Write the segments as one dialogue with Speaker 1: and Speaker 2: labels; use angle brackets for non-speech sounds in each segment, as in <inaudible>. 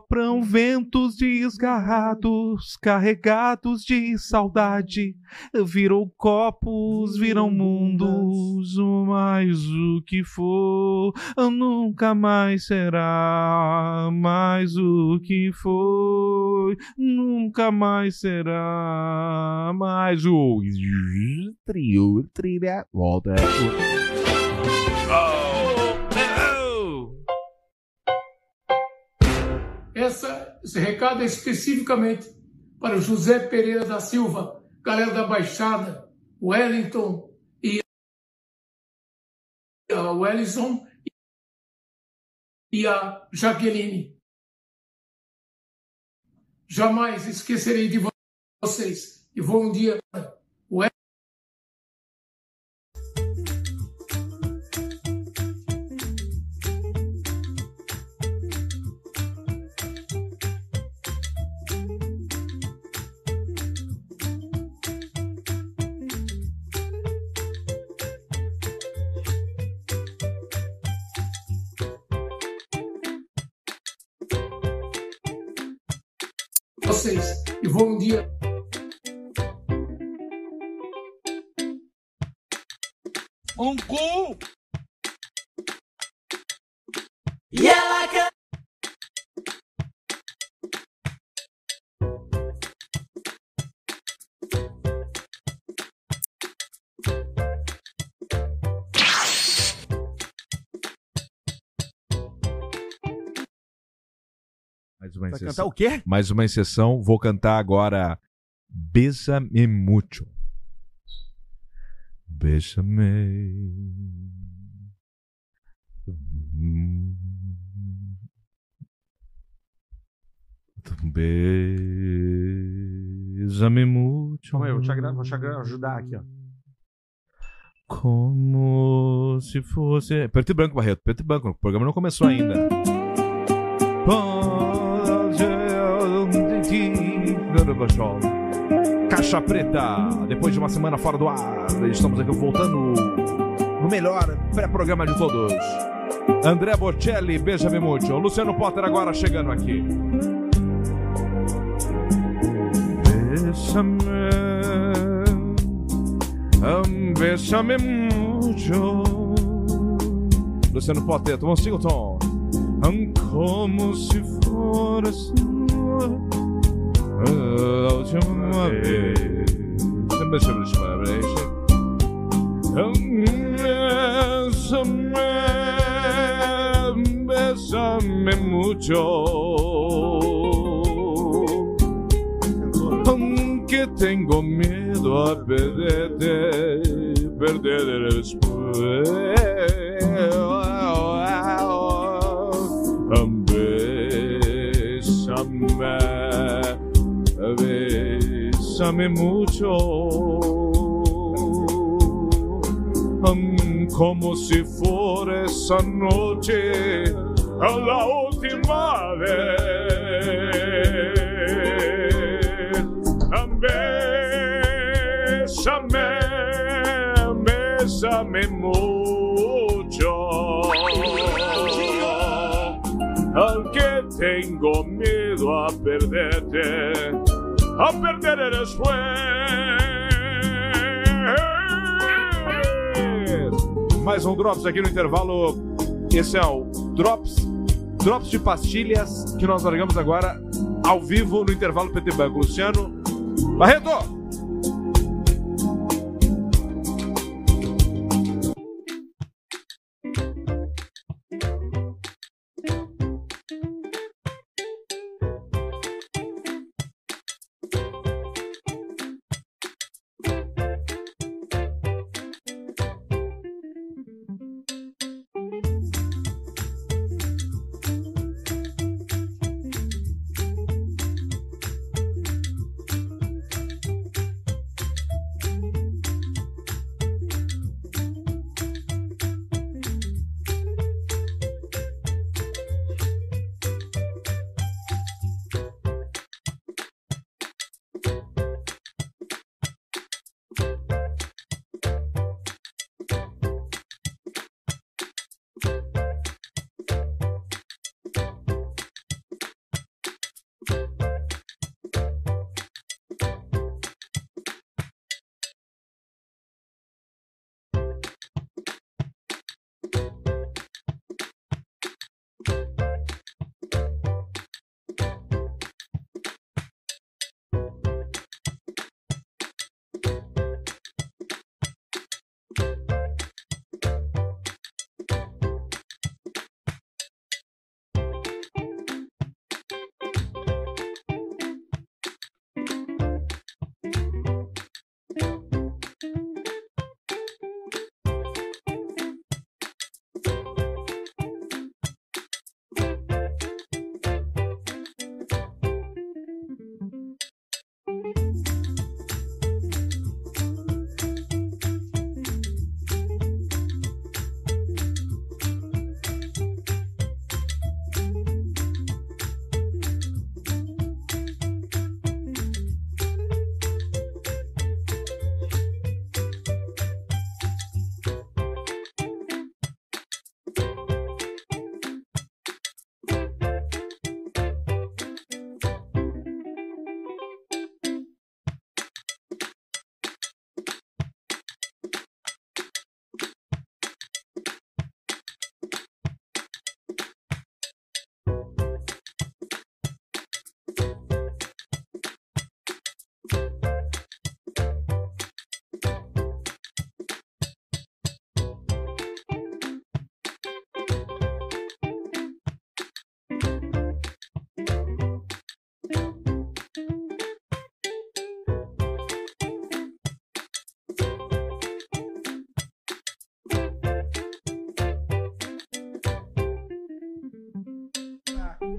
Speaker 1: sopram ventos desgarrados, carregados de saudade. Viram copos, viram mundos, mas o que for nunca mais será. Mas o que foi nunca mais será. Mas o trio trilha volta.
Speaker 2: Essa, esse recado é especificamente para o José Pereira da Silva, galera da Baixada, Wellington e a Wellison e a Jaqueline. Jamais esquecerei de vocês e vou um dia vocês e vou um dia
Speaker 1: Um gol!
Speaker 3: E ela can...
Speaker 1: Mais uma
Speaker 4: Vai
Speaker 1: exceção.
Speaker 4: cantar o quê?
Speaker 1: Mais uma exceção. Vou cantar agora Bésame Mucho. Bésame. Bésame Mucho.
Speaker 4: Calma aí, eu vou te, agra- vou te agra- ajudar aqui, ó.
Speaker 1: Como se fosse. Preto e branco, Barreto. Preto e branco. O programa não começou ainda. Caixa Preta. Depois de uma semana fora do ar, estamos aqui voltando no melhor pré-programa de todos. André Bocelli, Benjamin Mucho. Luciano Potter agora chegando aqui. Bésame, Um, Bésame mucho. Luciano Poteto, vamos Singleton. Um, como se fosse a última vez. Bésame, última vez. Um, Bésame,
Speaker 2: é
Speaker 1: bésame mucho. Aunque tengo miedo a perderte, perderte después. Bésame, bésame mucho. Mm, Como si fuera esa noche a la última vez. Bésame, bésame mucho. Aunque tengo miedo a perderte, a perder después. Mais um Drops aqui no intervalo. Esse é o Drops, Drops de pastilhas que nós largamos agora ao vivo no intervalo PT Banco. Luciano, Barreto!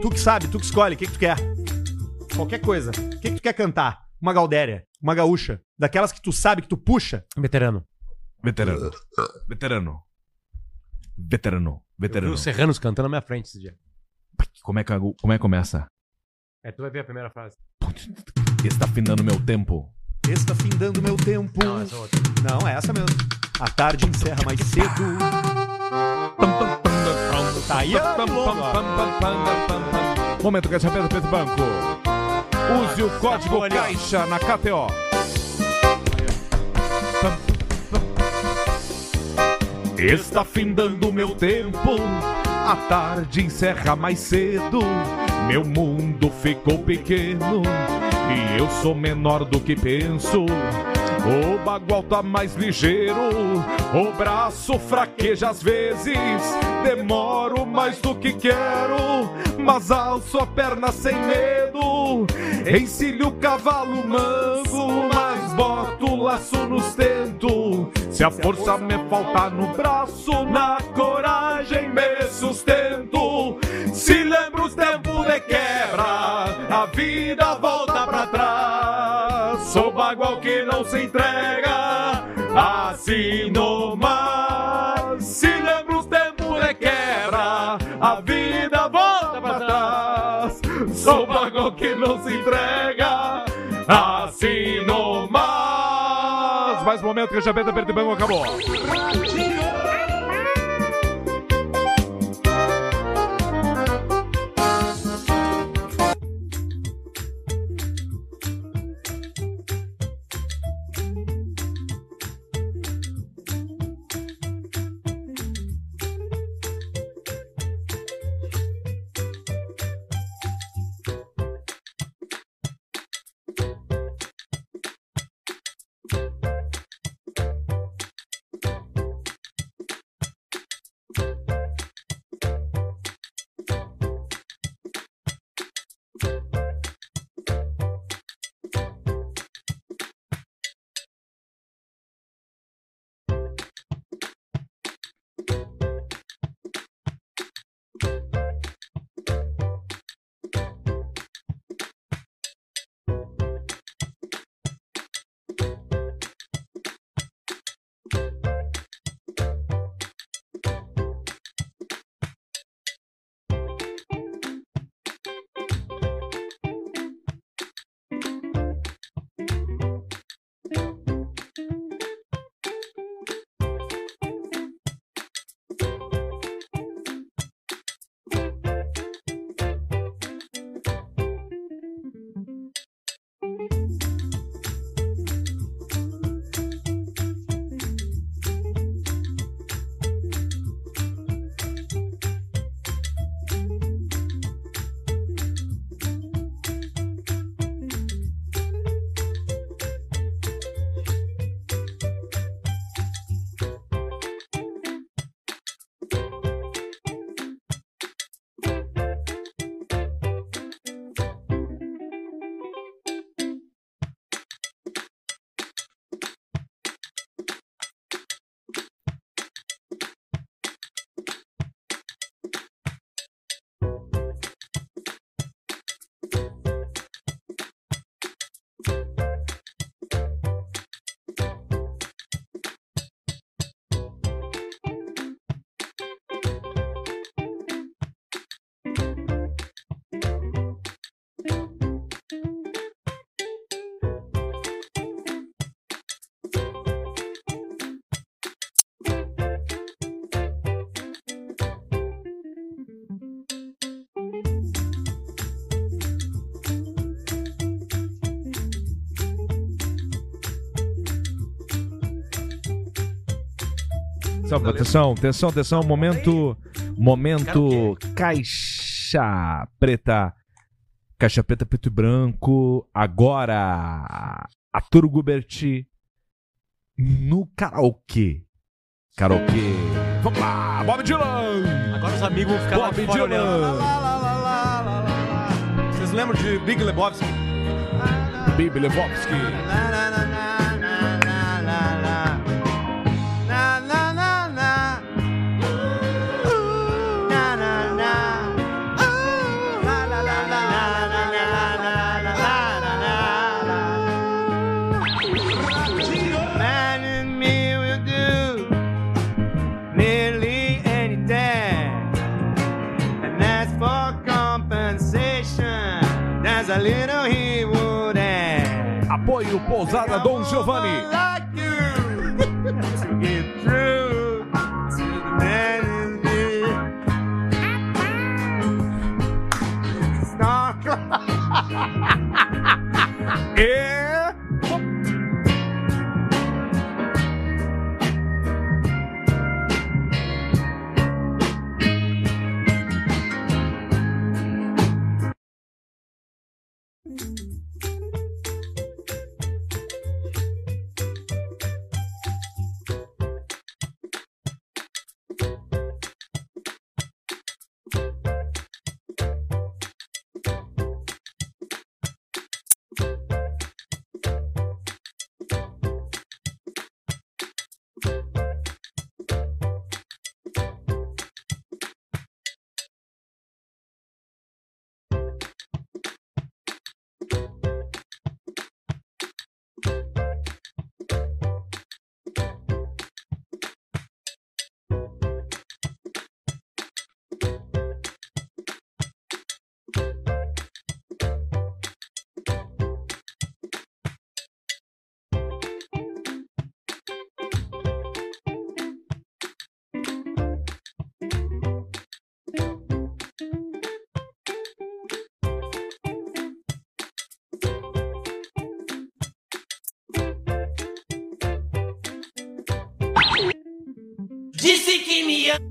Speaker 4: Tu que sabe, tu que escolhe, o que, que tu quer. Qualquer coisa. O que, que tu quer cantar? Uma gaudéria, uma gaúcha. Daquelas que tu sabe que tu puxa. Veterano.
Speaker 1: Veterano. Veterano. Veterano.
Speaker 4: Eu vi
Speaker 1: Veterano.
Speaker 4: os serranos cantando na minha frente esse dia.
Speaker 1: Como é que, como é que começa?
Speaker 4: É, tu vai ver a primeira frase.
Speaker 1: Está findando meu tempo.
Speaker 4: Esse tá findando meu tempo. Não, essa é outra. Não, é essa mesmo. A tarde encerra mais cedo. Tá aí, ó, milonga, ó.
Speaker 1: Momento que aperta Preto Banco. Use o código
Speaker 4: boa ali, ó.
Speaker 1: caixa na KTO. Está findando meu tempo. A tarde encerra mais cedo. Meu mundo ficou pequeno e eu sou menor do que penso. O bagual tá mais ligeiro, o braço fraqueja às vezes. Demoro mais do que quero, mas alço a perna sem medo. Encilho o cavalo mango, mas boto o laço nos tento. Se a força me faltar no braço, na coragem me sustento. Se lembro os tempos de quebra, a vida volta pra trás. Sou bagual que não se entrega, assim nomás. Se lembro os tempos de quebra, a vida volta pra trás. Sou bagual que não se entrega, assim nomás. Mais um momento que a chapeta perde banco acabou. Atenção, atenção, atenção, atenção, momento, momento caixa preta, caixa preta, preto e branco, agora, Arthur Gubert no karaokê, karaokê, vamos lá, Bob Dylan,
Speaker 4: Agora os amigos vão ficar lá de
Speaker 1: Bob
Speaker 4: fora olhando.
Speaker 1: Dylan.
Speaker 4: Lá, lá, lá, lá, lá, lá, lá. Vocês lembram de Big Lebowski?
Speaker 1: Bibi Lebowski, a little he would have.
Speaker 5: Apoio Pousada Dom Giovanni.
Speaker 2: <laughs>
Speaker 5: E...
Speaker 2: Disse que me ama.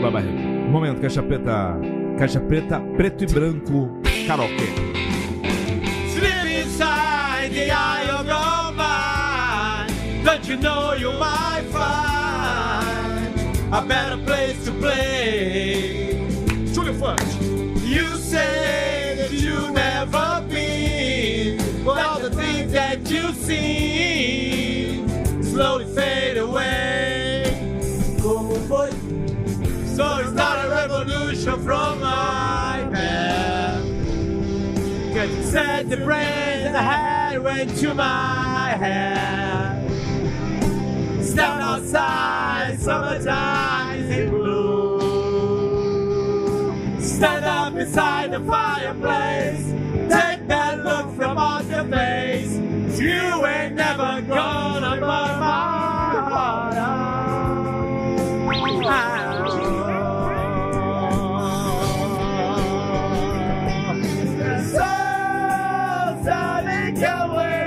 Speaker 5: Vai, Barreto. Momento, caixa preta. Caixa preta, preto e branco, karaokê.
Speaker 2: Slip inside the eye of your mind. Don't you know you might find a better place to play? Júlio Fante. You say that you've never been, but all the things that you've seen slowly fade away. So it's not a revolution from my past. Cause you said the brains I had went to my head. Stand outside, summertime in blue. Stand up beside the fireplace. Take that look from off your face. You ain't never gonna burn my heart out. So sonic away.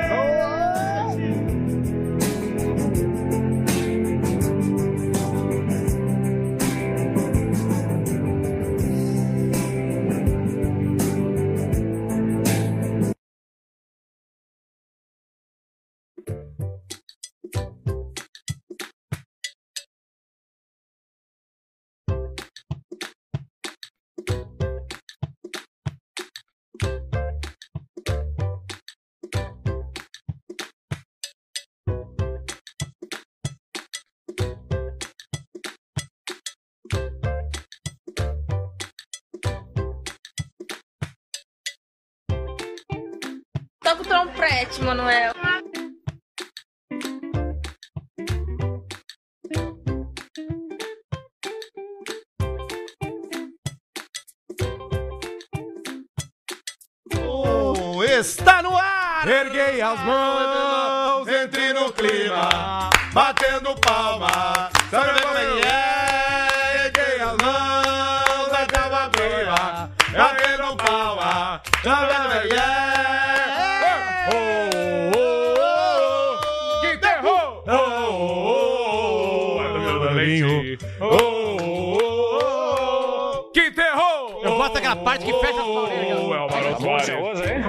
Speaker 6: Toca o trompete, Manuel.
Speaker 4: Então, Está no ar!
Speaker 1: Erguei as mãos, entre no clima, batendo palma. Sabe como é que é? Erguei as mãos, acaba clima, batendo palma. Sabe como é que é? Oh, oh, oh, oh. Que terror! Oh,
Speaker 2: é
Speaker 1: oh, oh, oh. Oh, oh, oh. Que terror!
Speaker 5: Eu gosto daquela parte que fecha as orelhas.
Speaker 1: Oh, é o Barão Soares.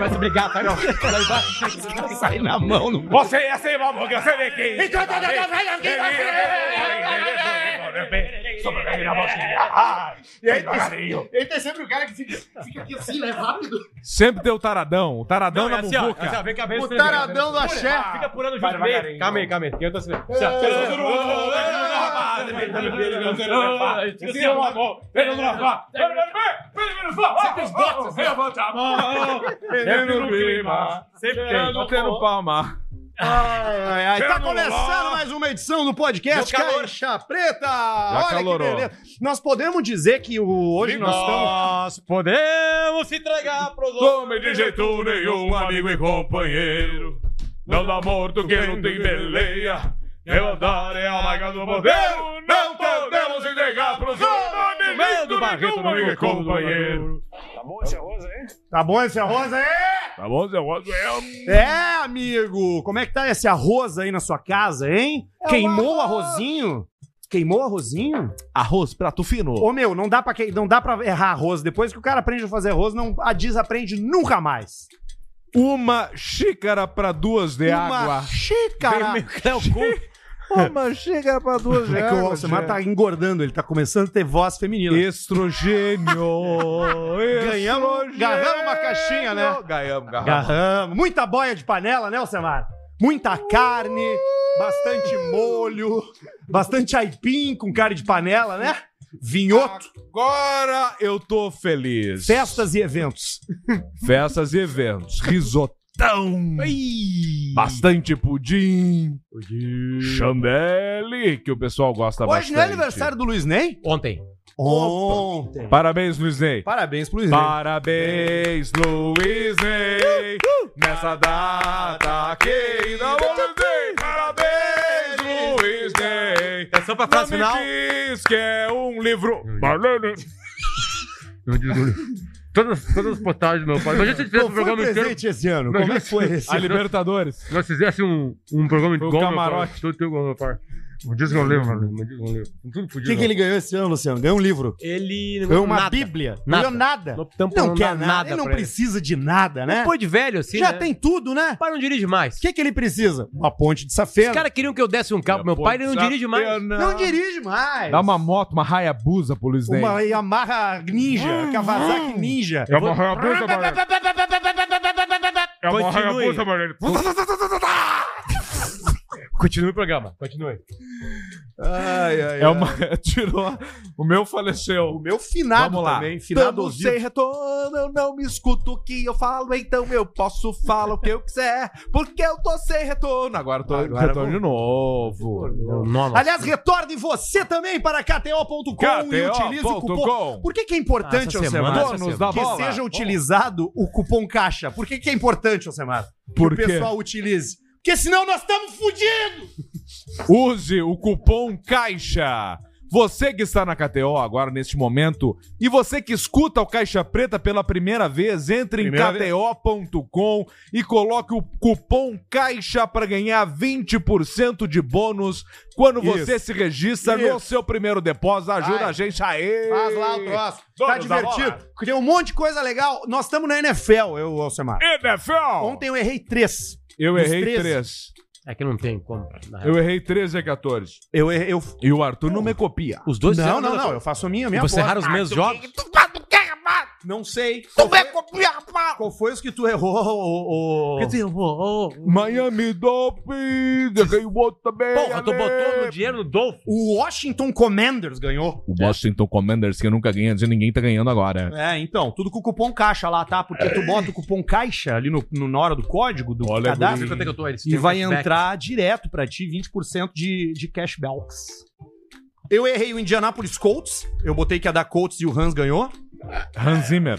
Speaker 5: Começa a brigar, tá? Lá embaixo, sai na mão. No...
Speaker 1: Você é sem mamão, que você vem aqui. Então, tá, tá, tá,
Speaker 2: Ele tem sempre o cara que fica, fica aqui assim, né? Rápido.
Speaker 1: Sempre tem o taradão. O taradão
Speaker 5: é
Speaker 1: na
Speaker 5: assim, ó,
Speaker 1: muvuca.
Speaker 5: é assim, ó, vem cabeça.
Speaker 2: O taradão do axé.
Speaker 5: Fica pulando junto no meio. Calma aí, calma aí.
Speaker 4: é tá
Speaker 5: Tenta assim.
Speaker 7: É.
Speaker 1: Sempre os boxes.
Speaker 5: né?
Speaker 1: Levanta a mão. Sempre no clima.
Speaker 5: Sempre tem.
Speaker 1: Batendo palma.
Speaker 4: Ai, ai, tá
Speaker 1: Vamos
Speaker 4: começando
Speaker 1: lá.
Speaker 4: mais uma edição do podcast
Speaker 5: Deu calor.
Speaker 4: Caixa Preta! Olha
Speaker 1: calorou.
Speaker 4: que beleza! Nós podemos dizer que o- hoje nós estamos.
Speaker 5: Nós podemos se entregar pros outros.
Speaker 1: Tome de jeito nenhum, amigo e companheiro. Não dá morto quem não tem beleia. Levantar é a marca do modelo. Não podemos entregar pros outros.
Speaker 5: No meio do barreto, no
Speaker 1: amigo
Speaker 5: meio
Speaker 1: e
Speaker 5: do combo do
Speaker 1: companheiro.
Speaker 5: barreto.
Speaker 4: Tá bom esse arroz aí?
Speaker 1: Tá bom, Zé Rosa? É.
Speaker 4: É, amigo! Como é que tá esse arroz aí na sua casa, hein? Queimou o arrozinho? Queimou o arrozinho?
Speaker 1: Arroz, prato fino.
Speaker 4: Ô meu, não dá, pra que... não dá pra errar arroz. Depois que o cara aprende a fazer arroz, não a desaprende nunca mais.
Speaker 1: Uma xícara pra duas de água.
Speaker 4: xícara. <laughs>
Speaker 1: Uma xícara pra duas de
Speaker 4: É que o Alcemar tá engordando, ele tá começando a ter voz feminina.
Speaker 1: Estrogênio!
Speaker 4: <laughs> Ganhamos- garramos uma caixinha, né?
Speaker 1: Ganhamos, garramos.
Speaker 4: Garramos. Muita boia de panela, né, Alcemar? Muita carne, bastante molho, bastante aipim com carne de panela, né? Vinhoto,
Speaker 1: Agora eu tô feliz.
Speaker 4: festas e eventos.
Speaker 1: Festas e eventos. Risotão. Bastante pudim. Chandelle, que o pessoal gosta bastante.
Speaker 4: Hoje não é aniversário do Luiz Ney?
Speaker 5: Ontem.
Speaker 4: Ontem.
Speaker 1: Parabéns, Luiz Ney.
Speaker 4: Parabéns pro Luiz Ney.
Speaker 1: Parabéns, Luiz Ney, nessa data querida. Luiz Ney. Parabéns, Luiz Ney.
Speaker 5: É só pra
Speaker 1: Não
Speaker 5: frase final.
Speaker 1: me diz que é um livro.
Speaker 7: Todas, todas as postagens do meu pai. Imagina se a gente fizesse
Speaker 4: Qual
Speaker 7: um
Speaker 4: foi o
Speaker 7: programa inteiro.
Speaker 4: presente esse ano? Como é que foi esse?
Speaker 1: A Libertadores.
Speaker 7: Nós fizesse um, um programa
Speaker 1: Foi o
Speaker 7: igual ao meu
Speaker 1: camarote.
Speaker 7: pai. Todo teu igual ao meu pai. Um dia que eu lembro, mano. Um dia que eu lembro. Tudo
Speaker 4: O
Speaker 7: fodido.
Speaker 4: que, que ele ganhou esse ano, Luciano? Ganhou um livro.
Speaker 5: Ele
Speaker 4: Ganhou uma
Speaker 5: nada.
Speaker 4: bíblia.
Speaker 5: Nada.
Speaker 4: Não ganhou nada.
Speaker 5: Não,
Speaker 4: Não,
Speaker 5: tampa, não
Speaker 4: quer
Speaker 5: dá
Speaker 4: nada.
Speaker 5: nada
Speaker 4: Ele não
Speaker 5: pra ele.
Speaker 4: precisa de nada, né?
Speaker 5: Depois de velho, assim,
Speaker 4: Já
Speaker 5: né?
Speaker 4: tem tudo, né?
Speaker 5: O pai não dirige mais.
Speaker 4: O que, que ele precisa? Uma ponte de safena.
Speaker 5: Os caras queriam que eu desse um carro pro meu pai, ele não dirige mais.
Speaker 4: Não dirige mais.
Speaker 1: Dá uma moto, uma raia busa pro Luiz Ney.
Speaker 4: Uma Yamaha Ninja,
Speaker 5: Ah.
Speaker 4: Kawasaki Ninja.
Speaker 7: É uma raia puta, mano. É uma raia
Speaker 5: Continue.
Speaker 7: puta, mano.
Speaker 5: Continue o programa, continue.
Speaker 4: Ai, ai,
Speaker 1: É uma. <laughs> Tirou. O meu faleceu.
Speaker 4: O meu finado
Speaker 1: Vamos lá.
Speaker 4: também, finado
Speaker 1: Tamo
Speaker 4: ouvido.
Speaker 1: sem retorno, eu não me escuto o que eu falo, então eu posso falar o que eu quiser, porque eu tô sem retorno. Agora eu tô
Speaker 4: Agora
Speaker 1: em retorno
Speaker 4: vou-
Speaker 1: de novo.
Speaker 4: Aliás, retorne você também para KTO.com e utilize o cupom.
Speaker 1: KTO.com.
Speaker 4: Por que, que é importante,
Speaker 5: Ah, essa semana,
Speaker 4: Alcemar?
Speaker 5: essa
Speaker 1: Donos da
Speaker 4: que
Speaker 1: bola.
Speaker 4: seja utilizado o cupom caixa. Por que, que é importante, Alcemar?
Speaker 1: Por
Speaker 4: que o
Speaker 1: quê?
Speaker 4: pessoal utilize. Porque senão nós estamos fodidos!
Speaker 1: Use o cupom CAIXA. Você que está na KTO agora neste momento e você que escuta o Caixa Preta pela primeira vez, entre
Speaker 4: Primeira
Speaker 1: em kto.com e coloque o cupom CAIXA para ganhar 20% de bônus quando você se registra no
Speaker 4: Isso.
Speaker 1: seu primeiro depósito. Ajuda
Speaker 4: Vai.
Speaker 1: a gente aí.
Speaker 4: Faz lá o troço. Tá
Speaker 1: Donos da
Speaker 4: divertido. Tem um monte de coisa legal. Nós estamos na NFL, eu, Alcemar.
Speaker 1: NFL!
Speaker 4: Ontem eu errei três.
Speaker 1: eu
Speaker 4: dos
Speaker 1: errei
Speaker 4: 13.
Speaker 1: 3.
Speaker 5: É que não tem como. na real.
Speaker 1: Eu errei 13 e 14.
Speaker 4: Eu errei. Eu...
Speaker 1: E o Arthur não me copia.
Speaker 5: Os dois
Speaker 4: Não,
Speaker 5: erraram,
Speaker 4: não,
Speaker 5: né?
Speaker 4: não. Eu faço a minha, Tá, a minha
Speaker 5: Você
Speaker 4: aposta.
Speaker 5: erraram os mesmos jogos?
Speaker 4: Não sei.
Speaker 8: Como é que eu me arreparo?
Speaker 4: Qual foi os que tu errou, ô. ô-
Speaker 1: Miami Dolphins, ganhou também.
Speaker 5: Porra, tu botou no dinheiro do Dolphin.
Speaker 4: O Washington Commanders ganhou.
Speaker 1: O Washington Commanders, que nunca ganha, de ninguém tá ganhando agora.
Speaker 4: É, então, tudo com o cupom caixa lá, tá? Porque tu bota o cupom caixa ali no, no- na hora do código do
Speaker 1: Olha,
Speaker 4: cadastro
Speaker 1: guri.
Speaker 7: Quanto é que eu tô? Eles
Speaker 4: e
Speaker 7: têm
Speaker 4: vai
Speaker 7: cashback.
Speaker 4: entrar direto pra ti 20% de, de cashbacks. Eu errei o Indianapolis Colts, eu botei que ia dar Colts e o Hans ganhou. É,
Speaker 1: Hans Zimmer.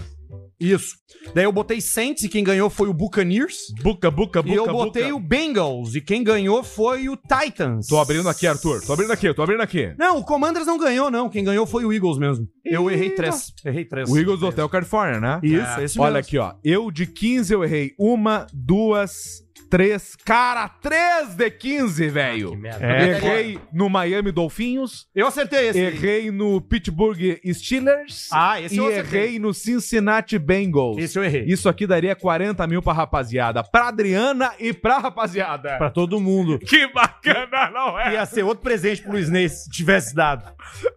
Speaker 4: Isso. Daí eu botei Saints e quem ganhou foi o Buccaneers.
Speaker 1: Buca, buca, buca,
Speaker 4: e eu botei o Bengals e quem ganhou foi o Titans.
Speaker 1: Tô abrindo aqui, Arthur. Tô abrindo aqui, tô abrindo aqui.
Speaker 4: Não, o Commanders não ganhou, não. Quem ganhou foi o Eagles mesmo. Eu errei três. Errei três.
Speaker 1: O Eagles do Hotel California, né?
Speaker 4: Isso, esse mesmo.
Speaker 1: Olha aqui, ó. Eu de 15 eu errei uma, duas, três. Cara, três de
Speaker 4: Ah,
Speaker 1: 15, velho. Errei no Miami Dolphinhos,
Speaker 4: É, Eu acertei esse.
Speaker 1: errei no Pittsburgh Steelers
Speaker 4: Ah, esse
Speaker 1: e
Speaker 4: eu acertei.
Speaker 1: errei no Cincinnati Bengals.
Speaker 4: Esse eu errei.
Speaker 1: Isso aqui daria 40 mil pra rapaziada. Pra Adriana e pra rapaziada.
Speaker 4: Pra todo mundo.
Speaker 1: Que bacana, não é?
Speaker 4: Ia ser outro presente pro Luiz Ney se tivesse dado.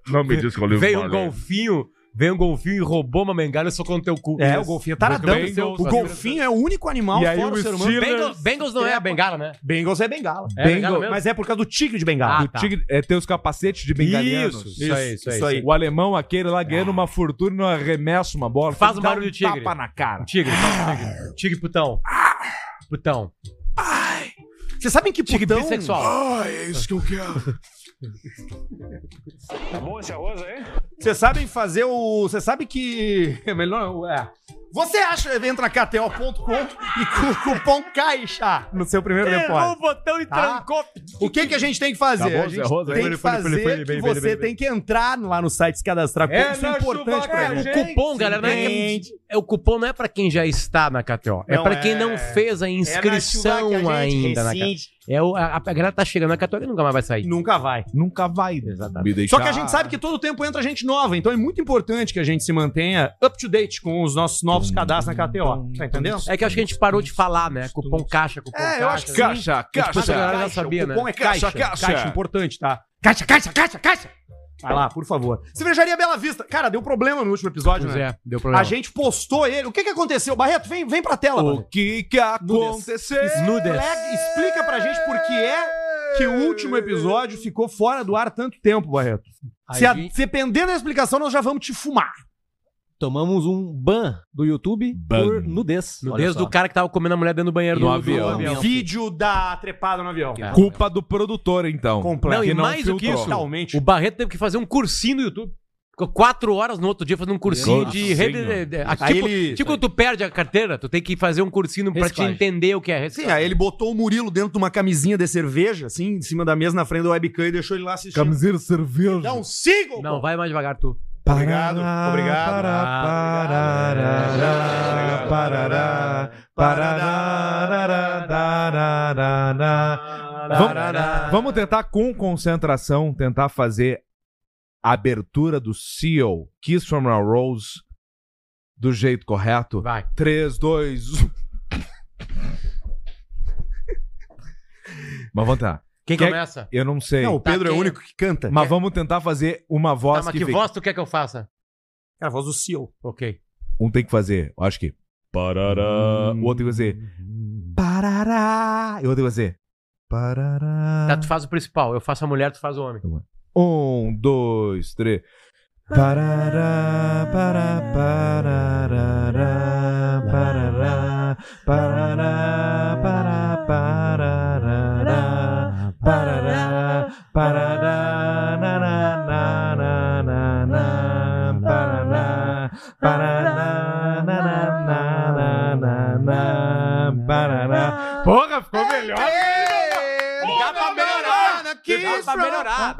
Speaker 1: Não me diz que eu
Speaker 5: Veio um golfinho, veio um golfinho e roubou uma mengada e socou no teu cu.
Speaker 4: É,
Speaker 5: Isso.
Speaker 4: o golfinho é taradão.
Speaker 1: Bengals,
Speaker 4: o golfinho é o único animal
Speaker 1: E aí
Speaker 4: fora
Speaker 1: o
Speaker 4: do ser humano.
Speaker 1: Steelers-
Speaker 7: Bengals, Bengals não é, a bengala, né?
Speaker 4: Bengals é bengala.
Speaker 7: É bengala mesmo?
Speaker 4: Mas é por causa do tigre de bengala.
Speaker 1: O tigre é ter os capacetes de bengalianos.
Speaker 5: Ah, tá. Isso, isso aí, isso aí. Ah.
Speaker 4: isso aí.
Speaker 1: O alemão aquele lá ganhando uma fortuna e não arremessa uma bola.
Speaker 5: Faz
Speaker 1: Tem
Speaker 5: o
Speaker 1: que dar
Speaker 5: barulho
Speaker 1: um
Speaker 5: do tigre.
Speaker 1: Tapa na cara.
Speaker 5: Tigre, tigre. Tigre putão. Putão.
Speaker 4: Vocês sabem que
Speaker 7: Tigre
Speaker 4: putão...
Speaker 7: bissexual.
Speaker 1: Ah, é isso que eu quero.
Speaker 4: Vocês sabem fazer o... Vocês sabem que... <laughs> É melhor... É. Você acha... Entra na KTO.com e com o cupom CAIXA no seu primeiro
Speaker 5: Errou
Speaker 4: depósito.
Speaker 5: o botão e
Speaker 4: Tá.
Speaker 5: trancou.
Speaker 4: O que, que a gente tem que fazer?
Speaker 1: Acabou,
Speaker 4: a gente
Speaker 1: Zé Rosa?
Speaker 4: tem
Speaker 1: Ele
Speaker 4: que
Speaker 1: foi, ele foi, ele foi,
Speaker 4: fazer
Speaker 1: ele foi,
Speaker 4: que
Speaker 1: ele foi,
Speaker 4: você
Speaker 1: ele foi.
Speaker 4: tem que entrar lá no site se cadastrar. porque
Speaker 1: É
Speaker 4: Isso é
Speaker 1: na
Speaker 4: importante
Speaker 1: chuva com
Speaker 4: pra
Speaker 1: a
Speaker 4: gente.
Speaker 7: O cupom, galera, não é,
Speaker 4: Gente.
Speaker 7: é o cupom não é pra quem já está na KTO. É
Speaker 4: Não,
Speaker 7: pra quem
Speaker 4: é-
Speaker 7: não fez a inscrição ainda na KTO. É o, a, a galera tá chegando na KTO e nunca mais vai sair.
Speaker 4: Nunca vai.
Speaker 1: Nunca vai.
Speaker 7: Exatamente.
Speaker 1: Me deixar...
Speaker 4: Só que a gente sabe que todo tempo entra gente nova, então é muito importante que a gente se mantenha up to date com os nossos novos cadastros na KTO. Tá entendendo?
Speaker 7: É que eu acho que a gente parou de falar, né? Cupom caixa,
Speaker 4: É,
Speaker 7: cupom caixa. Tipo,
Speaker 1: Caixa,
Speaker 7: essa
Speaker 1: caixa.
Speaker 7: galera já sabia,
Speaker 4: o
Speaker 7: né?
Speaker 4: cupom é caixa.
Speaker 1: Caixa, caixa.
Speaker 4: importante, tá? Caixa, caixa, caixa, caixa. Vai lá, por favor. Cervejaria Bela Vista. Cara, deu problema no último episódio,
Speaker 7: Pois
Speaker 4: né?
Speaker 7: é, deu
Speaker 4: A
Speaker 7: problema.
Speaker 4: gente postou ele. O que que aconteceu? Barreto, vem, vem pra tela,
Speaker 1: O
Speaker 4: mano.
Speaker 1: que que aconteceu?
Speaker 4: Snooders. Explica pra gente por que é que o último episódio ficou fora do ar tanto tempo, Barreto.
Speaker 7: A
Speaker 4: Se, a,
Speaker 7: gente-
Speaker 4: dependendo da explicação, nós já vamos te fumar.
Speaker 9: Tomamos um ban do YouTube
Speaker 1: Ban.
Speaker 9: por nudez. Olha
Speaker 7: Nudez
Speaker 9: só.
Speaker 7: do cara que tava comendo a mulher dentro do banheiro
Speaker 1: No
Speaker 7: do do
Speaker 1: avião.
Speaker 9: avião.
Speaker 4: Vídeo da trepada no avião. Tá.
Speaker 7: É.
Speaker 1: Culpa do produtor, então.
Speaker 4: Completo.
Speaker 7: Não, e
Speaker 1: Que não
Speaker 7: mais do que
Speaker 1: filtrou.
Speaker 7: isso,
Speaker 4: Totalmente.
Speaker 7: o Barreto teve que fazer um cursinho no YouTube. Ficou quatro horas no outro dia fazendo um cursinho
Speaker 1: Cursinho.
Speaker 7: de... rede- de- de- ah,
Speaker 4: Aí
Speaker 7: tipo,
Speaker 4: ele-
Speaker 7: tipo quando tu perde a carteira, tu tem que fazer um cursinho pra te
Speaker 9: Reciclagem.
Speaker 7: entender o que é.
Speaker 4: Sim,
Speaker 7: reciclagem.
Speaker 4: aí ele botou o Murilo dentro de uma camisinha de cerveja, assim, em cima da mesa, na frente do webcam e deixou ele lá assistindo. Então,
Speaker 1: Camiseira, cerveja.
Speaker 4: Não, sigam!
Speaker 7: Não, vai mais devagar tu. Ah,
Speaker 1: Obrigado,
Speaker 10: obrigado.
Speaker 4: Tá,
Speaker 7: é.
Speaker 1: Parará,
Speaker 7: Tá,
Speaker 1: parará, parará, parará. Vamos, vamos tentar com concentração tentar fazer a abertura do Seal Kiss from a Rose do jeito correto.
Speaker 7: Vai.
Speaker 1: 3 2 1 Mas vamos tentar.
Speaker 7: Quem
Speaker 1: Quer-
Speaker 7: começa?
Speaker 1: Eu não sei.
Speaker 4: Não, o Pedro
Speaker 7: Tá,
Speaker 4: é o
Speaker 7: quem-
Speaker 4: único que canta.
Speaker 1: mas vamos tentar fazer uma voz
Speaker 7: Tá, mas
Speaker 1: que,
Speaker 7: que
Speaker 1: fique.
Speaker 7: voz tu quer que eu faça?
Speaker 4: Cara, a voz do CEO.
Speaker 7: Ok.
Speaker 1: Um tem que fazer, eu acho que. Parará. O outro tem que fazer. Parará. E o outro tem que fazer. Parará.
Speaker 7: Tá, tu faz o principal. Eu faço a mulher, tu faz o homem.
Speaker 1: Um, dois, três. Parará, pará, parará, parará, parará, pará, parará, parará, parará, naná, naná, naná, parará, parará, naná, naná, naná, parará. Porra, ficou melhor!
Speaker 7: Dá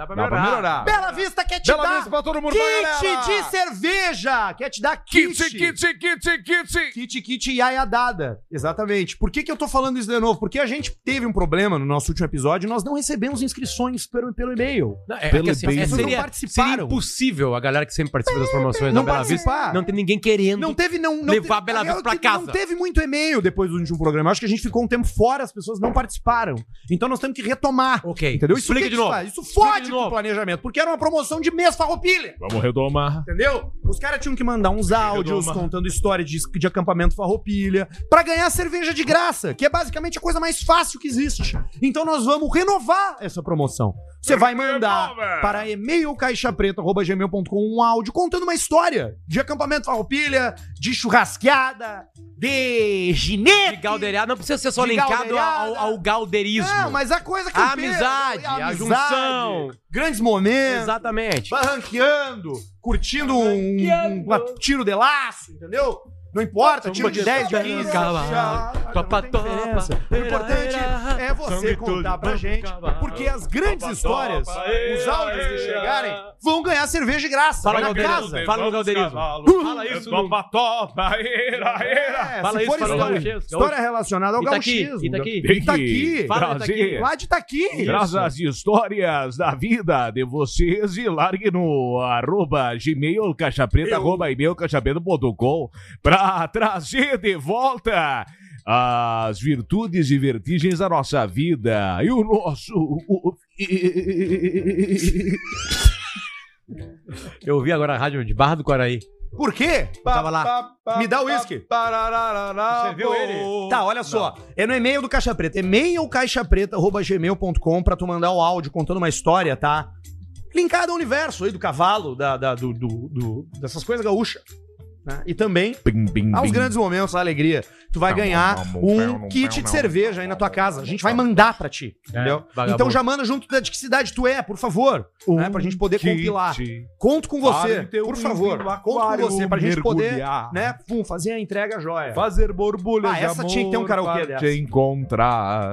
Speaker 7: pra melhorar! Dá pra melhorar! Dá pra
Speaker 1: Dá pra
Speaker 7: melhorar!
Speaker 1: melhorar.
Speaker 4: né, Bela Vista quer te
Speaker 1: Bela
Speaker 4: dar
Speaker 1: mesa pra todo mundo, pra galera.
Speaker 4: kit de cerveja! Quer te dar kit!
Speaker 1: Kit, kit, kit, kit.
Speaker 4: Kit, kit e aiadada. Exatamente. Por que, que eu tô falando isso de novo? Porque a gente teve um problema no nosso último episódio e nós não recebemos inscrições pelo, pelo e-mail.
Speaker 7: Não, é, é
Speaker 1: Pelo
Speaker 7: que assim,
Speaker 1: bem.
Speaker 7: é,
Speaker 1: Vocês não
Speaker 7: seria,
Speaker 4: participaram.
Speaker 7: seria impossível a galera que sempre participa das promoções
Speaker 4: Não
Speaker 7: da Bela Vista.
Speaker 4: participar.
Speaker 7: Não tem ninguém querendo.
Speaker 4: Não teve, não. não
Speaker 7: Levar
Speaker 4: teve-
Speaker 7: a Bela Vista
Speaker 4: real é
Speaker 7: pra
Speaker 4: que
Speaker 7: casa.
Speaker 4: Não teve muito e-mail depois do último programa. Eu Acho que a gente ficou um tempo fora, as pessoas não participaram. Então nós temos que retomar.
Speaker 7: Ok.
Speaker 4: Entendeu? Isso Explica
Speaker 1: de novo.
Speaker 4: Isso fode com o planejamento, porque era uma promoção de mês farroupilha.
Speaker 1: Vamos redomar.
Speaker 4: Entendeu? Os caras tinham que mandar uns áudios
Speaker 1: Redoma.
Speaker 4: contando história de, de acampamento farroupilha pra ganhar cerveja de graça, que é basicamente a coisa mais fácil que existe. Então nós vamos renovar essa promoção. Você vai mandar
Speaker 1: Renova!
Speaker 4: para e-mail caixapreta.gmail.com um áudio contando uma história de acampamento farroupilha, de churrasqueada, de
Speaker 7: De
Speaker 4: ginete.
Speaker 7: galdeirada, Ah, não precisa ser só
Speaker 4: De
Speaker 7: linkado ao,
Speaker 4: galdeirada.
Speaker 7: ao galdeirismo.
Speaker 4: Não, mas a coisa que
Speaker 7: A amizade, a junção.
Speaker 4: grandes momentos.
Speaker 7: Exatamente.
Speaker 4: barranqueando, curtindo um, um- um tiro de laço, entendeu? Não importa, tiro de 10, de 15.
Speaker 7: Cavalo, topa,
Speaker 4: não tem diferença.
Speaker 7: topa,
Speaker 4: O importante
Speaker 7: era,
Speaker 4: é você
Speaker 1: sangue
Speaker 4: contar
Speaker 1: tudo,
Speaker 4: pra
Speaker 1: vamos
Speaker 4: gente,
Speaker 7: cavalo,
Speaker 4: porque as grandes histórias,
Speaker 1: era,
Speaker 4: os áudios que
Speaker 1: era.
Speaker 4: chegarem, vão ganhar cerveja de graça.
Speaker 7: Fala,
Speaker 4: vai na
Speaker 7: Galdeirinho,
Speaker 4: casa.
Speaker 7: Fala no Galdeirismo.
Speaker 1: Fala isso.
Speaker 7: isso no-
Speaker 1: Topa, topa, era, era.
Speaker 4: É,
Speaker 7: Fala
Speaker 4: se
Speaker 7: isso,
Speaker 4: for
Speaker 7: fala
Speaker 4: história,
Speaker 7: gaúchesco,
Speaker 4: história relacionada ao
Speaker 1: tá
Speaker 7: Itaqui,
Speaker 4: gauchismo. tá
Speaker 7: Itaqui.
Speaker 4: Itaqui.
Speaker 7: Fala,
Speaker 1: Prazer.
Speaker 4: Lá de Itaqui.
Speaker 1: Traz as histórias da vida de vocês e largue no arroba gmail caixapreta, arroba e-mail caixapreta.com pra trazer de volta as virtudes e vertigens da nossa vida e o nosso...
Speaker 7: Eu vi agora a rádio de Barra do Quaraí.
Speaker 4: Por quê?
Speaker 7: Tava lá.
Speaker 4: Me dá o uísque.
Speaker 1: Você
Speaker 4: viu ele? Tá, olha só. É no e-mail do Caixa Preta. E-mail caixapreta.gmail.com pra tu mandar o áudio contando uma história, tá? Linkada ao universo aí do cavalo, da, da- do, do- do- dessas coisas gaúchas. né? E também
Speaker 1: Bim, bim,
Speaker 4: aos
Speaker 11: Ah,
Speaker 1: bim.
Speaker 4: grandes momentos, a alegria. Tu vai ganhar um kit de cerveja aí na tua casa. A gente vai mandar pra ti, entendeu?
Speaker 7: vagabundo.
Speaker 4: Então já manda junto da de que cidade tu é, por favor. né? Pra gente poder compilar.
Speaker 1: Kit.
Speaker 4: Conto com
Speaker 1: Para
Speaker 4: você,
Speaker 1: em teu
Speaker 4: por favor.
Speaker 1: rio do
Speaker 4: Conto com
Speaker 1: aquário
Speaker 4: você pra gente poder,
Speaker 1: mergulhar.
Speaker 4: né, pum, fazer a entrega joia.
Speaker 1: Fazer borbulhas
Speaker 4: Ah, essa
Speaker 1: de amor
Speaker 4: tinha que ter um karaokê
Speaker 1: para
Speaker 4: dessa.
Speaker 1: te encontrar.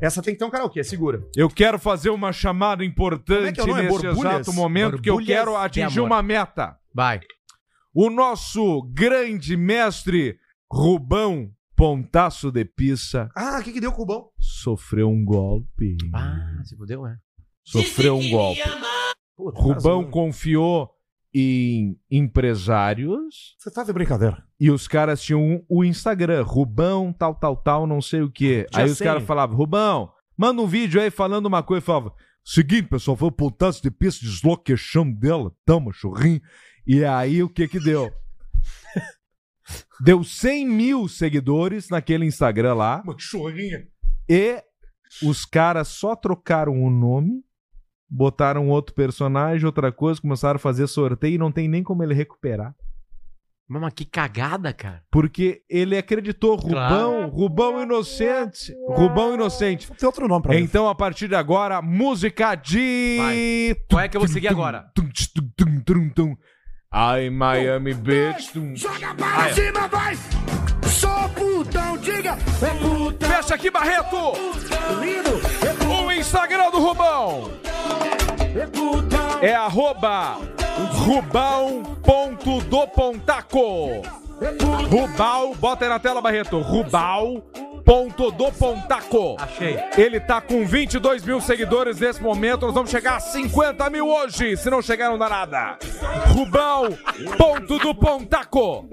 Speaker 4: Essa tem que ter um karaokê, segura.
Speaker 1: Eu quero fazer uma chamada
Speaker 4: Como é
Speaker 1: importante
Speaker 4: que é o nome?
Speaker 1: nesse
Speaker 4: Borbulhas?
Speaker 1: exato momento que eu
Speaker 7: Borbulhas
Speaker 1: quero
Speaker 7: de
Speaker 1: atingir
Speaker 7: amor.
Speaker 1: uma meta.
Speaker 7: Vai.
Speaker 1: O nosso grande mestre Rubão Pontaço de Pissa
Speaker 4: Ah, o que, que deu com o Bom?
Speaker 1: sofreu um golpe.
Speaker 7: Ah, se fudeu, é.
Speaker 1: Sofreu um golpe.
Speaker 4: tá
Speaker 1: Rubão
Speaker 4: né?
Speaker 1: confiou em empresários
Speaker 4: Você tá de brincadeira.
Speaker 1: e os caras tinham um, o Instagram, Rubão tal tal tal, não sei o quê.
Speaker 4: Já
Speaker 1: aí os
Speaker 4: sei.
Speaker 1: caras falavam, Rubão, manda um vídeo aí falando uma coisa, Eu falava, seguinte, pessoal, foi o Pontaço de Pissa desloca o queixão dela, toma, churrinho. E aí o que que
Speaker 4: <laughs>
Speaker 1: deu? Deu 100 mil seguidores naquele Instagram lá.
Speaker 4: Uma chorrinha.
Speaker 1: E os caras só trocaram o nome, botaram outro personagem, outra coisa, começaram a fazer sorteio e não tem nem como ele recuperar.
Speaker 7: Mas, mas que cagada, cara.
Speaker 1: Porque ele acreditou, Rubão,
Speaker 7: Claro.
Speaker 1: Rubão Inocente, Rubão Inocente.
Speaker 4: Tem outro nome pra mim.
Speaker 1: Então, a partir de agora, música de...
Speaker 7: Vai. Qual é que eu vou seguir agora?
Speaker 1: Tum, tch, tum, tum, tum, tum. Ai, Miami Beach. um tum.
Speaker 5: Joga para cima, vai! Sou putão, diga! É puta,
Speaker 1: Fecha aqui, Barreto!
Speaker 5: lindo! É puta,
Speaker 1: O Instagram do Rubão
Speaker 5: é putão,
Speaker 1: é arroba rubão.dopontaco.
Speaker 5: é puta,
Speaker 1: Rubal, bota aí na tela, Barreto. Rubal. Ponto do Pontaco.
Speaker 7: Achei.
Speaker 1: Ele tá com 22 mil seguidores nesse momento. Nós vamos chegar a 50 mil hoje, se não chegar não dá nada. Rubão, ponto do Pontaco.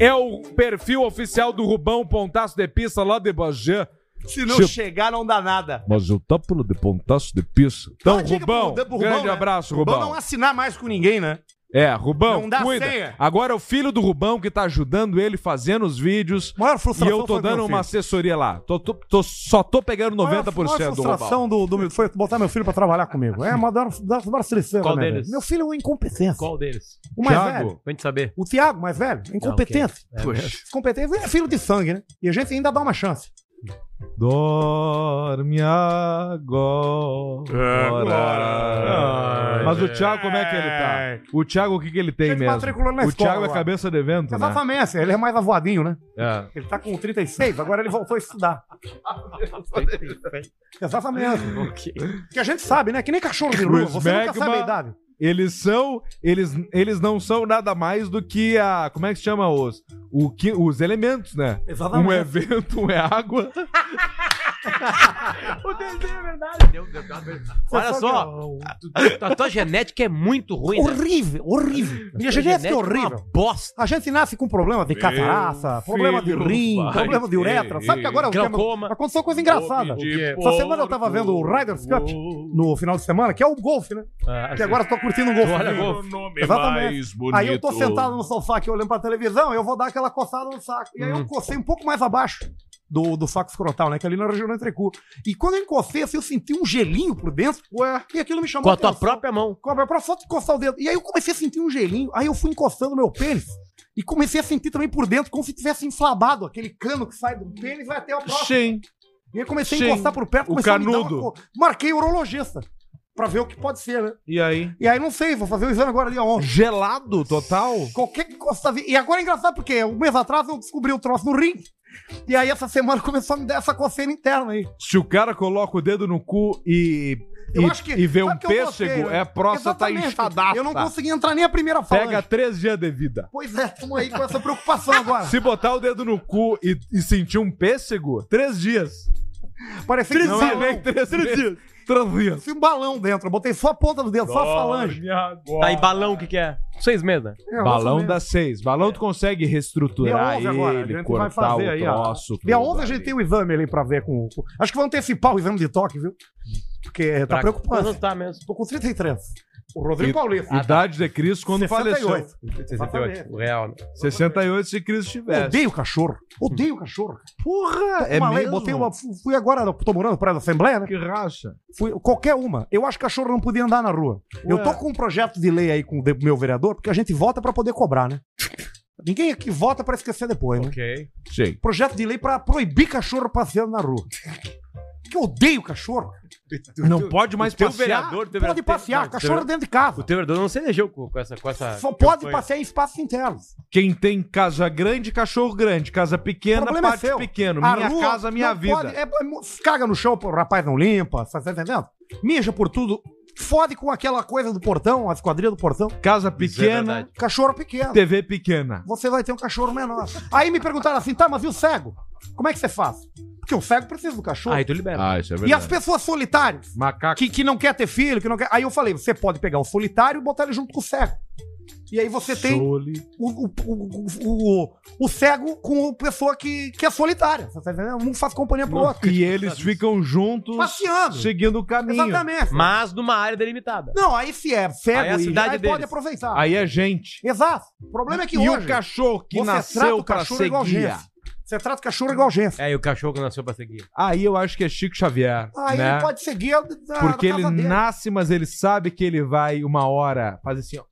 Speaker 1: É o perfil oficial do Rubão Pontaço de Pista lá de Bagé.
Speaker 4: Se não
Speaker 1: Chup.
Speaker 4: chegar, não dá nada.
Speaker 1: Mas o tápulo de Pontaço de Pista. Então,
Speaker 4: Uma dica
Speaker 1: Rubão,
Speaker 4: pro- pro
Speaker 1: grande
Speaker 4: né?
Speaker 1: abraço,
Speaker 4: Rubão
Speaker 1: Rubão.
Speaker 4: não assinar mais com ninguém, né?
Speaker 1: É, Rubão,
Speaker 4: Não dá
Speaker 1: cuida.
Speaker 4: senha.
Speaker 1: Agora é o filho do Rubão que tá ajudando ele fazendo os vídeos.
Speaker 4: Maior
Speaker 1: E
Speaker 4: frustração
Speaker 1: eu tô
Speaker 4: foi pro
Speaker 1: dando
Speaker 4: meu
Speaker 1: uma
Speaker 4: filho.
Speaker 1: assessoria lá. Tô, tô- tô- só tô pegando
Speaker 4: Maior-
Speaker 1: 90% do
Speaker 4: Maior
Speaker 1: Rubão.
Speaker 4: frustração do, do, meu- foi botar meu filho pra trabalhar comigo. É uma da maior tristeza,
Speaker 7: Qual
Speaker 4: né,
Speaker 7: deles?
Speaker 4: velho? Meu filho é uma incompetência.
Speaker 7: Qual deles?
Speaker 4: O mais
Speaker 1: Thiago.
Speaker 4: velho.
Speaker 7: Pra gente saber.
Speaker 4: O Thiago, mais velho. Incompetente.
Speaker 7: É mesmo?
Speaker 4: Incompetente. É filho de sangue, né? E a gente ainda dá uma chance.
Speaker 1: Dorme agora.
Speaker 4: É, Agora.
Speaker 1: Mas o Thiago, como é que ele tá? O Thiago, o que, que ele tem
Speaker 4: Ele
Speaker 1: mesmo?
Speaker 4: matriculou na
Speaker 1: O
Speaker 4: escola
Speaker 1: Thiago é
Speaker 4: lá.
Speaker 1: cabeça de vento, né?
Speaker 4: Exatamente. Ele é mais avoadinho, né?
Speaker 1: É.
Speaker 4: Ele tá com 36, agora ele voltou a estudar.
Speaker 7: <laughs>
Speaker 4: Exatamente. Que a gente sabe, né? Que nem cachorro de rua,
Speaker 1: Chris
Speaker 4: você nunca
Speaker 1: Magma.
Speaker 4: sabe a idade.
Speaker 1: Eles são. Eles, eles não são nada mais do que a. Como é que se chama os? O, que- os elementos, né? Um é vento, um é água.
Speaker 7: o desenho é verdade. Olha
Speaker 12: Você
Speaker 7: só, a, tu- a tua genética é muito ruim. né?
Speaker 4: Horrível, horrível.
Speaker 7: A
Speaker 4: Minha
Speaker 7: tua
Speaker 4: genética é
Speaker 7: genética é uma
Speaker 4: horrível.
Speaker 7: bosta.
Speaker 4: A gente nasce com problema de
Speaker 7: Meu
Speaker 4: cataraça, problema de
Speaker 7: filho,
Speaker 4: rim,
Speaker 7: pai,
Speaker 4: problema de uretra. Sabe que agora é o tema
Speaker 7: glaucoma.
Speaker 4: aconteceu uma coisa engraçada.
Speaker 7: Ovo de
Speaker 4: Essa semana eu tava vendo o Riders Cup no final de semana, que é o golfe, né?
Speaker 2: assim.
Speaker 7: Ah,
Speaker 1: assim,
Speaker 4: que agora eu tô curtindo um golfe.
Speaker 7: Olha, golfe.
Speaker 1: é Nome mais
Speaker 4: Exatamente.
Speaker 1: bonito.
Speaker 4: Aí eu tô sentado no sofá aqui olhando pra televisão, eu vou dar aquela coçada no saco. E aí eu
Speaker 1: Hum.
Speaker 4: cocei um pouco mais abaixo do, do saco escrotal, né? Que ali na região do entrecu. E quando eu encostei, assim, eu senti um gelinho por dentro. Ué, e aquilo me chamou
Speaker 7: Com a tua própria mão.
Speaker 4: Com a minha própria, só de coçar o dedo. E aí eu comecei a sentir um gelinho. Aí eu fui encostando meu pênis. E comecei a sentir também por dentro, como se tivesse inflamado aquele cano que sai do pênis e vai até o próximo.
Speaker 1: Sim.
Speaker 4: E aí comecei
Speaker 1: Sim.
Speaker 4: a encostar por perto.
Speaker 1: O
Speaker 4: comecei a me dar uma
Speaker 1: canudo.
Speaker 4: co- Marquei urologista. Pra ver o que pode ser, né?
Speaker 1: E aí?
Speaker 4: E aí não sei, vou fazer o exame agora ali aonde.
Speaker 1: Gelado total?
Speaker 4: Qualquer que costa vi- E agora é engraçado porque um mês atrás eu descobri o troço no rim. E aí essa semana <laughs> começou a me dar essa coceira interna aí.
Speaker 1: Se o cara coloca o dedo no cu e,
Speaker 4: Eu
Speaker 1: e,
Speaker 4: acho que-
Speaker 1: e vê um
Speaker 4: sabe que eu gostei,
Speaker 1: pêssego,
Speaker 4: né?
Speaker 1: é a próstata
Speaker 4: Exatamente.
Speaker 1: inchadaça.
Speaker 4: Eu não consegui entrar nem a primeira falange.
Speaker 1: Pega três dias de vida.
Speaker 4: Pois é, tamo aí com essa preocupação agora.
Speaker 1: Se botar o dedo no cu e, e sentir um pêssego, três dias.
Speaker 4: Parece
Speaker 1: <laughs> três
Speaker 4: que
Speaker 1: dias,
Speaker 4: não, é
Speaker 1: nem três, três dias. Três dias.
Speaker 4: Tinha um balão dentro. Eu botei só a ponta do dedo, só a falange.
Speaker 7: Tá aí balão, o que que é? Seis meses, né?
Speaker 4: É,
Speaker 1: Balão
Speaker 4: mais ou
Speaker 1: dá seis. Balão tu consegue reestruturar ele, cortar o troço.
Speaker 4: Dia
Speaker 1: tudo.
Speaker 4: 11 a gente tem o exame ali pra ver com... com- Acho que vão antecipar o exame de toque, viu? Porque tá
Speaker 7: Pra-
Speaker 4: preocupante.
Speaker 7: Não tá mesmo.
Speaker 4: Tô com 33. O Rodrigo Paulista.
Speaker 7: Ah, tá.
Speaker 1: Idade de Cristo quando
Speaker 4: 68.
Speaker 1: faleceu.
Speaker 4: 68.
Speaker 7: O real, né?
Speaker 1: 68 se Cristo tivesse.
Speaker 4: Odeio cachorro. Odeio cachorro.
Speaker 1: Porra!
Speaker 4: É uma lei, botei uma, fu- fui agora, tô morando perto da Assembleia, né?
Speaker 1: Que racha.
Speaker 4: Fui, qualquer uma. Eu acho que cachorro não podia andar na rua. Eu tô com um projeto de lei aí com o de- meu vereador, porque a gente vota pra poder cobrar, né? Ninguém aqui vota pra esquecer depois, né?
Speaker 7: Ok.
Speaker 1: Sim.
Speaker 4: Projeto de lei pra proibir cachorro passeando na rua. Que eu odeio cachorro.
Speaker 1: <laughs> Não pode mais
Speaker 7: o teu
Speaker 1: passear.
Speaker 7: vereador, teu
Speaker 4: Pode
Speaker 7: vereador-
Speaker 4: passear,
Speaker 7: não,
Speaker 4: cachorro
Speaker 7: teu- Ah,
Speaker 4: dentro de casa.
Speaker 7: O teu vereador não se elegeu com, com essa, com essa.
Speaker 4: Só pode
Speaker 7: campanha.
Speaker 4: passear em espaços internos.
Speaker 1: Quem tem casa grande, cachorro grande. Casa pequena, pátio pequeno.
Speaker 4: é A
Speaker 1: Minha
Speaker 4: rua
Speaker 1: casa, minha
Speaker 4: não
Speaker 1: vida.
Speaker 4: pode- é- é- caga no chão, pô, o rapaz não limpa, tá tá entendendo? Mija por tudo. Fode com aquela coisa do portão, a esquadrilha do portão.
Speaker 1: Casa
Speaker 7: é verdade.
Speaker 1: pequena,
Speaker 4: Cachorro pequeno.
Speaker 1: TV pequena.
Speaker 4: Você vai ter um cachorro menor. Aí me perguntaram assim, tá, mas e o cego? Como é que você faz? Porque o cego precisa do cachorro.
Speaker 7: Aí tu então libera.
Speaker 1: Ah, isso é
Speaker 4: e as pessoas solitárias?
Speaker 1: Macaco.
Speaker 4: que, que não quer ter filho, que não quer. Aí eu falei, você pode pegar o solitário e botar ele junto com o cego. E aí você tem o,
Speaker 1: Soli-
Speaker 4: o, o, o, o cego com a pessoa que, que é solitária. Você tá entendendo? Um faz companhia pro outro.
Speaker 1: E eles ficam juntos,
Speaker 4: Passeando.
Speaker 1: seguindo o caminho.
Speaker 4: Exatamente.
Speaker 7: Mas numa área delimitada.
Speaker 4: Não, aí se é cego
Speaker 7: Aí é a
Speaker 4: e-
Speaker 7: cidade
Speaker 4: aí pode
Speaker 7: deles.
Speaker 4: aproveitar.
Speaker 1: Aí é gente.
Speaker 4: Exato. O problema é que
Speaker 1: e
Speaker 4: hoje
Speaker 1: o cachorro que nasceu pra ser
Speaker 4: igual
Speaker 1: guia.
Speaker 4: gente. Você trata o cachorro igual gente.
Speaker 7: É, e o cachorro que nasceu pra seguir.
Speaker 1: Aí eu acho que é Chico Xavier.
Speaker 4: Aí
Speaker 1: né?
Speaker 4: ele pode seguir a, da-
Speaker 1: Porque
Speaker 4: da
Speaker 1: ele
Speaker 4: casa dele.
Speaker 1: nasce, mas ele sabe que ele vai uma hora fazer assim, ó.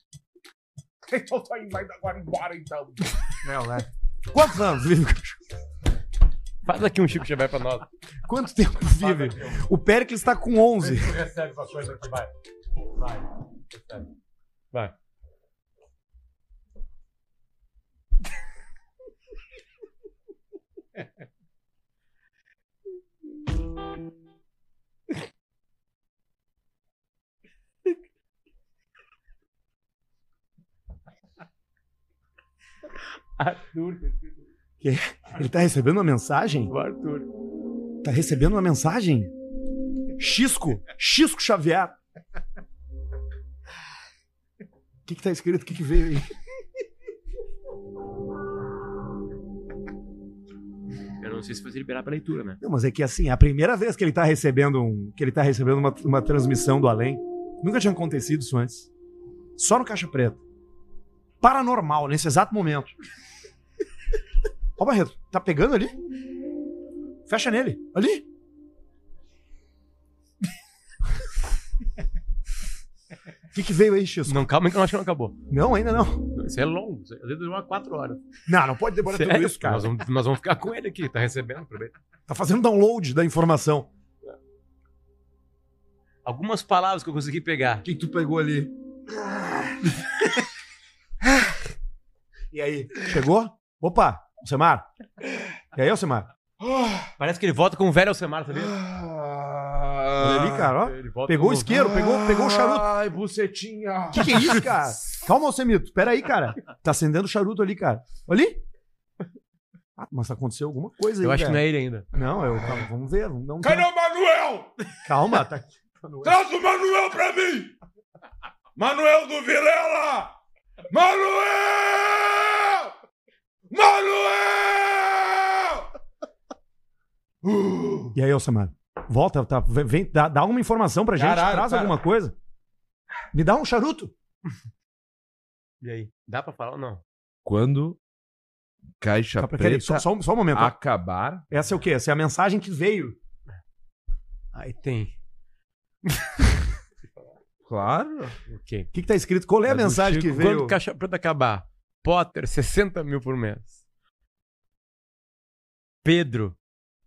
Speaker 11: Então tá indo agora embora, então.
Speaker 4: Não, né? Quantos anos vive o cachorro?
Speaker 7: Faz aqui um Chico Xavier pra nós.
Speaker 4: Quanto tempo vive?
Speaker 1: um.
Speaker 4: O Pericles tá com 11.
Speaker 11: Tu recebe essas coisas aqui, vai. Vai. Recebe.
Speaker 7: Vai.
Speaker 4: Ele tá recebendo uma mensagem?
Speaker 7: O Arthur.
Speaker 4: Tá recebendo uma mensagem? Xisco? Xisco Xavier. O que, que tá escrito? O que, que veio aí?
Speaker 7: Eu não sei se vai ser liberar pra leitura, né?
Speaker 4: Não, mas é que assim, é a primeira vez que ele tá recebendo um, que ele tá recebendo uma, uma transmissão do além. Nunca tinha acontecido isso antes. Só no Caixa Preta. Paranormal, nesse exato momento. <laughs> Ó, Barreto, tá pegando ali? Fecha nele. Ali? <laughs> O que, que veio aí, Xisco?
Speaker 7: Não, calma que eu acho que não acabou.
Speaker 4: Não, Então, ainda não.
Speaker 7: Isso é longo. Isso- Às vezes demora quatro horas.
Speaker 4: Não, não pode demorar tudo
Speaker 7: Sério?
Speaker 4: isso, cara.
Speaker 7: Nós vamos, nós vamos ficar com ele aqui. Tá recebendo, aproveita.
Speaker 4: Tá fazendo download da informação.
Speaker 7: Algumas palavras que eu consegui pegar.
Speaker 1: O que, que tu pegou ali?
Speaker 4: Ah. <laughs> E aí? Chegou? Opa, Alcemar. E aí, Alcemar?
Speaker 7: Parece que ele volta com o velho Alcemar, sabia?
Speaker 4: Olha ali, cara, ó.
Speaker 7: Ele volta
Speaker 4: Pegou o
Speaker 7: com-
Speaker 4: isqueiro, pegou, pegou o charuto.
Speaker 1: Ai, bucetinha.
Speaker 4: Que que é isso, cara? Calma, Alcemito. Pera aí, cara. Tá acendendo o charuto ali, cara. Olha ali. Ah, mas aconteceu alguma coisa
Speaker 7: Eu acho que não é
Speaker 4: velho.
Speaker 7: ele ainda.
Speaker 4: Não, eu, calma, vamos ver. Vamos dar um
Speaker 1: Cadê
Speaker 4: tempo.
Speaker 1: o Manuel?
Speaker 4: Calma,
Speaker 7: <gasps>
Speaker 4: tá aqui.
Speaker 1: Traz o Manuel pra mim! Manuel do Vilela! Manuel! Manuel!
Speaker 4: E aí, Alcemar? Volta, tá, vem- vem, dá, dá uma informação pra gente,
Speaker 7: Caralho,
Speaker 4: traz
Speaker 7: cara.
Speaker 4: alguma coisa. Me dá um charuto.
Speaker 7: E aí? Dá pra falar ou não?
Speaker 1: Quando Caixa
Speaker 4: Tá, peraí, só, só um- só um momento.
Speaker 1: acabar.
Speaker 4: Essa é o quê? Essa é a mensagem que veio.
Speaker 7: Aí tem.
Speaker 1: Claro.
Speaker 7: Ok.
Speaker 4: O que, que tá escrito? Qual é a
Speaker 1: É do
Speaker 4: mensagem que
Speaker 1: Chico.
Speaker 4: veio?
Speaker 7: Quando o Caixa Preta acabar, Potter, 60 mil por mês. Pedro,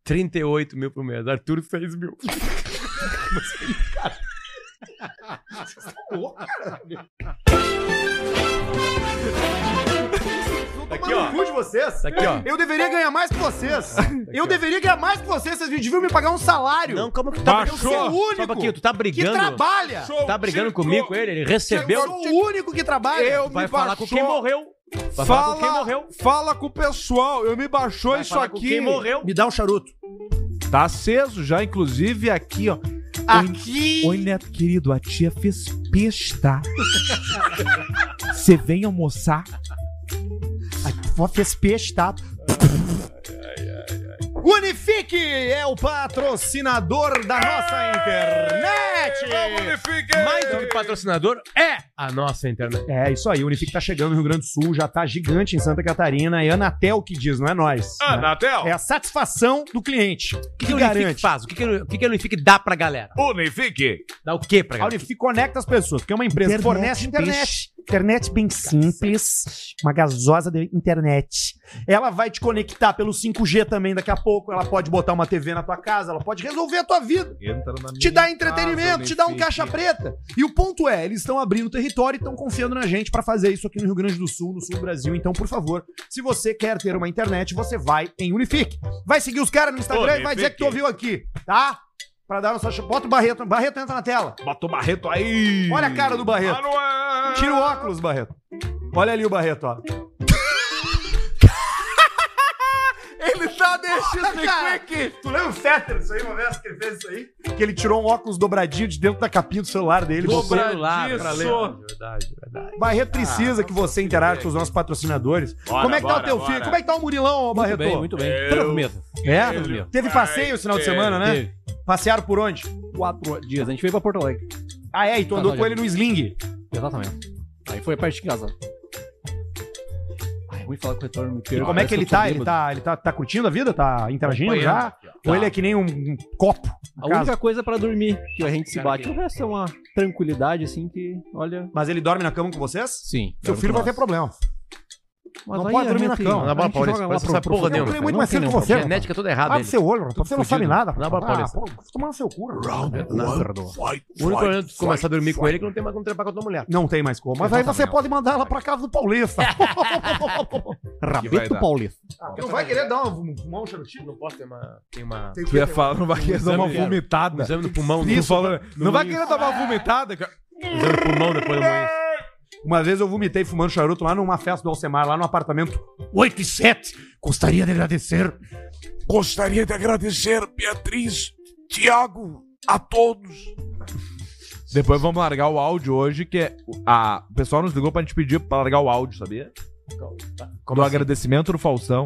Speaker 7: 38 mil por mês. Arthur, 6 mil. <laughs> Tá
Speaker 4: Aqui, ó. de vocês.
Speaker 7: Aqui, ó.
Speaker 4: Eu deveria ganhar mais que vocês. Eu deveria ganhar mais que vocês. Vocês deviam me pagar um salário.
Speaker 13: Não, como que brigando? Eu
Speaker 1: Baixou.
Speaker 13: sou o
Speaker 7: Tá Só um
Speaker 13: único
Speaker 7: pouquinho, tu tá
Speaker 4: que
Speaker 7: brigando.
Speaker 4: trabalha.
Speaker 1: Show,
Speaker 7: Tá brigando
Speaker 1: tirou.
Speaker 7: comigo ele? Ele
Speaker 4: Eu
Speaker 7: recebeu.
Speaker 4: sou o único que trabalha.
Speaker 1: Eu
Speaker 7: Vai
Speaker 1: me
Speaker 7: falar
Speaker 1: baixou.
Speaker 7: com quem morreu. Vai falar
Speaker 1: Fala,
Speaker 7: com quem morreu.
Speaker 1: fala com o pessoal. Eu me baixou
Speaker 7: Vai
Speaker 1: isso
Speaker 7: falar
Speaker 1: aqui.
Speaker 7: com quem morreu.
Speaker 4: Me dá um charuto.
Speaker 1: Tá aceso já, inclusive aqui, ó. Aqui! Oi, neto querido, a tia fez
Speaker 4: Tá?
Speaker 1: pesta. Você vem almoçar?
Speaker 4: Vó fez peixe, tá? Unifique é o patrocinador da nossa internet.
Speaker 7: Mais um patrocinador é a nossa internet.
Speaker 4: É, isso aí. Unifique tá chegando no Rio Grande do Sul, já tá gigante em Santa Catarina. É Anatel que diz, não é nós.
Speaker 1: Ah,
Speaker 4: né?
Speaker 1: Natel!
Speaker 4: É a satisfação do cliente
Speaker 7: O que,
Speaker 4: que
Speaker 7: que o Unifique
Speaker 4: garante.
Speaker 7: faz? O que, que, o que que o Unifique dá pra galera?
Speaker 1: Unifique!
Speaker 7: Dá o quê pra
Speaker 4: A
Speaker 7: galera?
Speaker 4: Unifique conecta as pessoas, porque é uma empresa que fornece internet. Internet bem simples, uma gasosa de internet. Ela vai te conectar pelo 5G também daqui a pouco. Ela pode botar uma TV na tua casa, ela pode resolver a tua vida.
Speaker 1: Entra na
Speaker 4: Te dá
Speaker 1: minha
Speaker 4: entretenimento,
Speaker 1: casa,
Speaker 4: te dá um
Speaker 1: Unifique.
Speaker 4: caixa preta. E o ponto é, eles estão abrindo território e estão confiando na gente pra fazer isso aqui no Rio Grande do Sul, no sul do Brasil. Então, por favor, se você quer ter uma internet, você vai em Unifique. Vai seguir os caras no Instagram e vai
Speaker 1: Unifique.
Speaker 4: dizer que tu ouviu aqui, tá? Pra dar nossa... Bota o Barreto. Barreto entra na tela.
Speaker 1: Bota o Barreto aí!
Speaker 4: Olha a cara do Barreto.
Speaker 1: Manuel!
Speaker 4: Tira o óculos, Barreto. Olha ali o Barreto, ó. <laughs> ele tá deixando cara. Tu lembra o Fetter isso aí, uma vez que ele fez isso aí? Que ele tirou um óculos dobradinho de dentro da capinha do celular dele. Você-
Speaker 1: Dobradiço.
Speaker 7: É Verdade, verdade.
Speaker 4: Barreto precisa que você interaja com os nossos patrocinadores. Como é que
Speaker 1: Ah,
Speaker 4: tá
Speaker 1: bora,
Speaker 4: o teu
Speaker 1: bora.
Speaker 4: filho? Como é que tá o Murilão, ó, Barreto?
Speaker 13: bem, muito bem.
Speaker 1: Eu-
Speaker 13: Tudo mesmo.
Speaker 4: É?
Speaker 13: Tudo mesmo.
Speaker 4: Teve passeio esse final de semana, né?
Speaker 13: Teve
Speaker 4: Passearam por onde?
Speaker 13: quatro dias. A gente veio pra Porto Alegre.
Speaker 4: Ah, é, e tu andou
Speaker 13: Tá,
Speaker 4: com ele no sling.
Speaker 13: Exatamente. Aí foi a parte de casa. Ai, é ruim falar com o retorno no
Speaker 4: E como é que ele tá? Ele tá, ele tá, tá curtindo a vida? Tá interagindo já? Ou ele é que nem um, um copo?
Speaker 13: A
Speaker 4: Casa.
Speaker 13: única coisa pra dormir que a gente se bate. O resto é uma tranquilidade, assim, que, olha.
Speaker 4: Mas ele dorme na cama com vocês?
Speaker 13: Sim.
Speaker 4: Seu filho vai ter problema.
Speaker 13: Mas
Speaker 4: não
Speaker 13: aí
Speaker 4: pode
Speaker 13: a
Speaker 4: dormir na
Speaker 13: gente-
Speaker 4: cama.
Speaker 13: a
Speaker 7: Não dá bola
Speaker 13: gente
Speaker 7: pra Paulista.
Speaker 13: joga lá
Speaker 7: Paulista
Speaker 13: pro-
Speaker 7: não sabe
Speaker 13: pro-
Speaker 7: porra
Speaker 13: pro-
Speaker 7: nenhuma.
Speaker 4: Eu
Speaker 13: pro-
Speaker 4: creio muito
Speaker 13: não
Speaker 4: mais
Speaker 13: tem
Speaker 4: cedo que
Speaker 13: nenhuma.
Speaker 4: você,
Speaker 13: Genética.
Speaker 7: Genética é toda
Speaker 4: Abre
Speaker 7: errada. ele.
Speaker 4: seu olho, rapaz. Você não sabe nada. Ah,
Speaker 7: Não dá pra aparecer.
Speaker 4: pô, Você tomar no seu cu.
Speaker 7: O único problema de começar a dormir com ele é que não tem mais como trampar com a tua mulher.
Speaker 4: Não tem mais como. Mas aí você
Speaker 7: <laughs>
Speaker 4: pode mandar ela pra casa do Paulista.
Speaker 1: vai dar.
Speaker 13: Rabito Paulista.
Speaker 4: não vai querer dar um, um charutinho?
Speaker 7: Não posso ter uma. Tem uma.
Speaker 1: Tu ia falar, não vai querer dar uma
Speaker 7: Exame, cara. Um
Speaker 1: vomitada.
Speaker 7: exame no pulmão.
Speaker 1: Isso,
Speaker 7: no-
Speaker 1: falando. Não vai querer dar uma vomitada, cara.
Speaker 7: Um exame no pulmão depois do banheiro.
Speaker 4: Uma vez eu vomitei fumando charuto lá numa festa do Alcemar, lá no apartamento 8 e 7. Gostaria de agradecer.
Speaker 1: Gostaria de agradecer, Beatriz, Tiago, a todos. Depois vamos largar o áudio hoje, que é a... o pessoal nos ligou pra gente pedir pra largar o áudio, sabia? do
Speaker 4: assim?
Speaker 1: agradecimento do Faustão.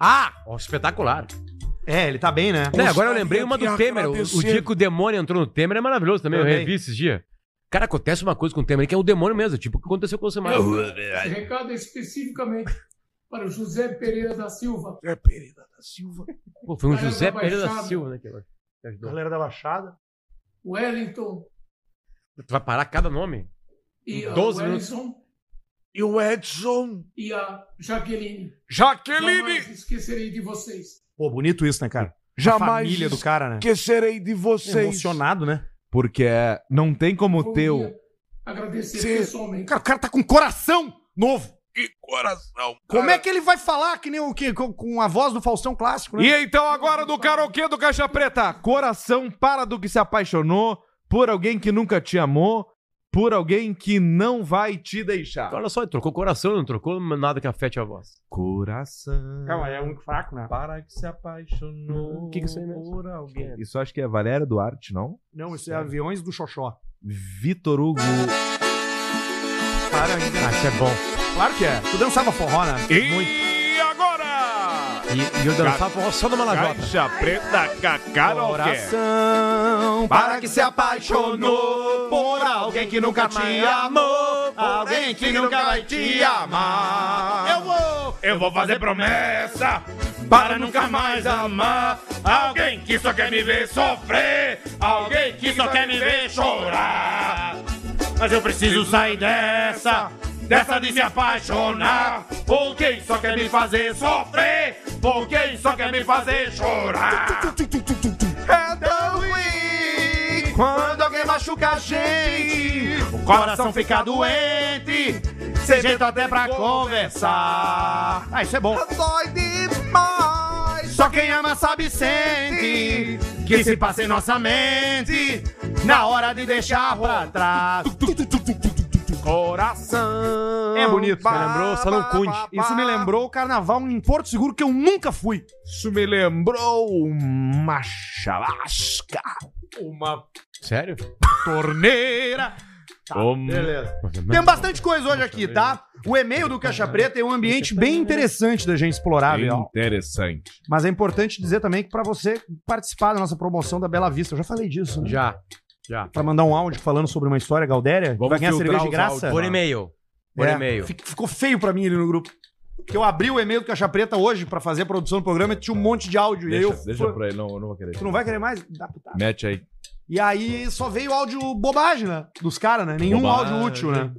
Speaker 7: Ah! ó, espetacular.
Speaker 4: É, ele tá bem, né?
Speaker 7: Né, agora eu lembrei uma do
Speaker 1: de
Speaker 7: Temer. O, o
Speaker 1: agradecer.
Speaker 7: dia que o demônio entrou no Temer é maravilhoso também. Eu
Speaker 4: Também.
Speaker 7: revi esses dias. Cara, acontece uma coisa com o Temer que é o demônio mesmo. Tipo, o que aconteceu com o Samara?
Speaker 14: Esse recado é especificamente para o José Pereira da Silva.
Speaker 1: É Pereira da Silva.
Speaker 7: Pô, foi um
Speaker 14: Cara,
Speaker 7: José
Speaker 14: tá
Speaker 7: Pereira da
Speaker 14: baixado.
Speaker 7: Silva, né? Que agora que ajudou.
Speaker 4: Galera da Baixada.
Speaker 14: Wellington
Speaker 7: Tu vai parar cada nome?
Speaker 14: e a
Speaker 7: 12
Speaker 14: Wellington
Speaker 1: E o Edson.
Speaker 14: e a Jaqueline.
Speaker 1: Jaqueline,
Speaker 14: Jamais esquecerei de vocês.
Speaker 4: Pô, bonito isso, né, cara? A
Speaker 1: jamais
Speaker 4: família do cara, né?
Speaker 1: esquecerei de vocês.
Speaker 4: Emocionado, né?
Speaker 1: Porque é, não tem como o
Speaker 14: Bom
Speaker 1: teu
Speaker 14: dia. Agradecer
Speaker 1: Sim.
Speaker 14: pessoalmente.
Speaker 4: Cara, o cara tá com coração novo.
Speaker 1: e coração.
Speaker 4: Como é que ele vai falar que nem o que com, com a voz do Faustão clássico, né?
Speaker 1: E então agora do karaokê do Caixa Preta. Coração para do que se apaixonou por alguém que nunca te amou. por alguém que não vai te deixar.
Speaker 7: Olha só, ele trocou coração, não trocou nada que afete a voz.
Speaker 1: Coração.
Speaker 15: Calma, é um fraco, né?
Speaker 1: Para que se apaixonou
Speaker 7: O que que isso aí mesmo?
Speaker 1: por alguém. Isso acho que é Valéria Duarte, não?
Speaker 4: Não, isso é Aviões do Xoxó.
Speaker 1: Vitor Hugo.
Speaker 4: Para ainda.
Speaker 7: Isso é bom.
Speaker 4: Claro que é. Tu dançava forró, né?
Speaker 1: E agora?
Speaker 7: E, e eu dançava forró só no Malajota.
Speaker 1: Caixa Preta Cacaroque.
Speaker 7: Coração,
Speaker 5: Para que se apaixonou por alguém que nunca te amou, alguém que nunca vai te amar. Eu vou, eu vou fazer promessa para nunca mais amar alguém que só quer me ver sofrer, alguém que só quer me ver chorar. Mas eu preciso sair dessa, dessa de me apaixonar por quem só quer me fazer sofrer, por quem só quer me fazer chorar. É tão ruim quando alguém machuca a gente. O coração fica doente, sem jeito até pra conversar.
Speaker 4: Ah, isso é bom.
Speaker 5: Dói demais. Só quem ama sabe e sente que se passa em nossa mente na hora de deixar pra trás. Coração.
Speaker 4: É bonito.
Speaker 7: Você lembrou? Salão Cunde.
Speaker 4: Isso me lembrou o carnaval em Porto Seguro que eu nunca fui.
Speaker 1: Isso me lembrou uma chalasca. Uma
Speaker 7: Sério?
Speaker 1: torneira. Um-
Speaker 4: Tá, Beleza. Tem bastante coisa hoje aqui, tá? O e-mail do Caixa Preta é um ambiente bem interessante da gente explorar, viu?
Speaker 1: Interessante.
Speaker 4: Mas é importante dizer também que pra você participar da nossa promoção da Bela Vista, eu já falei disso, né?
Speaker 7: Já. Já.
Speaker 4: Pra mandar um áudio falando sobre uma história Galdéria,
Speaker 1: Vamos
Speaker 4: vai ganhar
Speaker 1: filtrar
Speaker 4: cerveja de
Speaker 1: os
Speaker 4: graça.
Speaker 7: Por e-mail. Por
Speaker 4: É,
Speaker 7: e-mail.
Speaker 4: fi- Ficou feio pra mim ele no grupo. Porque eu abri o e-mail do Caixa Preta hoje pra fazer a produção do programa e tinha um monte de áudio. e eu,
Speaker 1: Deixa, deixa
Speaker 4: pô,
Speaker 1: pra ele, não, eu não vou querer.
Speaker 4: Tu não vai querer mais? Dá pro tá.
Speaker 1: Mete aí.
Speaker 4: E aí só veio áudio bobagem, né? Dos caras, né? Nenhum
Speaker 1: Bobagem.
Speaker 4: áudio útil, né?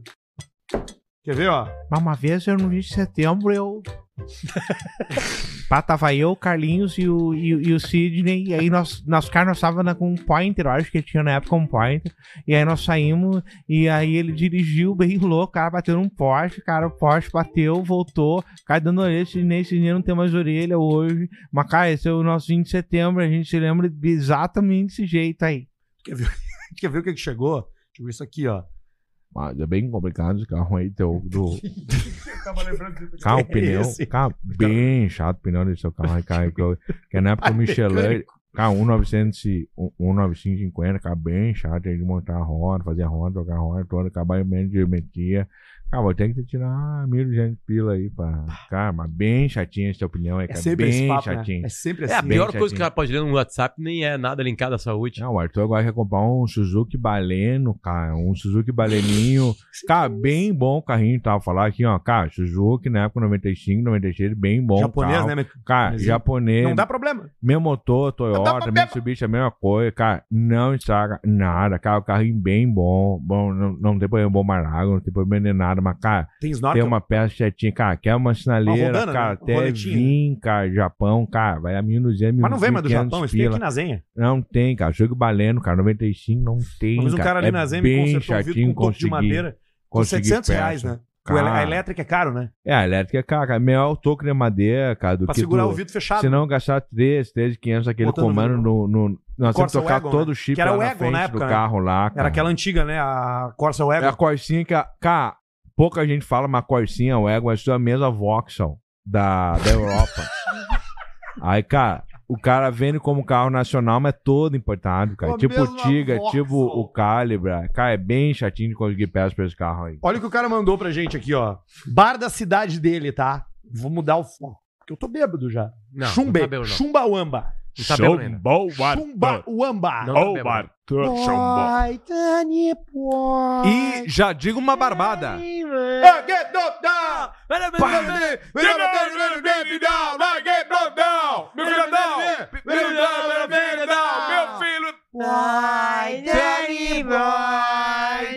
Speaker 4: Quer ver, ó?
Speaker 2: Mas uma vez eu no 20 de setembro eu. <laughs> Pá, tava eu, o Carlinhos e o, e, o- e o Sidney. E aí nós, nós cara, nós tava na- com um pointer, eu acho que tinha na época um pointer. E aí nós saímos, e aí ele dirigiu bem louco, o cara bateu num poste, cara, o poste bateu, voltou, cara dando orelha, Sidney, Sidney não tem mais orelha hoje. Mas, cara, esse é o nosso 20 de setembro, a gente se lembra de- exatamente desse jeito aí.
Speaker 4: Quer ver o <laughs> que que chegou? Chegou isso aqui, ó.
Speaker 1: Mas é bem complicado esse carro aí, teu.
Speaker 4: <laughs>
Speaker 1: Do...
Speaker 4: É
Speaker 1: <laughs> Carro, pneu.
Speaker 4: esse.
Speaker 1: Carro bem chato, pneu desse seu carro aí, cara. Que, eu- que na época o Michelin. Carro 1900 e- um- 1950, cara, bem chato aí de montar a roda, fazer a roda, trocar a roda toda, acabar em menos de metia. Cara, vou ter que tirar 1.200 pila aí pra. Cara, mas bem chatinho esse teu pneu aí,
Speaker 4: É
Speaker 1: cara.
Speaker 4: sempre esse
Speaker 1: bem
Speaker 4: papo, né?
Speaker 1: chatinho.
Speaker 4: É sempre assim.
Speaker 7: É, a pior
Speaker 1: Bem
Speaker 7: coisa que
Speaker 1: chatinho.
Speaker 7: o cara pode ler no WhatsApp nem é nada linkado à saúde.
Speaker 1: Não, o Arthur agora quer comprar um Suzuki Baleno, cara. Um Suzuki
Speaker 4: <laughs>
Speaker 1: Baleninho. cara, bem bom o carrinho, tá? Vou falar aqui, ó. Cara, Suzuki né, na época 95, 96, bem bom.
Speaker 4: Japonês,
Speaker 1: carro.
Speaker 4: né? mas
Speaker 1: Cara,
Speaker 4: Mas
Speaker 1: japonês.
Speaker 4: Não dá problema.
Speaker 1: Meu motor,
Speaker 4: Não dá
Speaker 1: Toyota,
Speaker 4: problema.
Speaker 1: Mitsubishi, é a mesma coisa, cara. Não estraga nada, cara. O carrinho bem bom. bom não, não tem problema bom mais água, não tem problema nem nada, mas, cara,
Speaker 4: Tem snorkel.
Speaker 1: tem uma peça chatinha, cara. Quer uma sinaleira,
Speaker 4: rodana,
Speaker 1: cara.
Speaker 4: né?
Speaker 1: Até
Speaker 4: Roletinha, né?
Speaker 1: vim, cara, Japão, cara. Vai a 1.200,
Speaker 4: Mas não vem mais do
Speaker 1: 1.500
Speaker 4: Japão, isso tem
Speaker 1: pila.
Speaker 4: aqui na Zenha.
Speaker 1: Não tem, cara. Jogo baleno, cara. 95 não tem.
Speaker 4: Mas um cara ali
Speaker 1: é
Speaker 4: na Zenha me
Speaker 1: bem
Speaker 4: consertou um vidro com
Speaker 1: chatinho
Speaker 4: um toco de
Speaker 1: conseguir.
Speaker 4: madeira com
Speaker 1: conseguir
Speaker 4: 700 reais,
Speaker 1: peça.
Speaker 4: né? O ele- A
Speaker 1: Cara.
Speaker 4: elétrica é caro, né?
Speaker 1: É, a elétrica é cara. cara. Melhor o toco de madeira, cara, do
Speaker 4: Pra
Speaker 1: que
Speaker 4: segurar
Speaker 1: tu-
Speaker 4: o vidro fechado.
Speaker 1: Se não gastar 3, 3,500 aquele
Speaker 4: Botando
Speaker 1: comando no... no, nós temos
Speaker 4: Corsa
Speaker 1: que tocar
Speaker 4: Wagon,
Speaker 1: todo
Speaker 4: né?
Speaker 1: o chip
Speaker 4: Que era
Speaker 1: lá
Speaker 4: o
Speaker 1: na
Speaker 4: Wagon
Speaker 1: frente
Speaker 4: na
Speaker 1: do
Speaker 4: época, né?
Speaker 1: carro lá, cara.
Speaker 4: Era aquela antiga, né? A Corsa
Speaker 1: É a
Speaker 4: Wagon.
Speaker 1: Corsinha que... a- Cara, pouca gente fala, mas a Corsinha, o Ego, é só a mesma Vauxhall da, da
Speaker 4: <laughs>
Speaker 1: Europa. Aí, cara... O cara vende como carro nacional, mas é todo importado, cara.
Speaker 4: A
Speaker 1: tipo o
Speaker 4: mesma
Speaker 1: Tiga,
Speaker 4: Vauxhall.
Speaker 1: tipo o Calibra. Cara, é bem chatinho de conseguir peças pra esse carro aí.
Speaker 4: Olha o que o cara mandou pra gente aqui, ó. Bar da cidade dele, tá? Vou mudar o foco. Porque eu tô bêbado já.
Speaker 7: Não,
Speaker 4: Chumbe,
Speaker 7: não tá bêbado, não.
Speaker 4: Chumbauamba.
Speaker 7: Não tá bêbado ainda.
Speaker 1: Chumba.
Speaker 4: Chumbauamba.
Speaker 7: Não tá bêbado.
Speaker 2: Ai, Dani, pô.
Speaker 1: E já digo uma barbada.
Speaker 2: É é Ai, Dani, boy,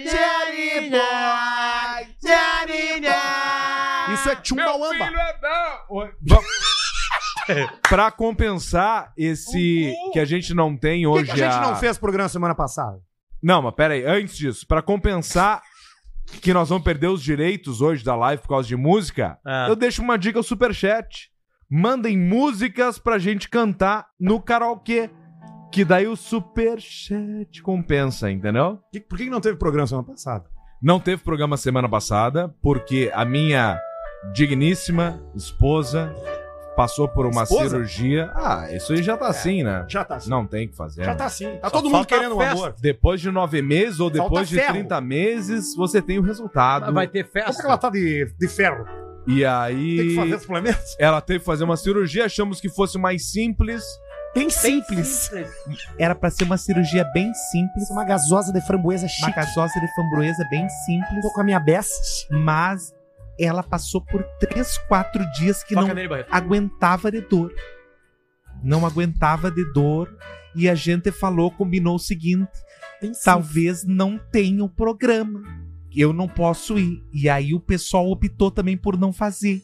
Speaker 2: Dani, boy, Dani, boy.
Speaker 4: Isso é Chumbauamba.
Speaker 1: <laughs> Pra compensar esse que a gente não tem
Speaker 4: Por que,
Speaker 1: hoje.
Speaker 4: que a gente não fez programa semana passada?
Speaker 1: Não, mas pera aí, antes disso, pra compensar que nós vamos perder os direitos hoje da live por causa de música,
Speaker 7: Ah.
Speaker 4: É.
Speaker 1: eu deixo uma dica ao superchat. Mandem músicas pra gente cantar no karaokê. que daí o superchat compensa, entendeu?
Speaker 4: por que que não teve programa semana passada?
Speaker 1: Não teve programa semana passada, porque a minha digníssima esposa passou por uma
Speaker 4: Esposa?
Speaker 1: cirurgia. Ah, isso aí já tá assim, né?
Speaker 4: já tá assim.
Speaker 1: Não tem o que fazer.
Speaker 4: Já
Speaker 1: né?
Speaker 4: tá assim. Tá
Speaker 1: Só
Speaker 4: todo mundo
Speaker 1: falta
Speaker 4: querendo um
Speaker 1: festa.
Speaker 4: amor.
Speaker 1: Depois de nove meses ou depois
Speaker 4: Falta
Speaker 1: de
Speaker 4: ferro.
Speaker 1: 30 meses, você tem o resultado.
Speaker 4: Como é que ela tá de, de ferro?
Speaker 1: E aí.
Speaker 4: Tem que fazer suplementos?
Speaker 1: Ela teve que fazer uma cirurgia, achamos que fosse mais simples.
Speaker 16: Bem simples. Era pra ser uma cirurgia bem simples. Uma gasosa de framboesa chique. Uma gasosa de framboesa bem simples. Tô com a minha best. Mas ela passou por 3, 4 dias que
Speaker 7: Toca
Speaker 16: não
Speaker 7: nele, Barreto.
Speaker 16: aguentava de dor. Não aguentava de dor. E a gente falou, combinou o seguinte. Talvez não tenha o programa. Eu não posso ir. E aí o pessoal optou também por não fazer.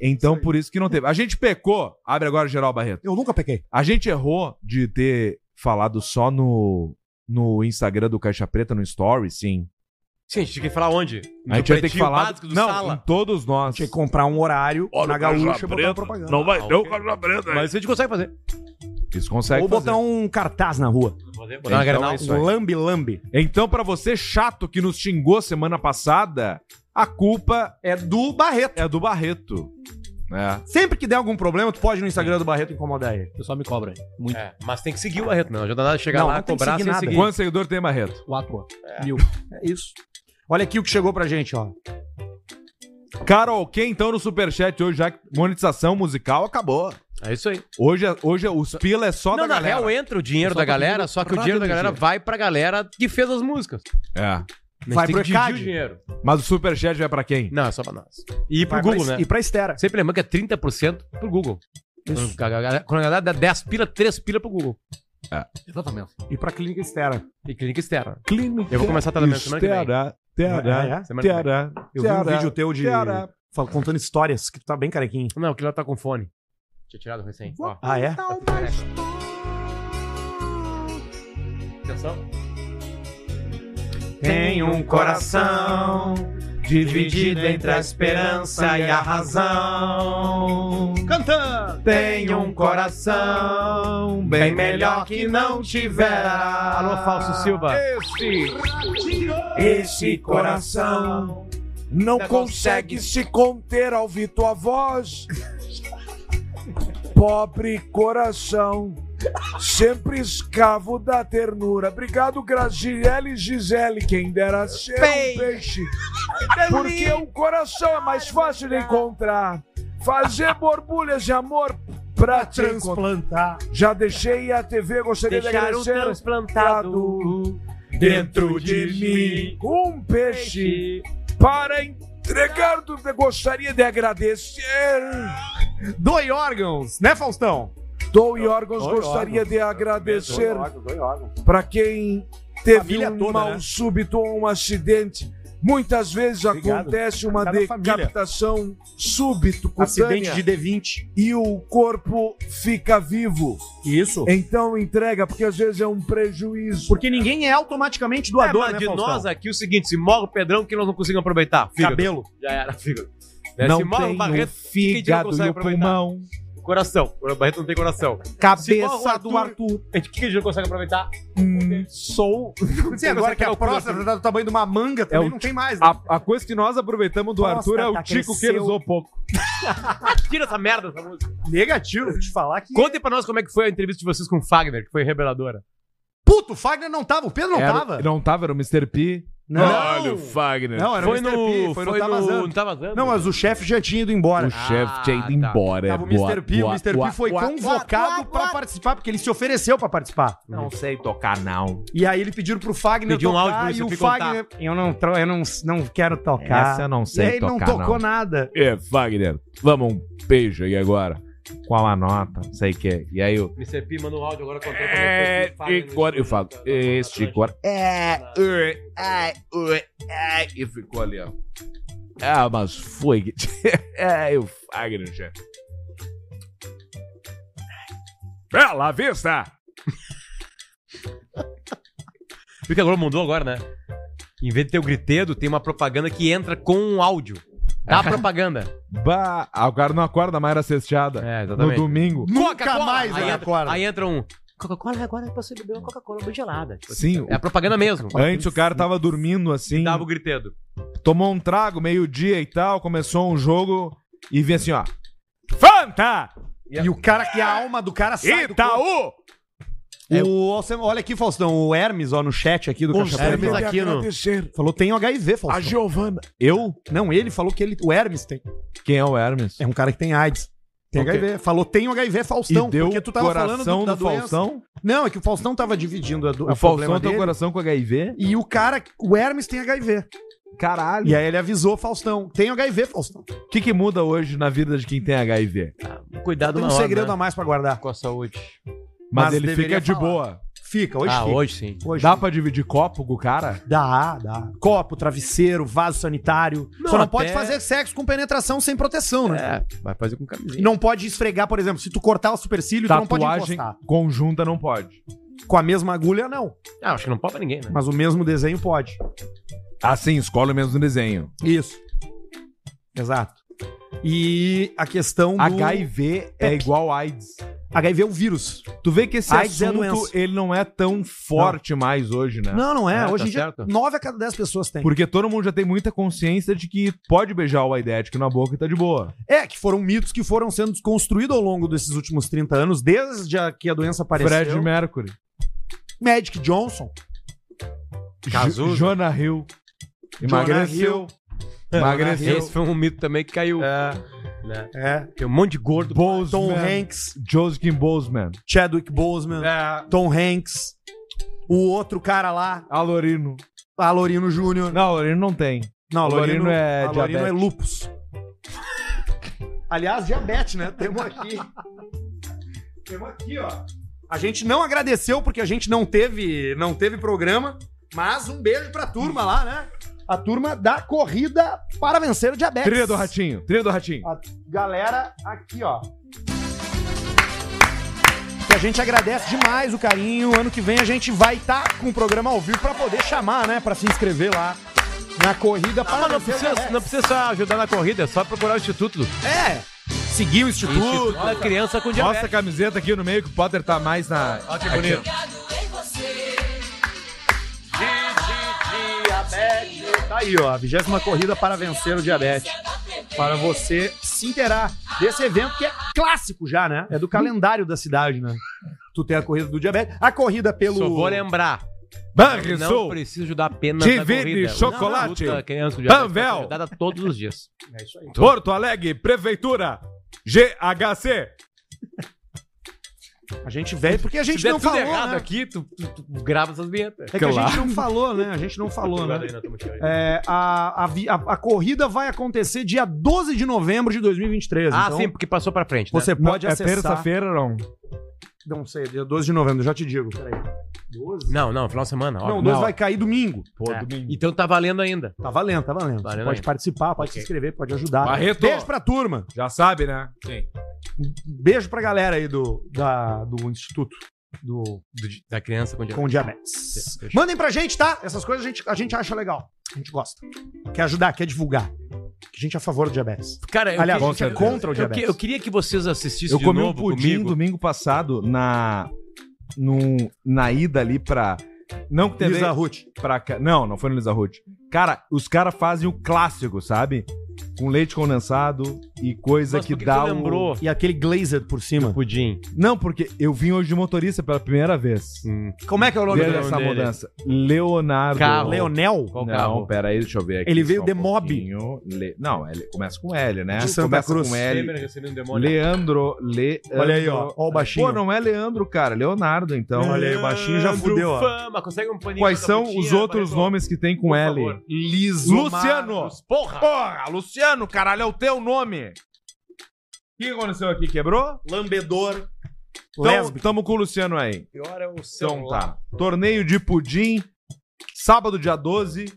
Speaker 1: Então, por isso que não teve. A gente pecou. Abre agora, Geral Barreto.
Speaker 4: Eu nunca pequei.
Speaker 1: A gente errou de ter falado só no, no Instagram do Caixa Preta, no Story, sim.
Speaker 7: Sim, a gente tem que falar onde? Tipo,
Speaker 1: A gente vai ter que falar.
Speaker 7: básico do
Speaker 1: não, em
Speaker 7: sala.
Speaker 1: todos nós. Tinha que
Speaker 4: comprar um horário
Speaker 7: na Gaúcha e botar uma
Speaker 4: propaganda.
Speaker 1: Não vai
Speaker 7: Ah,
Speaker 1: ter o
Speaker 7: ok.
Speaker 1: Caixa Preta.
Speaker 7: Mas a gente consegue fazer.
Speaker 1: Isso consegue
Speaker 4: Ou botar
Speaker 1: fazer.
Speaker 4: um cartaz na rua.
Speaker 1: Então é isso aí.
Speaker 4: lambe, lambe.
Speaker 1: Então, pra você chato que nos xingou semana passada, a culpa
Speaker 4: é do Barreto.
Speaker 1: É do Barreto. É.
Speaker 4: Sempre que der algum problema, tu pode ir no Instagram do Barreto incomodar ele.
Speaker 7: O pessoal me cobra. Muito. É, mas tem que seguir o Barreto, não. Já dá nada de chegar
Speaker 4: Não,
Speaker 7: lá,
Speaker 4: não tem que
Speaker 7: cobrar
Speaker 4: seguir
Speaker 7: sem
Speaker 4: nada.
Speaker 7: seguir.
Speaker 4: Quantos
Speaker 1: seguidores tem Barreto?
Speaker 7: Quatro. É.
Speaker 4: Mil. É isso. Olha aqui o que chegou pra gente, ó.
Speaker 1: Carol, quem então no Superchat hoje, já que monetização musical acabou.
Speaker 7: É isso aí.
Speaker 1: Hoje, é- hoje é- os pila é só
Speaker 7: não,
Speaker 1: da
Speaker 7: na
Speaker 1: galera.
Speaker 7: real entra o dinheiro
Speaker 1: Só
Speaker 7: da
Speaker 1: pra
Speaker 7: galera,
Speaker 1: pedir
Speaker 7: só que o dinheiro da
Speaker 1: rádio
Speaker 7: galera
Speaker 1: do
Speaker 7: vai pra galera que fez as músicas.
Speaker 1: É.
Speaker 7: Mas
Speaker 1: Vai
Speaker 7: tem
Speaker 1: pro
Speaker 7: que dividir
Speaker 1: ECAD.
Speaker 7: o dinheiro.
Speaker 1: Mas o Superchat vai pra quem?
Speaker 7: Não, é só pra nós. E pro
Speaker 1: Vai
Speaker 7: Google,
Speaker 1: pra-
Speaker 7: né?
Speaker 1: e pra
Speaker 4: Estera.
Speaker 7: Sempre lembrando que é 30% pro Google.
Speaker 4: Isso.
Speaker 7: Quando a galera- Quando a galera dá 10 pila, 3 pila pro Google.
Speaker 1: É.
Speaker 7: Exatamente.
Speaker 4: E pra clínica externa.
Speaker 7: E clínica externa.
Speaker 1: Clínica
Speaker 7: Eu vou começar a tratamento semana que vem.
Speaker 1: Externa. Terá,
Speaker 4: É,
Speaker 7: Semana
Speaker 4: é.
Speaker 7: que vem. né?
Speaker 1: terá,
Speaker 4: Eu vi um
Speaker 1: terá,
Speaker 4: vídeo teu de.
Speaker 1: terá.
Speaker 4: fal- Contando histórias, que tu tá bem carequinho.
Speaker 7: Não, que lá tá com fone. Tinha tirado recém. Ó.
Speaker 4: Ah, é?
Speaker 7: Atenção.
Speaker 2: Tem um coração dividido entre a esperança e a razão.
Speaker 7: Cantando!
Speaker 2: Tem um coração bem melhor que não tivera.
Speaker 7: Alô, Falso Silva.
Speaker 2: Esse, esse coração não consegue se conter ao ouvir tua voz. Pobre coração, sempre escravo da ternura. Obrigado, Graziele e Gisele, quem dera ser um peixe. Porque o coração é mais fácil de encontrar. Fazer borbulhas de amor pra te
Speaker 1: Tá.
Speaker 2: transplantar. Já deixei a TV, gostaria
Speaker 7: Deixar um
Speaker 2: de agradecer.
Speaker 7: transplantado
Speaker 2: dentro de mim um peixe para entregar do gostaria de agradecer
Speaker 4: Doe órgãos, né, Faustão?
Speaker 2: Doe órgãos
Speaker 4: Doe
Speaker 2: gostaria
Speaker 4: órgãos.
Speaker 2: de agradecer para quem teve
Speaker 4: Família
Speaker 2: um
Speaker 4: toda,
Speaker 2: mal
Speaker 4: né?
Speaker 2: súbito ou um acidente Muitas vezes
Speaker 4: Obrigado.
Speaker 2: acontece uma
Speaker 4: Obrigado, família.
Speaker 2: decapitação súbito
Speaker 4: Acidente
Speaker 2: cutânea
Speaker 4: de D20.
Speaker 2: e o corpo fica vivo.
Speaker 4: Isso.
Speaker 2: Então entrega, porque às vezes é um prejuízo.
Speaker 4: Porque ninguém é automaticamente
Speaker 7: É,
Speaker 4: doador,
Speaker 7: mas
Speaker 4: né,
Speaker 7: de
Speaker 4: Faustão?
Speaker 7: nós aqui, o seguinte, se morre o Pedrão, que nós não conseguimos aproveitar? Fígado.
Speaker 4: Cabelo.
Speaker 7: Já era, fígado. Né,
Speaker 2: Não
Speaker 7: se morre
Speaker 2: tem
Speaker 7: o Barreto, o
Speaker 2: o
Speaker 7: que a gente não
Speaker 2: fígado e
Speaker 7: consegue
Speaker 2: o
Speaker 7: aproveitar?
Speaker 2: pulmão.
Speaker 7: Coração. O Barreto não tem coração.
Speaker 4: Cabeça
Speaker 7: Se morre o
Speaker 4: do Arthur.
Speaker 7: a gente- O que a gente não consegue aproveitar?
Speaker 4: Sou. <laughs> Sim, agora
Speaker 1: é
Speaker 4: que a próstata tá do tamanho de uma manga, também não tem mais.
Speaker 1: A, a coisa que nós aproveitamos do Arthur é o
Speaker 4: Próstata
Speaker 1: Tico que
Speaker 4: cresceu.
Speaker 1: ele usou pouco.
Speaker 7: Tira essa merda, essa música.
Speaker 4: Negativo, vou te falar que.
Speaker 7: Contem pra nós como é que foi a entrevista de vocês com o Fagner, que foi reveladora.
Speaker 4: Puto, o Fagner não tava, o Pedro não
Speaker 1: Era-
Speaker 4: tava.
Speaker 1: Não tava, era o Mr. P.
Speaker 4: Não.
Speaker 1: Olha o Fagner.
Speaker 4: Não, era o
Speaker 7: Foi
Speaker 4: Mr.
Speaker 7: no-
Speaker 4: P, foi,
Speaker 7: foi
Speaker 4: no Tá
Speaker 7: no-
Speaker 4: Vazando.
Speaker 7: no Tá Vazando.
Speaker 4: Não, mas o chefe já tinha ido embora.
Speaker 1: né? O chefe tinha ido embora.
Speaker 4: Tava o
Speaker 1: Boa,
Speaker 4: Mr. P, o
Speaker 1: boa,
Speaker 4: Mr.
Speaker 1: boa,
Speaker 4: P foi
Speaker 1: boa.
Speaker 4: convocado pra participar, porque ele se ofereceu pra participar. Uhum.
Speaker 1: Não sei tocar, não.
Speaker 4: E aí ele pediram pro Fagner
Speaker 1: Pediu um
Speaker 4: tocar
Speaker 1: áudio pro
Speaker 4: e o
Speaker 1: Mr. P
Speaker 4: Fagner... Eu não, tro- eu não, não quero tocar.
Speaker 1: Essa eu não sei
Speaker 4: E aí ele não
Speaker 1: tocar,
Speaker 4: tocou
Speaker 1: não.
Speaker 4: nada.
Speaker 1: É, Fagner, vamos um beijo aí agora. Qual a nota? Não sei o que. é. E aí o.
Speaker 7: Mr. P manda um áudio agora contando
Speaker 1: É, e cor- eu falo, este cor. É, é, é, é, é, e ficou ali, ó. Ah, mas foi. que- <laughs> é, o Fagner, chefe. Bela vista!
Speaker 7: Viu que a Globo mudou agora, né? Em vez de ter o gritedo, tem uma propaganda que entra com um áudio.
Speaker 4: É.
Speaker 7: Da propaganda.
Speaker 1: Bah, agora não acorda mais era cesteada.
Speaker 7: É,
Speaker 1: No domingo.
Speaker 7: Coca-Cola!
Speaker 4: mais
Speaker 7: aí
Speaker 4: ela
Speaker 7: entra,
Speaker 4: acorda.
Speaker 7: aí entra um.
Speaker 2: Coca-Cola, agora é você bebeu uma Coca-Cola bem gelada. Tipo,
Speaker 1: Sim.
Speaker 7: É a propaganda mesmo.
Speaker 1: Antes o cara tava dormindo assim.
Speaker 7: Tava o gritedo.
Speaker 1: Tomou um trago, meio-dia e tal, começou um jogo e vinha assim, ó. Fanta!
Speaker 4: E o cara que a alma do cara sai do É.
Speaker 1: Itaú!
Speaker 4: O, Alcem- olha aqui, Faustão, o Hermes, ó, no chat aqui do
Speaker 17: Os
Speaker 4: Caixa Preta.
Speaker 17: Hermes
Speaker 4: Hermes
Speaker 17: aqui no-
Speaker 4: Falou, tem HIV, Faustão. A
Speaker 17: Giovana.
Speaker 4: Eu? Não, ele falou que ele... O Hermes tem.
Speaker 1: Quem é o Hermes?
Speaker 4: É um cara que tem AIDS. Tem
Speaker 17: Ok.
Speaker 4: HIV. Falou, tem HIV, Faustão.
Speaker 17: E deu coração
Speaker 4: da
Speaker 17: no
Speaker 4: doença.
Speaker 17: Faustão?
Speaker 4: Não, é que o Faustão tava dividindo a do,
Speaker 1: O
Speaker 4: a
Speaker 1: Faustão
Speaker 4: problema
Speaker 1: tem o
Speaker 4: dele.
Speaker 1: coração com HIV?
Speaker 4: E o cara... O Hermes tem HIV.
Speaker 1: Caralho.
Speaker 4: E aí ele avisou o Faustão. Tem HIV, Faustão.
Speaker 1: O que, que muda hoje na vida de quem tem HIV?
Speaker 7: Cuidado
Speaker 4: Tem um
Speaker 7: maior,
Speaker 4: segredo
Speaker 7: né?
Speaker 4: a mais pra guardar.
Speaker 7: Com a saúde.
Speaker 1: Mas, ele fica
Speaker 4: deveria
Speaker 1: de
Speaker 4: falar.
Speaker 1: boa.
Speaker 4: Fica, hoje
Speaker 7: Ah,
Speaker 4: fica.
Speaker 7: hoje sim.
Speaker 1: Dá pra dividir copo com o cara?
Speaker 4: Dá, dá. Copo, travesseiro, vaso sanitário.
Speaker 17: Não,
Speaker 4: Só não
Speaker 17: até-
Speaker 4: pode fazer sexo com penetração sem proteção, né?
Speaker 7: É, vai fazer com camisinha.
Speaker 4: Não pode esfregar, por exemplo, se tu cortar o supercílio, tu não pode
Speaker 1: Tatuagem
Speaker 4: encostar.
Speaker 1: conjunta não pode.
Speaker 4: Com a mesma agulha, não.
Speaker 7: Ah, acho que não pode pra ninguém, né?
Speaker 4: Mas o mesmo desenho pode.
Speaker 1: Ah, sim, escolhe o mesmo desenho.
Speaker 4: Isso. Exato. E a questão do...
Speaker 1: HIV é igual AIDS.
Speaker 4: HIV é um vírus.
Speaker 1: Tu vê que esse
Speaker 4: AIDS é a
Speaker 1: assunto,
Speaker 4: doença.
Speaker 1: ele não é tão forte mais hoje, né?
Speaker 4: Não, não é.
Speaker 7: tá
Speaker 4: Hoje em dia,
Speaker 1: certo.
Speaker 4: nove a cada dez pessoas tem.
Speaker 1: Porque todo mundo já tem muita consciência de que pode beijar o aidético na boca e tá de boa.
Speaker 4: É, que foram mitos que foram sendo desconstruídos ao longo desses últimos 30 anos, desde a, que a doença apareceu.
Speaker 1: Fred Mercury.
Speaker 4: Magic Johnson.
Speaker 1: Cazuza. Jonah Hill. Emagreceu. Emagreceu.
Speaker 7: Esse foi um mito também que caiu. É.
Speaker 4: É.
Speaker 7: Tem um monte de gordo.
Speaker 4: Tom
Speaker 1: Man.
Speaker 4: Hanks.
Speaker 1: Joseph Boseman.
Speaker 4: Chadwick Boseman.
Speaker 1: É.
Speaker 4: Tom Hanks. O outro cara lá.
Speaker 1: Alorino.
Speaker 4: Alorino Júnior.
Speaker 1: Não, Alorino não tem.
Speaker 4: Não, Alorino,
Speaker 1: Alorino é
Speaker 4: Alorino
Speaker 1: diabetes.
Speaker 4: é lupus. Aliás, diabetes, né? Temos aqui. Temos aqui, ó. A gente não agradeceu porque a gente não teve, não teve programa, mas um beijo pra turma lá, né? A turma da corrida para vencer o diabetes.
Speaker 1: Trilha do Ratinho. Trilha do Ratinho.
Speaker 4: A galera aqui, ó. E a gente agradece demais o carinho. Ano que vem a gente vai estar com o programa ao vivo pra poder chamar, né? Pra se inscrever lá na corrida para
Speaker 7: não
Speaker 4: vencer o
Speaker 7: precisa,
Speaker 4: diabetes.
Speaker 7: não precisa só ajudar na corrida, é só procurar o instituto.
Speaker 4: É. Seguir o Instituto.
Speaker 7: Instituto da Criança com Diabetes.
Speaker 1: Mostra a camiseta aqui no meio que o Potter tá mais na.
Speaker 7: Olha
Speaker 4: é
Speaker 7: que bonito.
Speaker 4: Tá aí, ó. 21 corrida para vencer o diabetes. Para você se inteirar desse evento que é clássico já, né? É do calendário da cidade, né? Tu tem a corrida do diabetes, a corrida pelo.
Speaker 7: Só vou lembrar.
Speaker 1: Banrisul.
Speaker 7: Não precisa ajudar apenas
Speaker 1: Te
Speaker 7: na
Speaker 1: vende
Speaker 7: corrida.
Speaker 1: chocolate.
Speaker 7: O Instituto da Criança com Diabetes
Speaker 1: Panvel.
Speaker 7: vai ser ajudada todos os dias.
Speaker 4: É isso aí.
Speaker 1: Porto Alegre, Prefeitura. GHC.
Speaker 4: A gente vem porque a
Speaker 7: Se
Speaker 4: gente
Speaker 7: der
Speaker 4: não
Speaker 7: tudo
Speaker 4: falou.
Speaker 7: errado
Speaker 4: né?
Speaker 7: tá aqui, tu, tu- tu grava essas vinhetas.
Speaker 4: É que a gente não falou, né? A gente não falou, né? É, a, a, vi- a- a corrida vai acontecer dia 12 de novembro de 2023.
Speaker 7: Ah,
Speaker 4: então
Speaker 7: sim, porque passou pra frente, né?
Speaker 4: Você pode
Speaker 1: Não,
Speaker 4: acessar.
Speaker 1: É terça-feira, não?
Speaker 4: Não sei, dia 12 de novembro, já te digo. Peraí.
Speaker 7: Não, não, final de semana.
Speaker 4: Não, o 12 vai cair domingo.
Speaker 7: Pô, domingo. Então tá valendo ainda.
Speaker 4: Tá valendo, tá valendo. Você
Speaker 7: Valendo
Speaker 4: pode
Speaker 7: ainda.
Speaker 4: participar, pode se inscrever, pode ajudar.
Speaker 1: Barreto.
Speaker 4: Beijo pra turma.
Speaker 1: Já sabe, né? Sim.
Speaker 4: Um Beijo pra galera aí do, da- do Instituto do,
Speaker 7: Do- da criança com diabetes.
Speaker 4: com Diabetes. Mandem pra gente, tá? Essas coisas a gente, a gente acha legal. A gente gosta. Quer ajudar, quer divulgar. Que a gente é a favor do diabetes.
Speaker 7: Cara, eu,
Speaker 4: Aliás,
Speaker 7: que-
Speaker 4: a gente é
Speaker 7: eu-
Speaker 4: contra o
Speaker 7: eu-
Speaker 4: diabetes.
Speaker 7: Eu, eu queria que vocês assistissem
Speaker 1: Eu
Speaker 7: de
Speaker 1: comi um
Speaker 7: novo
Speaker 1: pudim
Speaker 7: comigo.
Speaker 1: domingo passado na. Num, na ida ali pra. Não que teve.
Speaker 4: Lisa Ruth.
Speaker 1: Pra, cá- não, não foi no Lisa Ruth. Cara, os caras fazem o clássico, sabe? Com leite condensado e coisa
Speaker 7: Mas
Speaker 1: que
Speaker 7: por que
Speaker 1: dá
Speaker 7: tu
Speaker 1: o.
Speaker 7: lembrou?
Speaker 4: E aquele glazed por cima.
Speaker 7: Pudim.
Speaker 1: Não, porque eu vim hoje de motorista pela primeira vez.
Speaker 4: Como é que é o nome
Speaker 1: Desde
Speaker 4: dele?
Speaker 1: essa
Speaker 7: Hum. dele?
Speaker 1: mudança. Leonardo.
Speaker 7: Carro.
Speaker 4: Leonel?
Speaker 7: Qual
Speaker 1: não,
Speaker 7: carro?
Speaker 1: peraí, deixa eu ver aqui.
Speaker 4: Ele veio
Speaker 1: só
Speaker 4: de
Speaker 1: um
Speaker 4: Mob.
Speaker 1: pouquinho. Le... Não, ele começa com L, né?
Speaker 4: De Santa
Speaker 1: começa
Speaker 4: Cruz.
Speaker 1: com L.
Speaker 7: Lembra que você viu um demônio?
Speaker 1: Leandro, Leandro.
Speaker 4: Olha aí, ó. Ó o baixinho.
Speaker 1: Pô, não é Leandro, cara. Leonardo, então.
Speaker 4: Olha aí, o baixinho já
Speaker 7: Leandro
Speaker 4: fudeu, ó.
Speaker 7: Fama, consegue um paninho
Speaker 1: Quais
Speaker 7: da
Speaker 1: são
Speaker 7: putinha,
Speaker 1: os outros
Speaker 7: Barreto?
Speaker 1: nomes que tem com
Speaker 7: Por
Speaker 1: L?
Speaker 7: favor.
Speaker 1: Luciano!
Speaker 7: Porra!
Speaker 1: Porra, Luciano, caralho, é o teu nome. O que aconteceu aqui? Quebrou?
Speaker 4: Lambedor.
Speaker 1: Então,
Speaker 4: Lésbico.
Speaker 1: tamo com o Luciano aí.
Speaker 7: Pior é o seu.
Speaker 1: Então tá. Torneio de pudim, sábado, dia 12.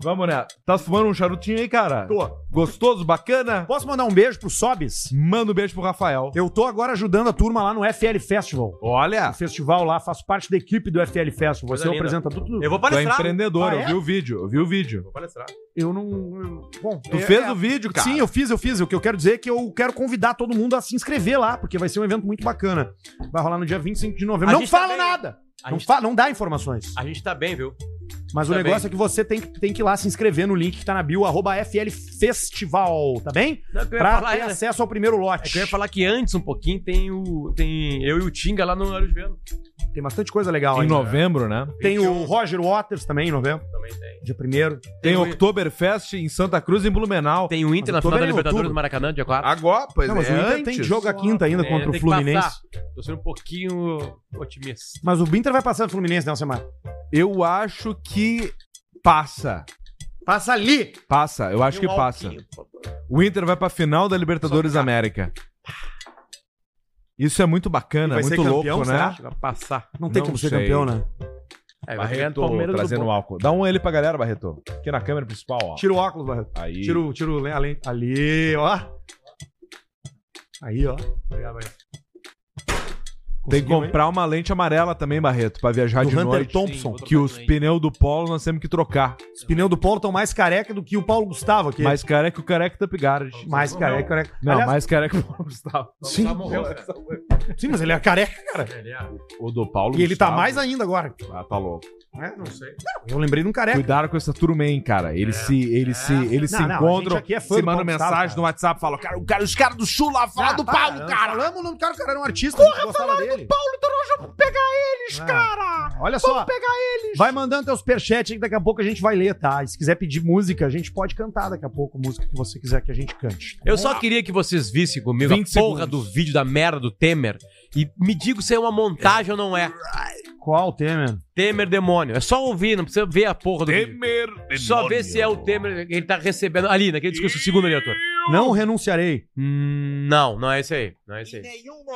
Speaker 1: Vamos, né? Tá fumando um charutinho aí, cara?
Speaker 4: Tô.
Speaker 1: Gostoso, bacana?
Speaker 4: Posso mandar um beijo pro Sobis?
Speaker 1: Manda um beijo pro Rafael.
Speaker 4: Eu tô agora ajudando a turma lá no FL Festival.
Speaker 1: Olha!
Speaker 4: O festival lá, faço parte da equipe do FL Festival. Você é
Speaker 1: Coisa linda.
Speaker 4: apresenta tudo.
Speaker 1: Eu vou palestrar. Tu é empreendedor, eu vi o
Speaker 4: vídeo, eu vi o vídeo. Ah, Vou palestrar. Eu não. eu- Bom,
Speaker 1: Tu fez o vídeo, cara?
Speaker 4: Sim, eu fiz, eu fiz. O que eu quero dizer é que eu quero convidar todo mundo a se inscrever lá, porque vai ser um evento muito bacana. Vai rolar no dia 25 de novembro.
Speaker 7: A
Speaker 4: não
Speaker 7: gente tá bem.
Speaker 4: fala nada!
Speaker 7: A
Speaker 4: Não,
Speaker 7: gente-
Speaker 4: fa- não dá informações.
Speaker 7: A gente tá bem, viu?
Speaker 4: Mas o
Speaker 7: Tá
Speaker 4: negócio
Speaker 7: bem.
Speaker 4: é que você tem que, tem que ir lá se inscrever no link que tá na bio, arroba FL Festival, tá bem?
Speaker 7: Não, o que eu ia
Speaker 4: pra
Speaker 7: falar
Speaker 4: ter
Speaker 7: é-
Speaker 4: acesso ao primeiro
Speaker 7: É
Speaker 4: lote.
Speaker 7: que eu ia falar que antes, um pouquinho, tem o. Tem eu e o Tinga lá no Olhos Vendo.
Speaker 4: Tem bastante coisa legal
Speaker 1: Em
Speaker 4: ainda.
Speaker 1: novembro, né?
Speaker 4: Tem
Speaker 7: um.
Speaker 4: o Roger Waters também em novembro. Também tem. Dia primeiro.
Speaker 1: Tem o Oktoberfest em Santa Cruz e em Blumenau.
Speaker 7: Tem o Inter na final da Libertadores do Maracanã, dia 4.
Speaker 1: Agora, pois
Speaker 4: Não, mas
Speaker 1: é,
Speaker 4: o Inter
Speaker 1: antes.
Speaker 4: tem jogo a quinta ainda
Speaker 7: É,
Speaker 4: contra o
Speaker 7: tem que
Speaker 4: Fluminense.
Speaker 7: passar. Tô sendo um pouquinho otimista.
Speaker 4: Mas o Inter vai passar do Fluminense, né, Alcemar?
Speaker 1: Eu acho que passa.
Speaker 4: Passa ali!
Speaker 1: Passa, eu acho que
Speaker 7: Tem um
Speaker 1: passa.
Speaker 7: alquinho, por favor.
Speaker 1: O Inter vai pra final da Libertadores América. Isso é muito bacana,
Speaker 7: Vai ser
Speaker 1: muito
Speaker 7: campeão,
Speaker 1: louco,
Speaker 7: será?
Speaker 1: né?
Speaker 7: Acho que vai Passar.
Speaker 4: Não tem como ser campeão, né?
Speaker 7: É, vai pegar no
Speaker 1: Barreto
Speaker 7: Palmeiras do
Speaker 1: trazendo
Speaker 7: Bo-
Speaker 1: álcool. Dá um ele pra galera, Barreto. Aqui na câmera principal, ó.
Speaker 4: Tira o óculos, Barreto.
Speaker 1: Aí.
Speaker 4: Tira o, tira o len- a len- Ali, ó. Aí, ó. Obrigado, Barreto.
Speaker 1: Tem que
Speaker 4: Conseguiu,
Speaker 1: comprar uma lente amarela também, Barreto, pra viajar
Speaker 4: Do
Speaker 1: de
Speaker 4: Hunter
Speaker 1: noite.
Speaker 4: Thompson.
Speaker 1: que os pneus do Polo nós temos que trocar.
Speaker 4: Os pneus do Polo estão mais careca do que o Paulo Gustavo aqui.
Speaker 1: Mais careca que o careca Top Garage.
Speaker 4: Mais careca, careca.
Speaker 1: Não,
Speaker 4: Aliás-
Speaker 1: mais careca que o Paulo Gustavo.
Speaker 4: Sim. Sim, mas ele é careca, cara.
Speaker 1: O do Paulo
Speaker 4: E ele tá
Speaker 1: Gustavo.
Speaker 4: mais ainda agora.
Speaker 1: Ah, tá louco.
Speaker 4: É, não sei. Eu lembrei de um careca. É.
Speaker 1: Cuidado com essa turma aí, cara. Eles se, eles se, eles
Speaker 4: Não,
Speaker 1: se
Speaker 4: não, a
Speaker 1: encontram,
Speaker 4: gente aqui é fã
Speaker 1: se
Speaker 4: do
Speaker 1: mandam
Speaker 4: Paulo
Speaker 1: mensagem
Speaker 4: Gustavo,
Speaker 1: no WhatsApp, falam, cara, o cara, os caras do Sul lá falam
Speaker 4: Ah,
Speaker 1: do
Speaker 4: tá,
Speaker 1: Paulo,
Speaker 4: eu
Speaker 1: cara.
Speaker 4: Falamos o nome do cara, o cara era um artista. a gente
Speaker 1: Porra,
Speaker 4: gostava
Speaker 1: falaram
Speaker 4: dele.
Speaker 1: do Paulo, então nós vamos pegar eles,
Speaker 4: É.
Speaker 1: cara.
Speaker 4: Olha só.
Speaker 1: Vamos pegar eles.
Speaker 4: Vai mandando teu superchat aí que daqui a pouco a gente vai ler, tá? E se quiser pedir música, a gente pode cantar daqui a pouco a música que você quiser que a gente cante. tá
Speaker 7: Eu só queria que vocês vissem comigo a
Speaker 4: 20
Speaker 7: porra do vídeo da merda do Temer e me diga se é uma montagem ou não é.
Speaker 4: Qual, Temer?
Speaker 7: Temer demônio. É só ouvir, não precisa ver a porra do Temer demônio. Só ver se é o Temer que ele tá recebendo. Ali, naquele discurso, segundo ali, ator.
Speaker 4: Não renunciarei.
Speaker 7: Não, não é esse aí. Não é esse aí.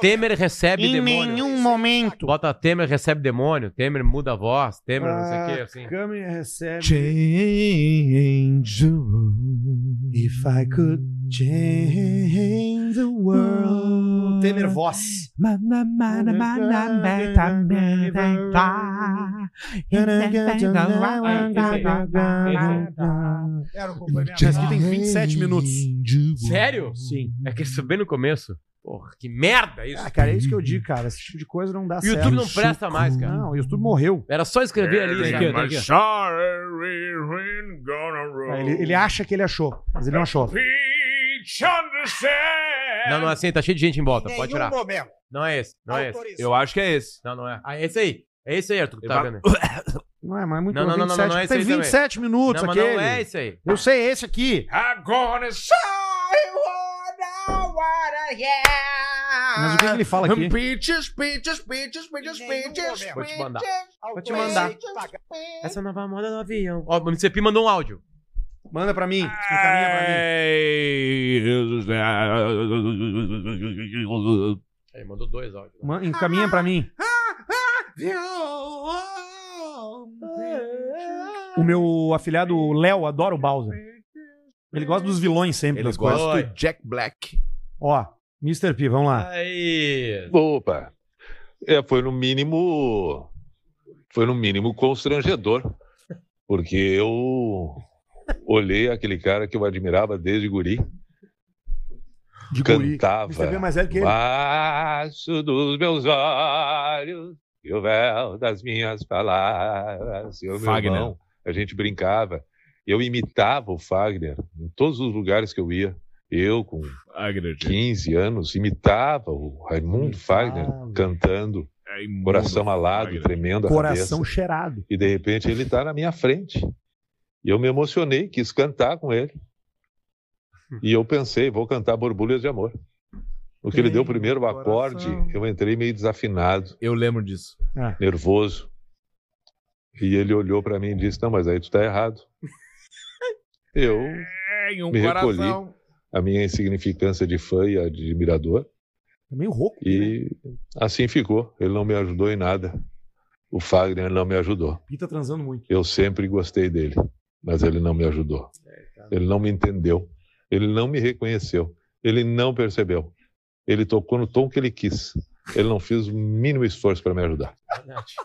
Speaker 7: Temer recebe
Speaker 4: Em
Speaker 7: demônio.
Speaker 4: nenhum momento.
Speaker 7: Bota Temer recebe demônio, Temer muda a voz, Temer não sei o que, assim.
Speaker 4: Câmera Ah, recebe.
Speaker 2: Change the
Speaker 4: If I could change the world. Temer voz. Tinha escrito em 27
Speaker 2: <laughs>
Speaker 4: minutos.
Speaker 7: Sério?
Speaker 4: Sim.
Speaker 7: É que isso bem no começo. Porra, que merda isso.
Speaker 4: Ah, cara, é isso que eu digo, cara. Esse tipo de coisa não dá
Speaker 7: O YouTube
Speaker 4: certo.
Speaker 7: não presta mais, cara.
Speaker 4: Não, o YouTube morreu.
Speaker 7: Era só escrever ali.
Speaker 1: né,
Speaker 7: tá aqui, tá aqui.
Speaker 4: Ah, Ele, ele acha que ele achou, mas ele não achou.
Speaker 7: Não, não é assim, tá cheio de gente em volta. Pode tirar.
Speaker 4: momento.
Speaker 7: Não é esse, não é esse.
Speaker 1: Eu acho que é esse.
Speaker 7: Não, não é. Ah, é esse aí. É esse aí, Arthur, que tá
Speaker 1: Ele
Speaker 7: vendo.
Speaker 1: <coughs>
Speaker 4: Não é, mas é muito
Speaker 7: Não, não, não, não,
Speaker 4: 27,
Speaker 7: não é esse
Speaker 4: Tem
Speaker 7: aí também.
Speaker 4: 27 minutos
Speaker 7: Não, mas
Speaker 4: aquele.
Speaker 7: não é esse aí.
Speaker 4: Eu sei, é esse aqui.
Speaker 1: Agora
Speaker 4: Mas o que, que ele fala aqui?
Speaker 5: Peaches, peaches, peaches, peaches, peaches.
Speaker 7: Vou te mandar.
Speaker 5: Vou
Speaker 7: te mandar. Essa é a nova moda do avião. Ó, o MCP mandou um áudio.
Speaker 4: Manda pra mim.
Speaker 7: Ele mandou dois áudios.
Speaker 4: Man- Encaminha pra mim. O meu afilhado o Léo adora o Bowser. Ele gosta dos vilões sempre.
Speaker 18: Ele
Speaker 4: das
Speaker 18: gosta
Speaker 4: coisas.
Speaker 18: do Jack Black.
Speaker 4: Ó, Mr. P, vamos lá.
Speaker 7: Aí.
Speaker 19: Opa. É, foi no mínimo. Foi no mínimo constrangedor. Porque eu olhei aquele cara que eu admirava desde guri.
Speaker 4: De
Speaker 18: guri.
Speaker 19: Cantava.
Speaker 4: Mr. P é mais velho que ele.
Speaker 19: Baixo dos meus olhos e o
Speaker 4: Tá
Speaker 19: véu das minhas palavras. Eu, meu
Speaker 18: Fagner.
Speaker 19: irmão, a gente brincava. Eu imitava o Fagner em todos os lugares que eu ia. Eu, com 15 anos, imitava o Raimundo Fagner cantando. coração alado, tremendo a
Speaker 4: Coração
Speaker 19: cabeça.
Speaker 7: <laughs>
Speaker 4: cheirado.
Speaker 19: E de repente ele está na minha frente. E eu me emocionei, quis cantar com ele. E eu pensei, vou cantar Borbulhas de Amor. No que ele deu o primeiro acorde, eu entrei meio desafinado.
Speaker 1: Eu lembro disso.
Speaker 4: Ah.
Speaker 19: Nervoso. E ele olhou para mim e disse: Não, mas aí tu tá errado. Eu
Speaker 1: Tem um
Speaker 19: me
Speaker 1: coração.
Speaker 19: recolhi a minha insignificância de fã e admirador.
Speaker 4: É meio rouco.
Speaker 19: E assim ficou. Ele não me ajudou em nada. O Fagner não me ajudou.
Speaker 4: P tá transando muito.
Speaker 19: Eu sempre gostei dele. mas ele não me ajudou. Ele não me entendeu. Ele não me reconheceu. Ele não percebeu. Ele tocou no tom que ele quis. Ele não fez o mínimo esforço para me ajudar.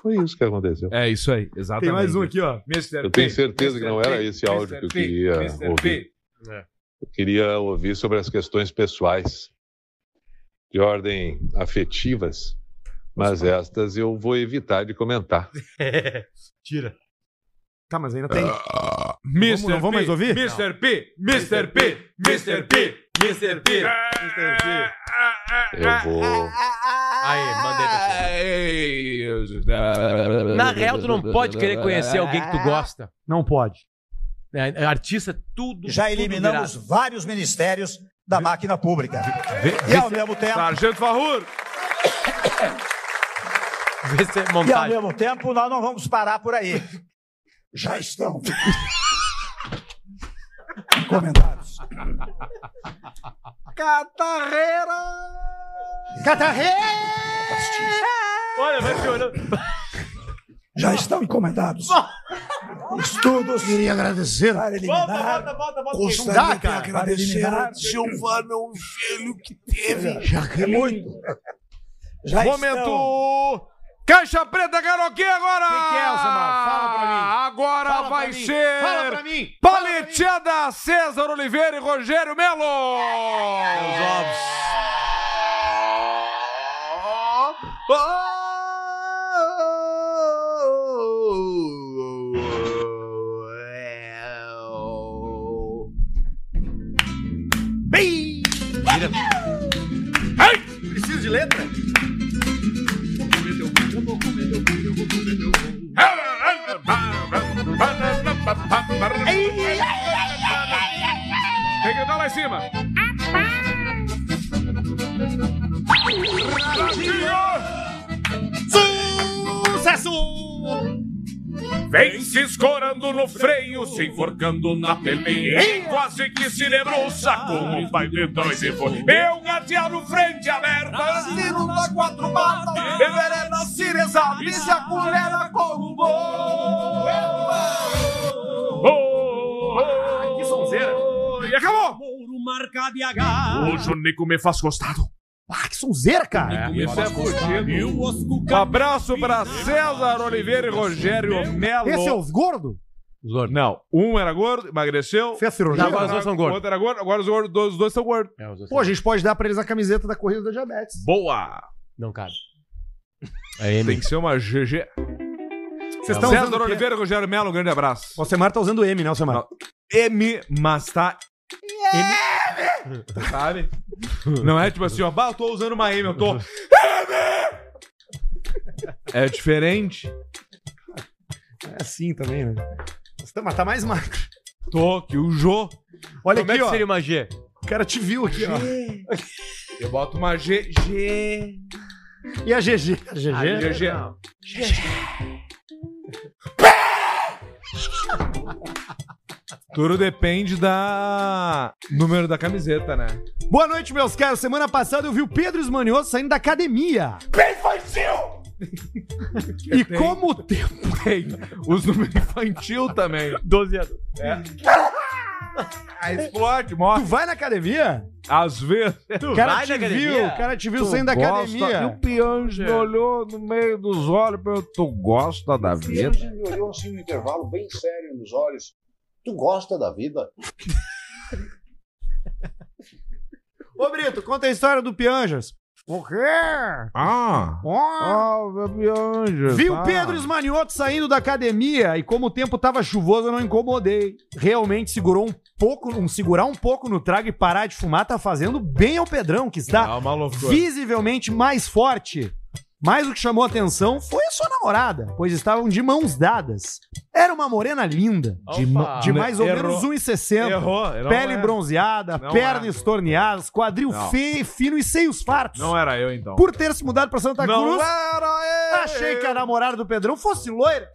Speaker 19: Foi isso que aconteceu.
Speaker 1: É isso aí, exatamente.
Speaker 4: Tem mais um aqui, ó.
Speaker 1: Mr.
Speaker 19: Eu tenho
Speaker 1: P,
Speaker 19: certeza que
Speaker 1: Mr.
Speaker 19: não era
Speaker 1: P,
Speaker 19: esse áudio que eu
Speaker 1: Mr. P, Mr.
Speaker 19: queria ouvir.
Speaker 1: P. É.
Speaker 19: Eu queria ouvir sobre as questões pessoais, de ordem afetivas, mas estas eu vou evitar de comentar.
Speaker 7: É,
Speaker 4: Tira. Tá, mas ainda tem.
Speaker 18: Ah,
Speaker 1: Mr.
Speaker 4: Vamos- não vamos mais ouvir?
Speaker 1: Mr. P, Mr. P, Mr. P, Mr. P. É,
Speaker 19: Eu vou.
Speaker 1: Aí, mandei
Speaker 7: Na real, tu não pode querer conhecer alguém que tu gosta.
Speaker 4: Não pode.
Speaker 7: É, artista, tudo.
Speaker 20: Já
Speaker 7: tudo
Speaker 20: eliminamos
Speaker 7: virado.
Speaker 20: vários ministérios da máquina pública.
Speaker 7: vê-
Speaker 20: e ao mesmo tempo.
Speaker 1: Sargento Farrur!
Speaker 7: Vê se é
Speaker 20: E ao
Speaker 7: montagem.
Speaker 20: mesmo tempo, nós não vamos parar por
Speaker 5: <laughs>
Speaker 20: aí. Já estão. Comentários.
Speaker 5: Catarreira! Catarreira!
Speaker 7: Olha, vai chorando.
Speaker 20: Já estão encomendados. Estudos. Queria agradecer. Para eliminar.
Speaker 5: Volta, volta, volta, volta.
Speaker 20: Gostaria de
Speaker 5: Dá, cara.
Speaker 20: agradecer
Speaker 5: Para
Speaker 20: a
Speaker 5: eliminar.
Speaker 20: Silvana, um filho que teve. Já é muito. Já
Speaker 1: Momento!
Speaker 20: estão.
Speaker 1: Caixa Preta Karaokê agora!
Speaker 5: Que que é, Alcemar? Fala pra mim.
Speaker 1: Agora
Speaker 5: Fala pra
Speaker 1: vai
Speaker 5: mim.
Speaker 1: ser...
Speaker 5: Fala pra mim.
Speaker 1: Paleteada César Oliveira e Rogério Melo! Meus ovos.
Speaker 5: Bem! Ai! Preciso de letra?
Speaker 1: Tem que andar lá em cima!
Speaker 5: Sucesso!
Speaker 1: Vem se escorando no freio, se enforcando na peleia. Quase que se debruça como um pai de dois e foi. Eu gateado frente aberta,
Speaker 5: Nascido da quatro mata, enverena se resabe, se acolhera como um boi.
Speaker 1: Que sonzeira! E acabou!
Speaker 5: Ouro marca de H.
Speaker 1: O Junico me faz gostado.
Speaker 4: Ah, que sonzeira, cara.
Speaker 1: Isso é fudido. Um abraço pra César Oliveira e Rogério Melo.
Speaker 4: Esse é os gordos?
Speaker 1: Não, um era gordo, emagreceu. Fez
Speaker 4: cirurgia?
Speaker 1: Agora os dois são gordos. Outro era gordo, agora os, gordos, os dois são gordos.
Speaker 4: Pô, a gente pode dar pra eles a camiseta da corrida da diabetes.
Speaker 1: Boa!
Speaker 7: Não cabe.
Speaker 1: Tem que ser uma GG.
Speaker 4: Vocês estão usando o
Speaker 1: César
Speaker 4: quê?
Speaker 1: Oliveira e Rogério Melo, um grande abraço.
Speaker 4: O Semar tá usando M, né, Semar?
Speaker 1: M, mas tá. M. Sabe? Não é tipo assim, ó, bah, eu tô usando uma M, eu tô. É diferente.
Speaker 4: É assim também, né? Mas tá- Mas tá mais magro.
Speaker 1: Tô, que o Jô.
Speaker 4: Olha
Speaker 1: Como
Speaker 4: aqui,
Speaker 1: é que
Speaker 4: ó.
Speaker 1: seria uma G?
Speaker 4: O cara te viu aqui, ó.
Speaker 1: Eu boto uma G. G.
Speaker 4: E a GG? A GG?
Speaker 1: A GG. não. Tudo depende da número da camiseta, né?
Speaker 4: Boa noite, meus caros. Semana passada eu vi o Pedro Esmanioso saindo da academia.
Speaker 1: <laughs> Infantil!
Speaker 4: E como o tempo.
Speaker 1: Tem é os números infantil também. 12 anos. É. Aí explode, morre.
Speaker 4: Tu vai na academia?
Speaker 1: Às vezes.
Speaker 4: O cara te viu, o cara te viu saindo da academia.
Speaker 1: peão me olhou no meio dos olhos e perguntou: Tu gosta da
Speaker 2: Virgem me
Speaker 1: um
Speaker 2: olhou assim no intervalo, bem sério nos olhos. Tu gosta da vida?
Speaker 4: Ô, Brito, conta a história do Pianjas. O quê?
Speaker 1: Ah!
Speaker 4: Vi o Pedro Esmanioto saindo da academia e como o tempo tava chuvoso eu não incomodei. Realmente segurou um pouco, um segurar um pouco no trago e parar de fumar tá fazendo bem ao Pedrão, que está
Speaker 1: É uma loucura.
Speaker 4: visivelmente mais forte. Mas o que chamou atenção foi a sua namorada, pois estavam de mãos dadas. Era uma morena linda, de, ma- de mais ou
Speaker 1: Errou.
Speaker 4: menos 1,60.
Speaker 1: Errou, não
Speaker 4: Pele
Speaker 1: é.
Speaker 4: bronzeada,
Speaker 1: Não
Speaker 4: perna
Speaker 1: é.
Speaker 4: estorneada, quadril
Speaker 1: Não.
Speaker 4: fe- fino e seios fartos.
Speaker 1: Não era eu então.
Speaker 4: Por ter se mudado pra Santa
Speaker 1: Não
Speaker 4: Cruz,
Speaker 1: era
Speaker 4: achei que a namorada do Pedrão fosse loira,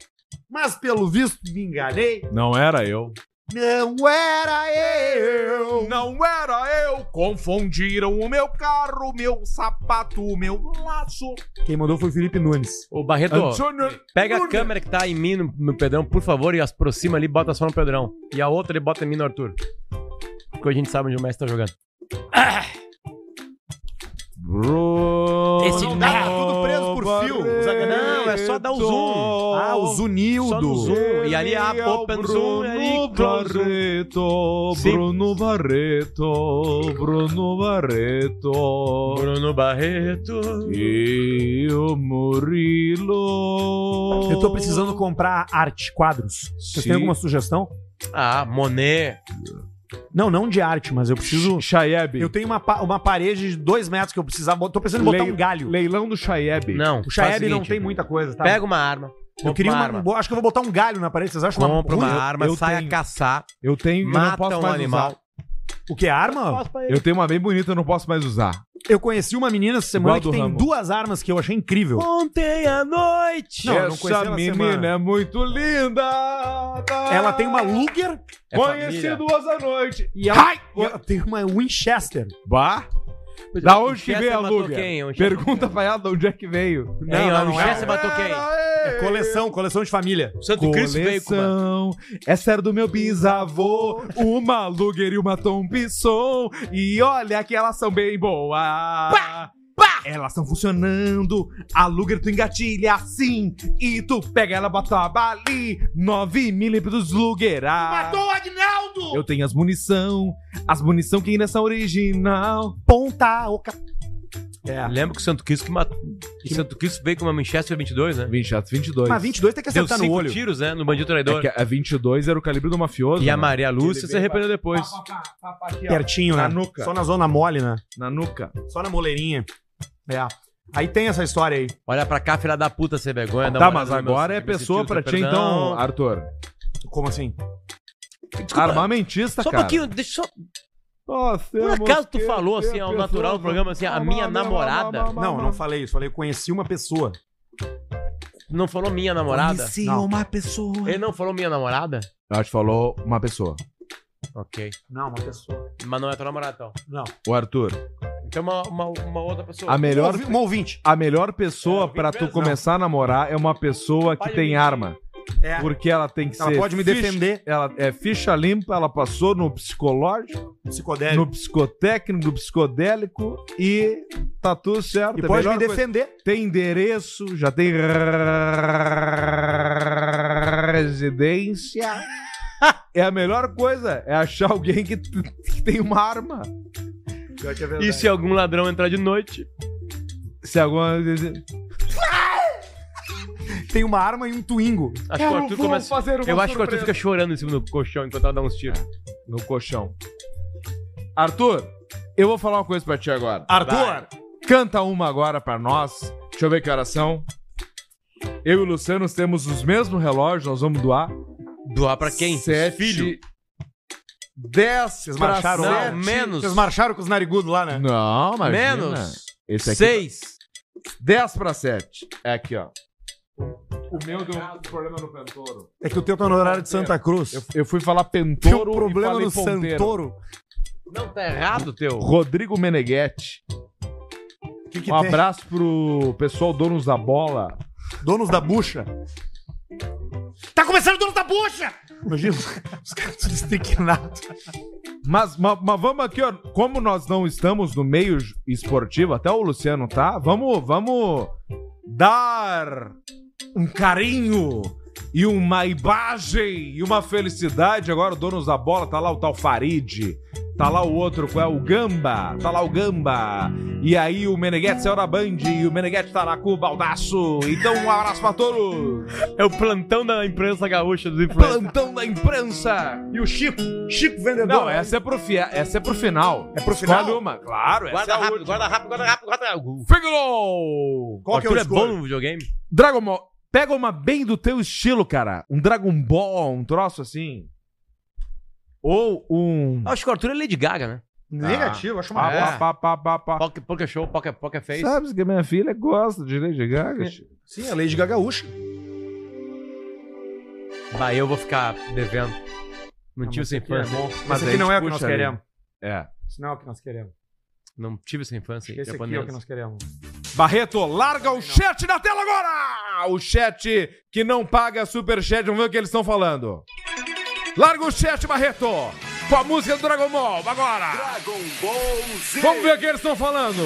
Speaker 4: mas pelo visto me enganei.
Speaker 1: Não era eu.
Speaker 5: Não era eu! Não era eu! Confundiram o meu carro, meu sapato, meu laço.
Speaker 4: Quem mandou foi o Felipe Nunes.
Speaker 7: Ô, Barreto,
Speaker 5: Antônio
Speaker 7: pega a
Speaker 5: Nunes.
Speaker 7: câmera que tá em mim, no, no Pedrão, por favor, e aproxima ali, bota só no Pedrão. E a outra ele bota em mim no Arthur. Porque a gente sabe onde o Messi tá jogando.
Speaker 1: Bro.
Speaker 5: é
Speaker 7: Esse
Speaker 1: Não
Speaker 5: Tá
Speaker 7: merda.
Speaker 1: dá, tudo preso por fio.
Speaker 7: Não, é só dar o zoom.
Speaker 1: Ah, o
Speaker 4: Zunildo.
Speaker 7: Só no zoom. E ali é a open zoom.
Speaker 1: Bruno Barreto, Bruno Barreto, Bruno Barreto,
Speaker 7: Bruno Barreto
Speaker 1: e o Murilo.
Speaker 4: Eu tô precisando comprar arte, quadros. Vocês
Speaker 1: Sim.
Speaker 4: têm alguma sugestão?
Speaker 7: Ah, Monet.
Speaker 4: Não, não de arte, mas eu preciso.
Speaker 1: Chayeb.
Speaker 4: Eu tenho uma, pa- uma parede de dois metros que eu precisava. bot- Tô precisando botar
Speaker 1: Lei-
Speaker 4: um galho.
Speaker 1: Leilão do Chayeb.
Speaker 7: Não,
Speaker 4: O
Speaker 7: faz o
Speaker 4: Chayeb
Speaker 7: seguinte,
Speaker 4: não tem muita coisa, tá?
Speaker 7: Pega uma arma.
Speaker 4: Eu queria uma.
Speaker 7: arma.
Speaker 4: bo- Acho que eu vou botar um galho na parede. Vocês acham
Speaker 7: Compra uma
Speaker 4: ruim?
Speaker 7: arma,
Speaker 4: Eu- eu
Speaker 7: sai
Speaker 4: tenho-
Speaker 7: a caçar.
Speaker 1: Eu tenho, eu não
Speaker 7: Mata
Speaker 1: posso
Speaker 7: um
Speaker 1: mais
Speaker 7: animal.
Speaker 1: usar.
Speaker 4: O que? Arma?
Speaker 1: Eu tenho uma bem bonita, eu não posso mais usar.
Speaker 4: Eu conheci uma menina essa semana
Speaker 1: Igual
Speaker 4: que
Speaker 1: do
Speaker 4: tem
Speaker 1: Ramo.
Speaker 4: duas armas que eu achei incrível.
Speaker 7: Ontem à noite.
Speaker 4: Não, eu não conheci
Speaker 1: Essa
Speaker 4: ela
Speaker 1: menina
Speaker 4: semana.
Speaker 1: é muito linda. tá?
Speaker 4: Ela tem uma Luger.
Speaker 1: É Conheci família. duas à noite.
Speaker 4: E ela, e ela tem uma Winchester.
Speaker 1: é um Bah.
Speaker 7: é,
Speaker 1: Da
Speaker 7: um
Speaker 1: onde que
Speaker 4: Winchester
Speaker 1: veio a
Speaker 4: matou
Speaker 1: Luger?
Speaker 4: quem? Winchester-
Speaker 1: Pergunta pra ela de onde é que veio.
Speaker 4: Não, Hein, não, não é. Winchester
Speaker 7: um matou quem?
Speaker 4: É coleção, coleção de família.
Speaker 7: Santo Cristo veio com uma-
Speaker 1: Coleção, essa era do meu bisavô, uma Luger e uma Thompson, e olha que elas são bem boas. Elas estão funcionando, a Luger tu engatilha assim, e tu pega ela, bota a bala ali, 9 milímetros Luger. ah.
Speaker 5: Matou o Agnaldo!
Speaker 1: Eu tenho as munição, as munição que ainda são original.
Speaker 4: Ponta oca. É.
Speaker 7: Lembra que o Santo Cristo que matou. Que Santo Cristo veio com uma Manchester 22, né?
Speaker 1: Manchester 22.
Speaker 4: Mas 22 tem que
Speaker 7: Deu
Speaker 4: acertar no
Speaker 7: cinco
Speaker 4: olho.
Speaker 7: tiros, né? No bandido
Speaker 1: É
Speaker 7: traidor.
Speaker 1: que a 22 era o calibre do mafioso.
Speaker 7: E a
Speaker 1: né?
Speaker 7: Maria Lúcia
Speaker 1: Ele
Speaker 7: se arrependeu
Speaker 1: veio-
Speaker 7: depois.
Speaker 1: Aqui, ó.
Speaker 4: Pertinho, né?
Speaker 1: Na nuca.
Speaker 4: Só na zona mole, né?
Speaker 1: Na nuca.
Speaker 4: Só na moleirinha. É. Aí tem essa história aí.
Speaker 7: Olha pra cá, filha da puta, sem vergonha. dá
Speaker 1: Tá,
Speaker 7: uma olhada
Speaker 1: mas
Speaker 7: no meu-
Speaker 1: agora é
Speaker 7: nesse tio,
Speaker 1: pessoa pra
Speaker 7: tá
Speaker 1: ti, então,
Speaker 7: perdão.
Speaker 1: Arthur.
Speaker 4: Como assim?
Speaker 1: Armamentista,
Speaker 7: Só um
Speaker 1: cara.
Speaker 7: pouquinho, deixa eu só.
Speaker 1: Por
Speaker 7: acaso tu falou assim, ao natural do programa, assim, a minha namorada.
Speaker 4: Não, eu não falei isso. Falei, eu conheci uma pessoa.
Speaker 7: Não falou minha namorada?
Speaker 4: Conheci Não. uma
Speaker 7: pessoa. Ele não falou minha namorada?
Speaker 1: Eu acho que falou uma pessoa.
Speaker 7: Ok.
Speaker 4: Não, uma pessoa.
Speaker 7: Mas não é tua namorada, então.
Speaker 4: Não.
Speaker 1: O Arthur.
Speaker 7: Então uma, uma, uma outra pessoa. um
Speaker 1: A melhor,
Speaker 4: um
Speaker 7: Ouvi-
Speaker 1: a melhor
Speaker 4: É,
Speaker 1: pessoa pra tu começar a namorar é uma pessoa que tem arma.
Speaker 4: É.
Speaker 1: Porque ela tem que
Speaker 4: Ela
Speaker 1: ser.
Speaker 4: pode me
Speaker 1: ficha-
Speaker 4: defender.
Speaker 1: Ela é ficha limpa, ela passou no psicológico,
Speaker 4: Psicodélico.
Speaker 1: no psicotécnico, no psicodélico e tá tudo certo.
Speaker 4: E
Speaker 1: é a
Speaker 4: pode me
Speaker 1: melhor coisa.
Speaker 4: defender.
Speaker 1: Tem endereço, já tem residência.
Speaker 4: <laughs>
Speaker 1: É a melhor coisa, é achar alguém que, t- que tem uma arma.
Speaker 7: E se algum ladrão entrar de noite?
Speaker 1: Se alguma.
Speaker 4: Tem uma arma e um twingo.
Speaker 7: Acho que o Arthur começa- Eu acho que o Arthur fica chorando em cima do colchão enquanto ela dá uns tiros.
Speaker 1: No colchão. Arthur, eu vou falar uma coisa pra ti agora.
Speaker 4: Arthur!
Speaker 1: Vai. Canta uma agora pra nós. Deixa eu ver que horas são. Eu e o Luciano temos os mesmos relógios, nós vamos doar.
Speaker 7: Doar pra quem?
Speaker 1: Sete.
Speaker 7: Filho?
Speaker 1: Dez
Speaker 4: Vocês
Speaker 1: pra
Speaker 4: marcharam
Speaker 1: sete.
Speaker 4: lá?
Speaker 7: menos.
Speaker 4: Vocês marcharam com os narigudos lá, né?
Speaker 1: Não, mas.
Speaker 7: Menos.
Speaker 1: Esse aqui.
Speaker 7: Seis.
Speaker 1: 10 pra 7. É aqui, ó. O meu deu um problema no Pentoro.
Speaker 4: É que o teu tá no horário de Santa Cruz.
Speaker 1: Eu, eu fui falar
Speaker 4: Tem
Speaker 1: Pentoro.
Speaker 4: um problema
Speaker 1: e falei
Speaker 4: no
Speaker 1: ponteiro.
Speaker 4: Santoro.
Speaker 7: Não, tá errado, teu.
Speaker 1: Rodrigo Meneghetti.
Speaker 4: que
Speaker 1: um
Speaker 4: tem?
Speaker 1: abraço pro pessoal Donos da Bola.
Speaker 4: Donos da bucha.
Speaker 5: Tá começando o dono da bucha!
Speaker 1: <laughs>
Speaker 4: Imagina os caras tudo estequinados.
Speaker 1: Mas, mas, mas vamos aqui, ó. Como nós não estamos no meio j- esportivo, até o Luciano tá, vamos, vamos dar um carinho e uma imagem e uma felicidade. Agora, o donos da bola, tá lá o tal Farid, tá lá o outro, qual é o Gamba, tá lá o Gamba. E aí o Meneghetti saiu da Band e o Meneghetti tá lá com o Baldaço. Então, um abraço pra todos.
Speaker 7: É o plantão da imprensa gaúcha dos influencers.
Speaker 1: Plantão da imprensa.
Speaker 4: E o Chico, Chico vendedor.
Speaker 1: Não, essa é pro, fi- essa é pro final.
Speaker 4: É pro final?
Speaker 1: Escolhe uma, claro. essa
Speaker 7: Guarda
Speaker 1: é a
Speaker 7: rápido, guarda rápido, guarda rápido, guarda rápido.
Speaker 1: Figlo!
Speaker 7: O Arthur é bom no videogame?
Speaker 1: Dragon Ball. Pega uma bem do teu estilo, cara. Um Dragon Ball, um troço assim. Ou um. Ah,
Speaker 7: Acho que o Arthur é Lady Gaga, né?
Speaker 4: Ah. Negativo, acho uma
Speaker 1: Pá,
Speaker 4: bosta.
Speaker 7: É.
Speaker 1: pá, pá, pá, pá.
Speaker 7: Poké, poké Show, Poké, poké Face.
Speaker 1: Sabes que a minha filha gosta de Lady Gaga? tio?
Speaker 4: É. Sim, a é Lady Gagaúcha.
Speaker 7: Bah, eu vou ficar devendo. Não, tive essa infância.
Speaker 4: Mas aqui não é o que nós queremos.
Speaker 1: É.
Speaker 4: Isso não é o que nós queremos.
Speaker 7: Não tive essa infância
Speaker 4: Esse aqui é o que nós queremos.
Speaker 1: Barreto, larga o chat da tela agora! O chat que não paga superchat, vamos ver o que eles estão falando. Larga o chat, Barreto! Com a música do Dragon Ball, agora! Dragon Ball Z! Vamos ver o que eles estão falando!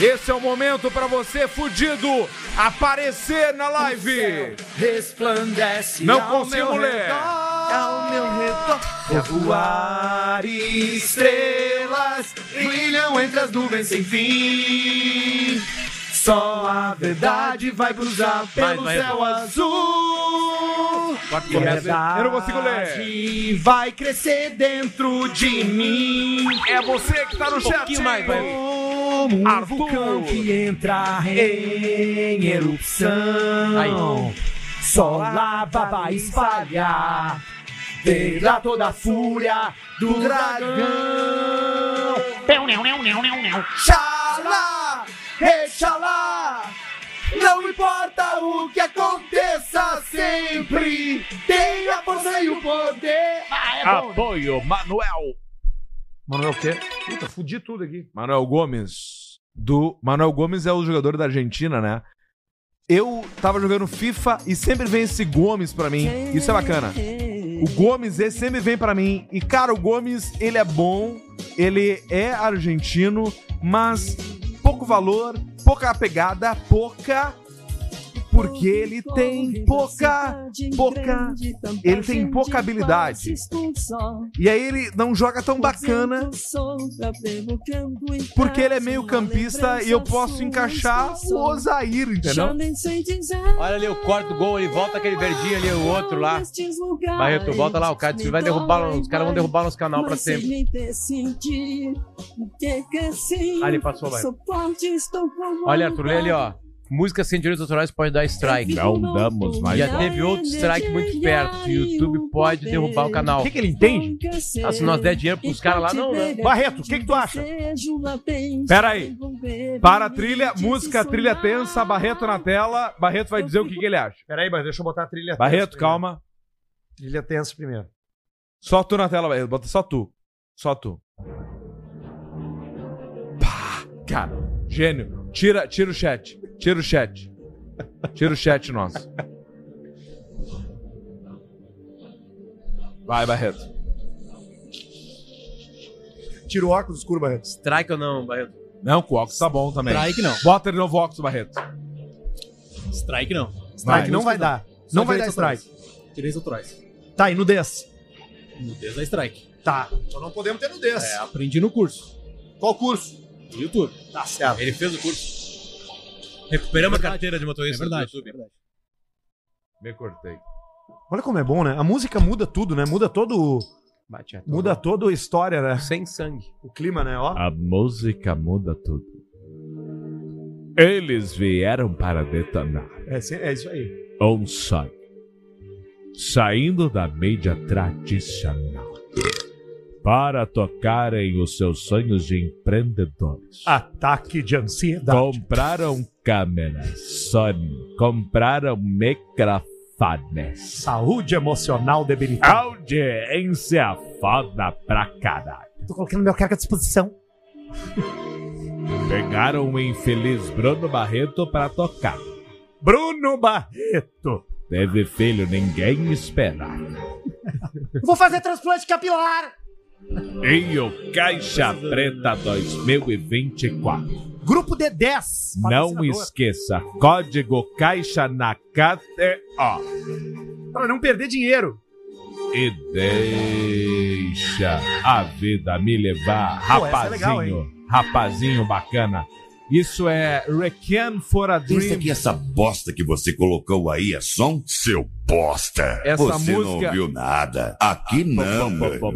Speaker 1: Esse é o momento pra você, fudido, aparecer na live!
Speaker 5: Resplandece
Speaker 1: Não
Speaker 5: ao
Speaker 1: consigo
Speaker 5: meu
Speaker 1: ler.
Speaker 5: redor, Ao meu redor Vou voar e estrelas Brilham entre as nuvens sem fim Só a verdade vai cruzar
Speaker 1: Vai,
Speaker 5: pelo
Speaker 1: vai.
Speaker 5: céu azul E a
Speaker 1: Eu não consigo ler!
Speaker 5: verdade vai crescer dentro de mim
Speaker 1: É você que tá no
Speaker 5: Um
Speaker 1: chat!
Speaker 5: pouquinho mais, vai.
Speaker 1: Como um vulcão
Speaker 5: que entra em erupção. Só lava vai espalhar, terá toda a
Speaker 4: Ah,
Speaker 5: fúria do dragão. Não, não, não, não, não, não. Xalá, exalá, não importa o que aconteça, sempre tem a força e o poder. Ah, é bom.
Speaker 1: Apoio, Manuel. Manuel o quê?
Speaker 4: Puta, fudi tudo aqui.
Speaker 1: Manuel Gomes. Do Manuel Gomes é o jogador da Argentina, né? Eu tava jogando FIFA e sempre vem esse Gomes pra mim. Isso é bacana. O Gomes, ele sempre vem pra mim. E, cara, o Gomes, ele é bom, ele é argentino, mas pouco valor, pouca pegada, pouca. Porque ele tem pouca. pouca. Ele tem pouca habilidade. E aí ele não joga tão bacana porque ele é meio campista e eu posso encaixar o Osair, entendeu?
Speaker 7: Olha ali o corte do gol, ele volta aquele verdinho ali, o outro lá. Barreto, volta lá, o cara disse, vai derrubar, os caras vão derrubar nosso canal pra sempre. é Ali, passou, vai. Olha, Arthur, lê ali, ó. Música sem direitos autorais pode dar strike.
Speaker 1: Não damos mais
Speaker 7: Já
Speaker 1: não.
Speaker 7: teve outro strike muito perto. O YouTube pode derrubar o canal.
Speaker 4: O que, que ele entende?
Speaker 7: Ah, se nós der dinheiro pros caras lá, não, né?
Speaker 4: Barreto, o que, que tu acha?
Speaker 1: Pera aí.
Speaker 7: um
Speaker 1: Para a trilha, música, trilha tensa, Barreto na tela. Barreto vai dizer o que, que ele acha.
Speaker 4: Peraí, mas deixa eu botar a trilha
Speaker 1: Barreto,
Speaker 4: tensa
Speaker 1: calma.
Speaker 4: primeiro. Trilha tensa primeiro.
Speaker 1: Só tu na tela, Barreto. Bota só tu. Só tu. Pá, cara. Gênio. Tira, tira o chat. Tira o chat. Tira o chat nosso. Vai, Barreto.
Speaker 4: Tira o óculos escuro, Barreto.
Speaker 7: Strike ou não, Barreto?
Speaker 1: Não, com o óculos tá bom também.
Speaker 7: Strike não.
Speaker 1: Bota de novo o óculos, Barreto.
Speaker 7: Strike não.
Speaker 4: Strike não vai dar. Não vai dar strike.
Speaker 21: Direitos autorais.
Speaker 4: Tá, e nudez.
Speaker 21: Nudez da strike.
Speaker 4: Tá. Então não podemos ter nudez.
Speaker 21: É, aprendi no curso.
Speaker 4: Qual curso?
Speaker 21: YouTube.
Speaker 4: Tá certo.
Speaker 7: Ele fez o curso. Recuperamos a carteira de motorista
Speaker 21: É verdade,
Speaker 7: do YouTube.
Speaker 1: Me cortei.
Speaker 4: Olha como é bom, né? A música muda tudo, né? Muda todo.
Speaker 7: Bate
Speaker 4: Muda toda a história, né?
Speaker 7: Sem sangue.
Speaker 4: O clima, né? Ó.
Speaker 18: A música muda tudo. Eles vieram para detonar.
Speaker 4: É, se- é isso aí.
Speaker 18: On Site. um Saindo da mídia tradicional. Para tocarem os seus sonhos de empreendedores.
Speaker 4: Ataque de ansiedade.
Speaker 18: Compraram câmeras Sony. Compraram microfones.
Speaker 4: Saúde emocional debilitada.
Speaker 18: Audiência foda pra caralho.
Speaker 22: Tô colocando meu cargo à disposição.
Speaker 18: Pegaram o infeliz Bruno Barreto pra tocar.
Speaker 4: Bruno Barreto.
Speaker 18: Teve filho, ninguém esperava.
Speaker 7: um
Speaker 2: Vou fazer
Speaker 7: <laughs>
Speaker 2: transplante capilar.
Speaker 18: Em o Caixa Preta 2024.
Speaker 4: Grupo D10.
Speaker 18: Não esqueça, código Caixa na KTO.
Speaker 4: É, Pra não perder dinheiro.
Speaker 18: E deixa a vida me levar.
Speaker 1: Pô, essa é legal,
Speaker 18: Rapazinho, rapazinho bacana. Isso é Requiem for a Dream.
Speaker 23: Pensa que essa bosta que você colocou aí é som? Seu bosta!
Speaker 18: Essa
Speaker 23: você não
Speaker 18: música-
Speaker 23: ouviu nada.
Speaker 18: Ah,
Speaker 23: Aqui não, meu irmão.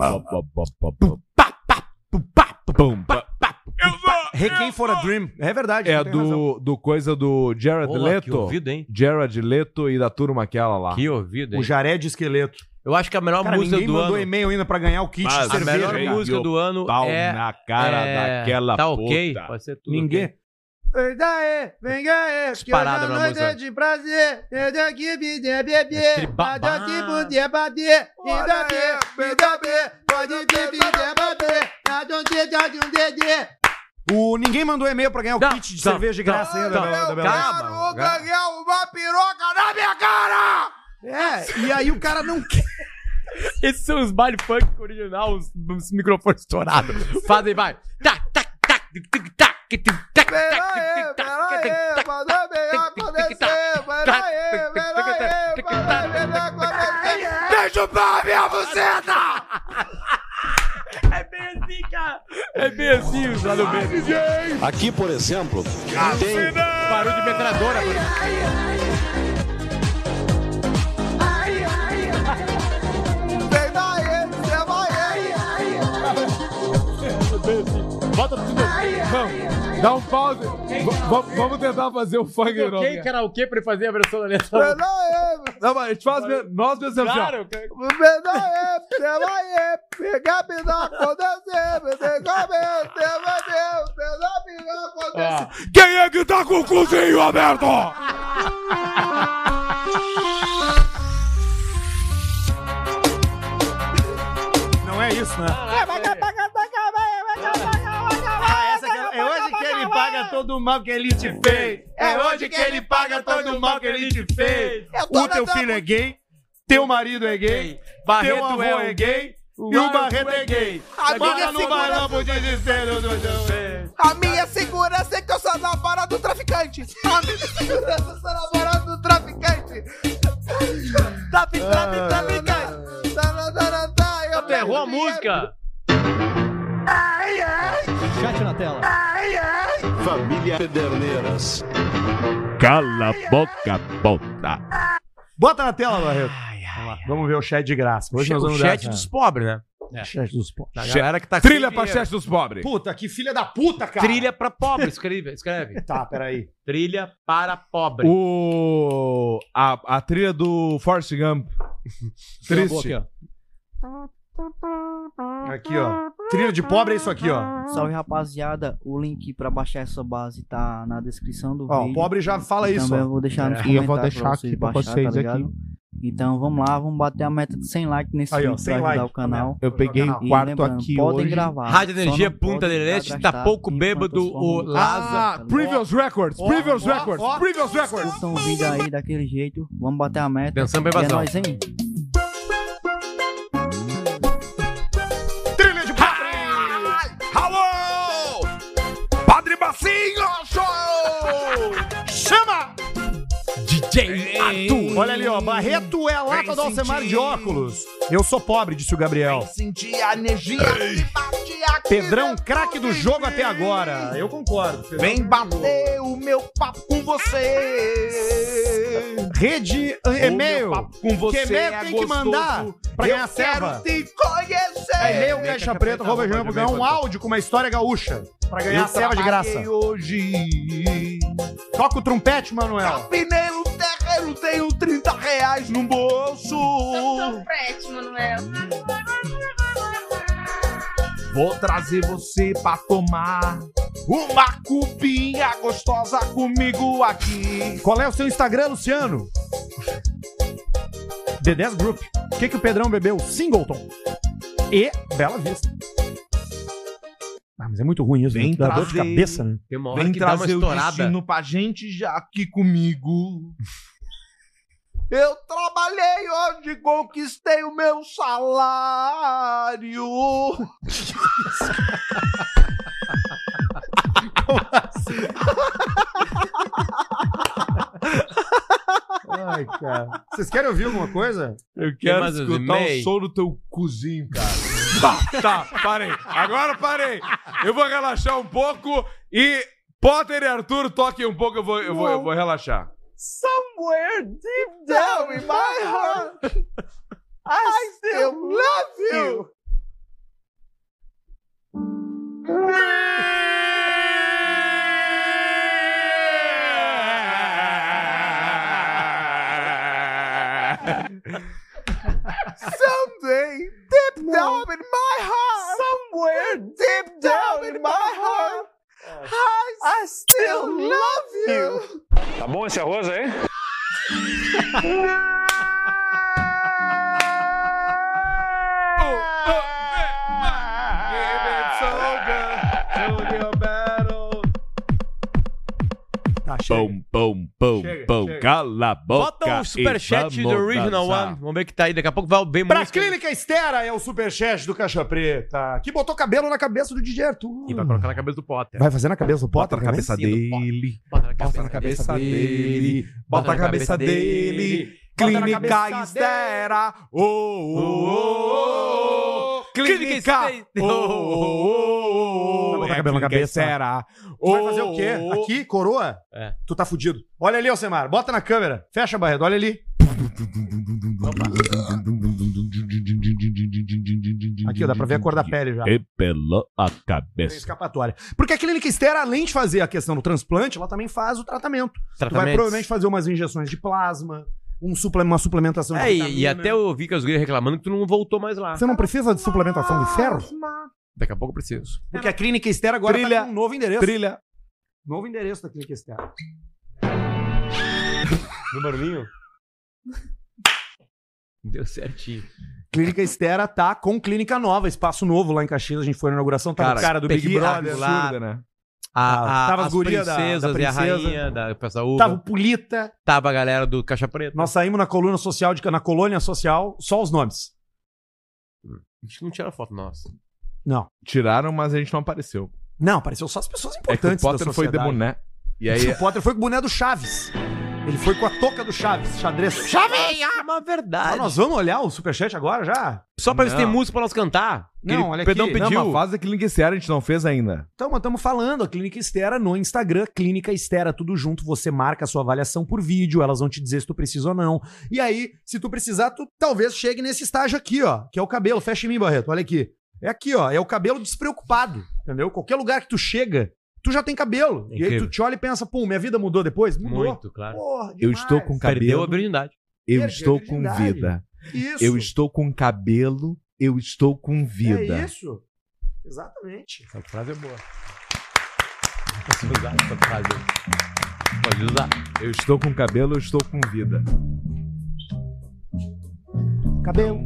Speaker 4: Requiem for a Dream. É verdade.
Speaker 1: É
Speaker 4: tu tem razão.
Speaker 1: do, do coisa do Jared
Speaker 7: Olá,
Speaker 1: Leto.
Speaker 7: que ouvido, hein?
Speaker 1: Jared Leto e da turma aquela lá.
Speaker 7: Que ouvido, hein?
Speaker 4: O Jared Esqueleto.
Speaker 7: Eu acho que a melhor
Speaker 4: Cara,
Speaker 7: música
Speaker 4: ninguém
Speaker 7: do
Speaker 4: mandou
Speaker 7: ano.
Speaker 4: e-mail ainda pra ganhar o kit
Speaker 7: Mas
Speaker 4: de cerveja.
Speaker 7: a melhor
Speaker 4: cara.
Speaker 7: música do ano
Speaker 18: Pau
Speaker 7: é
Speaker 18: na cara
Speaker 7: é,
Speaker 18: daquela
Speaker 7: Tá ok?
Speaker 18: puta.
Speaker 7: Pode ser tudo.
Speaker 4: Ninguém.
Speaker 7: ok.
Speaker 2: Pois daí, vem cá, que hoje
Speaker 7: Disparada
Speaker 2: a
Speaker 7: pra
Speaker 2: noite
Speaker 7: moça.
Speaker 2: é de prazer. Eu tô aqui pedir bebê,
Speaker 7: É Aquele babado.
Speaker 2: mas eu aqui podia bater. Me dá bê, me dá bê, pode me pedir bater. Na donceta Tá de um dedê. O ninguém mandou e-mail pra ganhar o kit de cerveja de graça ainda. da- da Bela Vista.
Speaker 5: uma piroca na minha cara!
Speaker 2: É, e aí o cara não quer.
Speaker 7: <laughs> Esses são os baile funk original, os, os microfones estourados. Fazem, vai. Tac, tac, tac, tic, tic, tac, tic, tic, tac, tac, tic, tac, tic, tac, tac, tic, tic, tac, tac, tic, tic, tac, tac, tic, tac, tic, tac, tac.
Speaker 5: Deixa o pau, minha buceta!
Speaker 7: É bem assim, cara. É bem assim, os lá no meio.
Speaker 24: Aqui, por exemplo,
Speaker 7: Tem barulho de metralhadora.
Speaker 5: Vem daí, você vai
Speaker 1: Bota tudo. Vamos, dá um pause. V- v- vamos tentar fazer o funk de novo.
Speaker 7: Quem karaokê pra ele fazer a versão da letra?
Speaker 1: Não, mas a gente faz me- nós mesmos. assim, ó.
Speaker 7: Claro,
Speaker 5: Verdade, você vai pegar piroca acontecer, você vai você vai ver, você vai pegar acontecer.
Speaker 1: Quem é que tá com o cozinho aberto?
Speaker 2: Não é isso, né?
Speaker 5: Essa aqui é- é hoje que ele paga
Speaker 2: todo o mal que ele te fez.
Speaker 5: É hoje que ele paga todo o mal que ele te fez.
Speaker 2: O teu filho é gay, teu marido é gay,
Speaker 5: Barreto
Speaker 2: teu avô
Speaker 5: é um
Speaker 2: é gay
Speaker 5: o
Speaker 2: e o
Speaker 5: Anderson
Speaker 2: Barreto é
Speaker 5: é
Speaker 2: gay.
Speaker 5: gay.
Speaker 2: Agora
Speaker 5: Agora
Speaker 2: não
Speaker 5: segura-
Speaker 2: vai lá pro desespero do teu filho.
Speaker 5: A minha segurança é que eu sou namorada do traficante. A minha segurança é que eu sou namorada do traficante. Trafi, trafi, traficante. Tá, tá, tá, tá, eu
Speaker 7: Tu errou a
Speaker 5: perdi.
Speaker 7: música.
Speaker 5: Ai, ai.
Speaker 25: Chat na tela.
Speaker 5: Ai, ai.
Speaker 24: Família Pederneiras.
Speaker 4: Cala a boca, bota. Bota na tela, Barreto. Vamos lá. Vamos ver o chat de graça. Hoje
Speaker 7: Che-
Speaker 4: nós
Speaker 7: o
Speaker 4: vamos
Speaker 7: chat
Speaker 4: dar,
Speaker 7: dos pobres, né?
Speaker 4: É. Chat dos pobres.
Speaker 7: Da galera que tá
Speaker 4: Trilha
Speaker 7: sempre-
Speaker 4: pra chat dos pobres.
Speaker 2: Puta, que filha da puta, cara.
Speaker 7: Trilha É pra pobre, escreve. escreve.
Speaker 2: Tá, peraí.
Speaker 7: Trilha para pobre.
Speaker 26: O... A, a trilha do Forrest Gump. Triste.
Speaker 4: Aqui, ó. Trilho de pobre é isso aqui, ó.
Speaker 27: Salve rapaziada, o link pra baixar essa base tá na descrição do
Speaker 4: Ó,
Speaker 27: vídeo.
Speaker 4: o pobre já fala
Speaker 27: E
Speaker 4: isso,
Speaker 27: Também
Speaker 4: ó.
Speaker 27: eu vou deixar nos
Speaker 4: É.
Speaker 27: comentários
Speaker 4: E eu vou deixar
Speaker 27: pra vocês
Speaker 4: aqui pra
Speaker 27: baixar,
Speaker 4: vocês
Speaker 27: tá
Speaker 4: aqui.
Speaker 27: ligado? Então vamos lá, vamos bater a meta de 100 likes nesse
Speaker 4: Aí, ó,
Speaker 27: vídeo
Speaker 4: 100
Speaker 27: pra ajudar
Speaker 4: like,
Speaker 27: o canal.
Speaker 4: tá vendo? Eu peguei
Speaker 27: E
Speaker 4: um quarto
Speaker 27: lembrando,
Speaker 4: aqui
Speaker 27: podem
Speaker 4: hoje.
Speaker 27: gravar.
Speaker 7: Rádio
Speaker 27: só
Speaker 7: Energia
Speaker 27: não
Speaker 7: Punta
Speaker 27: podem
Speaker 7: del Este,
Speaker 27: gastar
Speaker 7: tá pouco
Speaker 27: enquanto
Speaker 7: bêbado
Speaker 27: as
Speaker 7: o
Speaker 27: formas-
Speaker 7: Laza.
Speaker 27: tá ligado?
Speaker 1: Previous records, previous records, previous records.
Speaker 27: Curtam o vídeo aí daquele jeito, vamos bater a meta.
Speaker 7: Dançando
Speaker 27: E
Speaker 7: pra
Speaker 27: é
Speaker 7: invasão.
Speaker 27: nóis, hein?
Speaker 5: Trilha de padre! Alô! Padre Bacinho Show! Chama!
Speaker 2: DJ
Speaker 4: Arthur. Olha ali, ó. Barreto é a lata do Alcemar de óculos. Eu sou pobre, disse o Gabriel.
Speaker 5: Senti a energia que bate aqui
Speaker 4: Pedrão, craque do jogo até agora. Eu concordo. Pedrão.
Speaker 5: Vem bater o meu papo com você.
Speaker 4: Rede
Speaker 5: O
Speaker 4: eh, e-mail.
Speaker 5: meu papo com você
Speaker 4: que e-mail
Speaker 5: é
Speaker 4: tem que
Speaker 5: gostoso.
Speaker 4: mandar pra
Speaker 5: Eu
Speaker 4: ganhar
Speaker 5: quero
Speaker 4: serva?
Speaker 5: te conhecer.
Speaker 4: É e-mail caixa preta, arroba gmail.com. um áudio com uma história gaúcha. Pra ganhar
Speaker 5: Eu
Speaker 4: serva de graça.
Speaker 5: trabalhei hoje.
Speaker 4: Toca o trompete, Manuel.
Speaker 5: Capineiro um terreiro, tenho 30 reais no bolso.
Speaker 28: Prete, Manuel.
Speaker 7: <laughs>
Speaker 5: Vou trazer você pra tomar uma cupinha gostosa comigo aqui.
Speaker 4: Qual é o seu Instagram, Luciano? D10 Group. O que, que o Pedrão bebeu? Singleton. E Bela Vista. Ah, mas é muito ruim isso,
Speaker 26: Vem
Speaker 4: né? Dá dor de
Speaker 26: trazer-
Speaker 4: cabeça, né?
Speaker 7: Tem uma hora
Speaker 26: Vem
Speaker 7: que dá uma
Speaker 26: trazer o
Speaker 7: estourada.
Speaker 26: destino pra gente já aqui comigo.
Speaker 5: Eu trabalhei hoje, conquistei o meu salário.
Speaker 4: Ai, cara. Vocês querem ouvir alguma coisa?
Speaker 26: Eu
Speaker 4: quero
Speaker 26: quero
Speaker 4: mais os
Speaker 26: escutar o
Speaker 4: e-mail?
Speaker 26: som do teu cozinho, cara.
Speaker 1: Tá, tá, parei. Agora parei. Eu vou relaxar um pouco e Potter e Arthur toquem um pouco, eu vou, eu vou, eu vou relaxar.
Speaker 5: Somewhere deep down in my heart, I still love you. Someday, deep down in my heart, somewhere deep down in my heart, I, I still
Speaker 19: Tá
Speaker 14: esse arroz aí?
Speaker 4: Tá,
Speaker 7: Pão, pão, pão, pão. Cala a boca.
Speaker 3: Bota um superchat do Original One. Vamos ver o que tá aí. Daqui a pouco vai bem
Speaker 4: Pra Clínica Estera é o superchat do Caixa Preta, que botou cabelo na cabeça do DJ Arthur.
Speaker 7: E vai colocar na cabeça do Potter.
Speaker 4: Vai fazer na cabeça do Potter?
Speaker 7: Bota na
Speaker 4: também?
Speaker 7: cabeça dele.
Speaker 4: Bota na cabeça dele.
Speaker 7: Bota na cabeça
Speaker 4: dele. Clínica Estera. Oh, oh, oh. Clínica. Oh, oh, oh. Bota cabelo na cabeça. Estera. Vai fazer o quê? Aqui, coroa?
Speaker 7: É.
Speaker 4: Tu tá fudido. Olha ali, Alcemar. Bota na câmera. Fecha a barreira. Olha ali. Aqui, ó, dá pra ver a cor da pele já.
Speaker 7: Repelou a
Speaker 4: Tem
Speaker 7: cabeça.
Speaker 4: escapatória. Porque a clínica Estera, além de fazer a questão do transplante, ela também faz o tratamento. Tu vai
Speaker 7: Tratamentos.
Speaker 4: provavelmente fazer umas injeções de plasma, um suple- uma suplementação de
Speaker 7: É, e, e até eu vi que os gringos reclamando que tu não voltou mais lá.
Speaker 4: Você não precisa de suplementação de ferro?
Speaker 7: Daqui a pouco eu preciso.
Speaker 4: Porque a clínica Estera agora
Speaker 7: Trilha,
Speaker 4: tá com um novo endereço.
Speaker 7: trilha.
Speaker 4: Novo endereço da clínica Estera.
Speaker 7: No barulhinho? <laughs> Deu certinho.
Speaker 4: Clínica Estera tá com clínica nova, espaço novo lá em Caxias. A gente foi na inauguração, tá com o cara do Big Brother.
Speaker 7: espetacular.
Speaker 4: absurda, né?
Speaker 7: A, a,
Speaker 4: Tava as
Speaker 7: as
Speaker 4: guria da-
Speaker 7: princesas
Speaker 4: da
Speaker 7: e a
Speaker 4: princesa.
Speaker 7: rainha da Peça Uva.
Speaker 4: Tava o
Speaker 7: Tava...
Speaker 4: Pulita.
Speaker 7: a galera do Caixa Preta.
Speaker 4: Nós saímos na coluna social, de, na colônia social, só os nomes.
Speaker 7: Acho que não tiraram foto nossa.
Speaker 4: Não.
Speaker 5: Tiraram, mas a gente não apareceu.
Speaker 4: Não, apareceu só as pessoas
Speaker 5: É que o
Speaker 4: importantes
Speaker 5: Potter foi de boné. E aí.
Speaker 4: <laughs> O Potter foi com o boné do Chaves. Ele foi com a touca do Chaves, xadrez. Chaves!
Speaker 7: É uma verdade.
Speaker 4: Ah, nós vamos olhar o superchat agora já?
Speaker 7: Só pra ver se tem
Speaker 5: Não.
Speaker 7: música pra nós cantar. Que
Speaker 4: Não,
Speaker 7: ele-
Speaker 4: olha aqui.
Speaker 7: Pedão
Speaker 4: Não,
Speaker 7: pediu.
Speaker 5: Não, mas faz a clínica Estera, a gente não fez ainda.
Speaker 4: Então, estamos falando, a Clínica Estera no Instagram, Clínica Estera, tudo junto, você marca a sua avaliação por vídeo, elas vão te dizer se tu precisa ou não. E aí, se tu precisar, tu talvez chegue nesse estágio aqui, ó, que é o cabelo, fecha em mim, Barreto, olha aqui. É aqui, ó, é o cabelo despreocupado, entendeu? Qualquer lugar que tu chega, tu já tem cabelo. E aí
Speaker 7: Incrível.
Speaker 4: tu te olha e pensa, pum, minha vida mudou depois? Mudou.
Speaker 7: Muito, claro.
Speaker 4: Porra,
Speaker 5: Eu
Speaker 4: demais.
Speaker 5: estou com
Speaker 7: Perdeu
Speaker 5: cabelo.
Speaker 7: a virgindade.
Speaker 5: Eu
Speaker 4: Perdi a
Speaker 5: estou com
Speaker 4: virgindade.
Speaker 5: vida.
Speaker 4: Isso.
Speaker 5: Eu estou com cabelo. Eu estou com vida.
Speaker 4: É isso. Exatamente.
Speaker 7: Essa frase é boa. Posso usar essa frase? Pode usar.
Speaker 5: Eu estou com cabelo, eu estou com vida.
Speaker 4: Cabelo,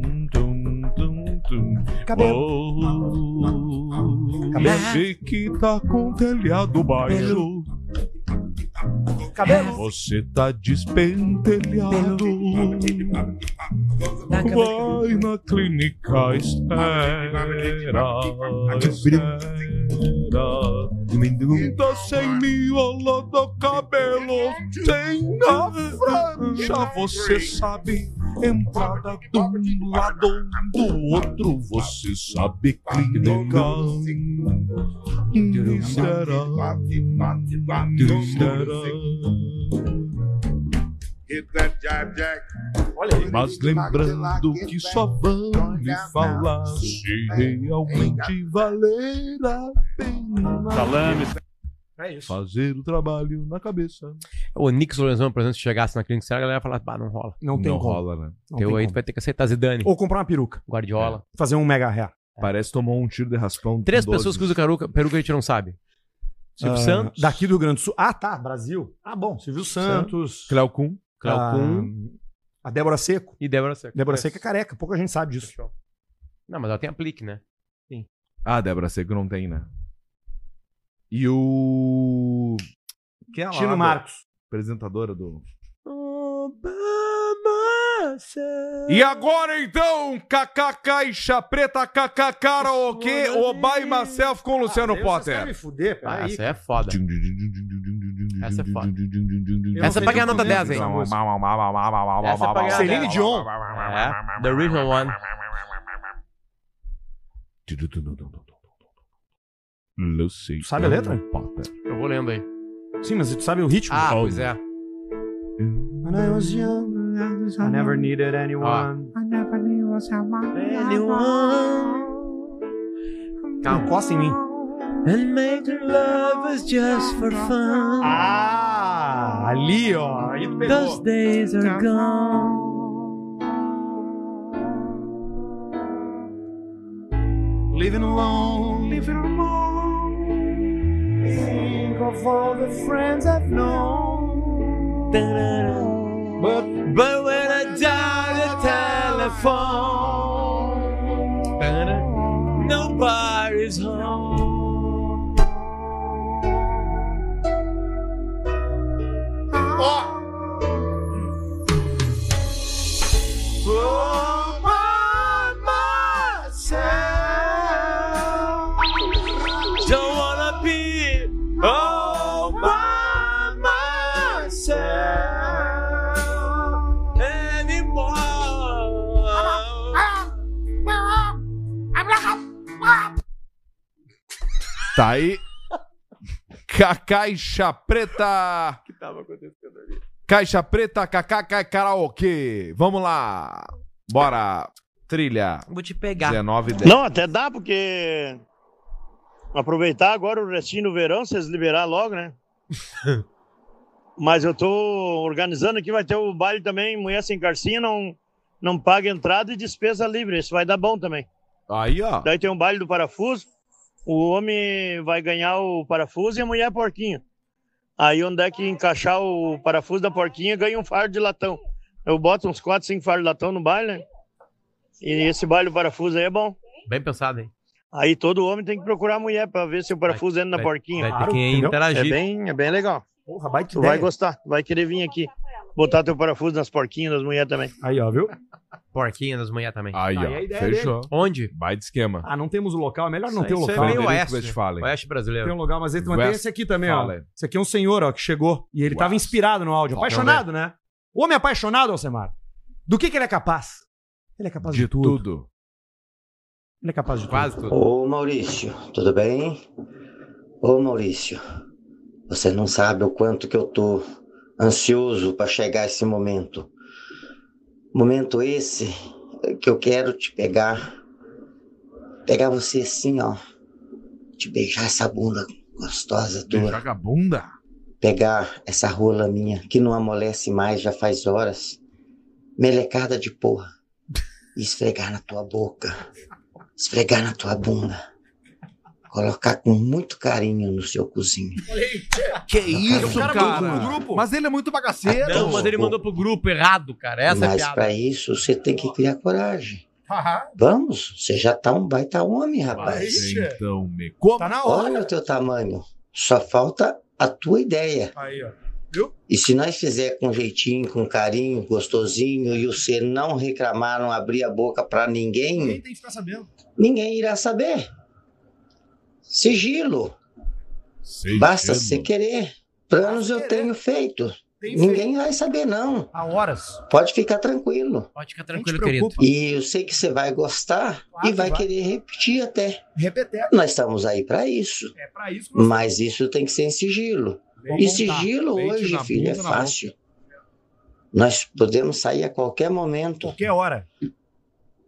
Speaker 4: cabelo.
Speaker 5: Oh,
Speaker 4: Cabelo.
Speaker 5: Você que tá com o telhado baixo.
Speaker 4: Cabelo.
Speaker 5: Você tá despentelhado. Vai na clínica espera. espera. Dá 100 mil ao lado do cabelo. Tem na franja, você sabe. Entrada de um lado do outro, você sabe. Clínica. Hum, Será? Mas lembrando que só vão me falar se realmente valer a pena.
Speaker 14: Salame.
Speaker 4: É isso.
Speaker 5: Fazer o trabalho na cabeça.
Speaker 7: O Nix Lorenzão, por exemplo, se chegasse na clínica, será que a galera ia falar, bah, não rola.
Speaker 4: Não tem como.
Speaker 5: né?
Speaker 4: Não tem
Speaker 7: Teu aí tu
Speaker 4: como.
Speaker 7: vai ter que aceitar Zidane,
Speaker 4: Ou comprar uma peruca.
Speaker 7: Guardiola. É.
Speaker 4: Fazer um mega hair.
Speaker 5: Parece que tomou um tiro de raspão.
Speaker 7: Três
Speaker 5: com 12.
Speaker 7: pessoas que usam caruca, peruca a gente não sabe. Silvio
Speaker 4: Ah,
Speaker 7: Santos,
Speaker 4: Daqui do Rio Grande do Sul. Ah, tá. Brasil. Ah, bom. Silvio Santos.
Speaker 5: Cléo Kuhn.
Speaker 7: Cláudio
Speaker 4: Ah, A Débora Seco.
Speaker 7: e Débora Seco.
Speaker 4: Débora
Speaker 7: Três.
Speaker 4: Seco é careca. Pouca gente sabe disso.
Speaker 7: Não, mas ela tem aplique, né?
Speaker 5: Ah, Débora Seco não tem, né? E o. Quem é lá,
Speaker 4: Chino
Speaker 5: da-
Speaker 4: Marcos.
Speaker 5: Apresentadora do.
Speaker 7: E
Speaker 5: E agora então, KK Caixa Preta, KK Karaokê, o By Myself com Luciano Potter.
Speaker 4: fuder,
Speaker 7: Ah, essa é foda. Essa é foda.
Speaker 4: não
Speaker 7: Essa
Speaker 4: sei
Speaker 7: é pra ganhar
Speaker 4: nem
Speaker 7: nota
Speaker 4: como é
Speaker 7: 10, hein?
Speaker 4: essa música.
Speaker 7: Essa é pra ganhar
Speaker 4: Celine
Speaker 7: 10.
Speaker 4: Dion.
Speaker 7: É, The Original One.
Speaker 5: Luciano
Speaker 4: Tu sabe a letra?
Speaker 18: Hum,
Speaker 5: Potter.
Speaker 7: Eu vou lendo aí.
Speaker 4: Sim, mas tu sabe o ritmo?
Speaker 7: Ah, pois é.
Speaker 4: When I was young, I never needed anyone. Não, costa em mim. Ah, ali, ó. Aí tu pegou. Living alone. Living alone. Think of all the friends I've known.
Speaker 5: But, but when I dial the telephone, nobody's home.
Speaker 29: Ó,
Speaker 5: Oh, by myself. Don't wanna be all by myself anymore.
Speaker 1: Tá aí. Ca- Caixa Preta.
Speaker 5: O que tava acontecendo ali?
Speaker 1: Caixa Preta, KKK Karaokê. Vamos lá. Bora. Trilha.
Speaker 30: Vou te pegar.
Speaker 1: 19 e 10.
Speaker 31: Não, até dá, porque. Aproveitar agora o restinho do verão, vocês liberar logo, né? Mas eu tô organizando aqui, vai ter o baile também, Mulher Sem Carcinha, não, não paga entrada e despesa livre. Isso vai dar bom também.
Speaker 1: Aí, ó.
Speaker 31: Daí tem um baile do parafuso. O homem vai ganhar o parafuso e a mulher a porquinha. Aí onde é que encaixar o parafuso da porquinha ganha um fardo de latão. Eu boto uns 4, 5 fardos de latão no baile, né? E esse baile do parafuso aí é bom.
Speaker 2: Bem pensado, hein?
Speaker 31: Aí todo homem tem que procurar a mulher pra ver se o parafuso entra na
Speaker 2: vai-
Speaker 31: porquinha.
Speaker 2: vai ter Claro, que entendeu? interagir.
Speaker 31: É bem, é bem legal.
Speaker 4: Porra, vai
Speaker 31: tu vai gostar, vai querer vir aqui. Botar teu parafuso nas porquinhas das mulheres também.
Speaker 4: Aí, ó, viu?
Speaker 2: Porquinha das manhã também.
Speaker 1: Aí,
Speaker 31: Aí
Speaker 4: é
Speaker 1: ó.
Speaker 31: a ideia
Speaker 1: Fechou.
Speaker 2: dele. Onde?
Speaker 1: Vai de esquema.
Speaker 4: Ah, não temos o local, é melhor não
Speaker 2: Isso
Speaker 4: ter o
Speaker 2: aí, isso é
Speaker 4: local.
Speaker 2: meio
Speaker 4: Frederico
Speaker 2: oeste, né?
Speaker 4: Westphalen.
Speaker 2: Oeste brasileiro.
Speaker 4: Tem um lugar, mas ele mas tem
Speaker 2: West-
Speaker 4: esse aqui também, ó.
Speaker 2: Fala.
Speaker 4: Esse aqui é um senhor, ó, que chegou. E ele tava inspirado no áudio.
Speaker 2: Vamos
Speaker 4: Apaixonado, né? Homem apaixonado, Alcemar. Do que que ele é capaz? Ele é capaz de, tudo. Ele é capaz de
Speaker 2: Quase tudo.
Speaker 27: Ô Maurício, tudo bem? Ô Maurício, você não sabe o quanto que eu tô ansioso para chegar esse momento. Momento esse que eu quero te pegar. Pegar você assim, ó. Te beijar essa bunda gostosa tua.
Speaker 1: Beijar com a bunda?
Speaker 27: Pegar essa rola minha que não amolece mais já faz horas. Melecada de
Speaker 1: <laughs>
Speaker 27: porra. E esfregar na tua boca. Esfregar na tua bunda. Colocar com muito carinho no seu cozinho.
Speaker 1: Que
Speaker 27: isso, cara?
Speaker 1: Mas ele é muito bagaceiro.
Speaker 2: Não, mas ele mandou pro grupo errado, cara. Essa é a
Speaker 27: Mas
Speaker 2: piada.
Speaker 27: pra isso você tem que criar coragem.
Speaker 1: Aham.
Speaker 27: Vamos, você já tá um baita homem, rapaz.
Speaker 1: Mas então, me
Speaker 27: Tá na hora. Olha o teu tamanho. Só falta a tua ideia.
Speaker 4: Aí, ó.
Speaker 27: E se nós fizer com jeitinho, com carinho, gostosinho, e você não reclamar, não abrir a boca pra ninguém,
Speaker 4: tem que ficar sabendo.
Speaker 27: ninguém irá saber. Sigilo. Basta você querer. Planos eu tenho feito. Ninguém vai saber, não.
Speaker 4: Há horas.
Speaker 27: Pode ficar tranquilo.
Speaker 2: Pode ficar tranquilo, querido.
Speaker 27: E eu sei que você vai gostar e vai, querer repetir até.
Speaker 4: Repetir.
Speaker 27: Nós estamos aí pra isso.
Speaker 4: É pra isso que
Speaker 27: Mas isso tem que ser em sigilo.
Speaker 4: Vem
Speaker 27: e
Speaker 4: montar.
Speaker 27: sigilo
Speaker 4: Leite
Speaker 27: hoje,
Speaker 4: na
Speaker 27: filho, é
Speaker 4: bunda, na boca.
Speaker 27: fácil. Nós podemos sair a qualquer momento.
Speaker 4: Qualquer hora.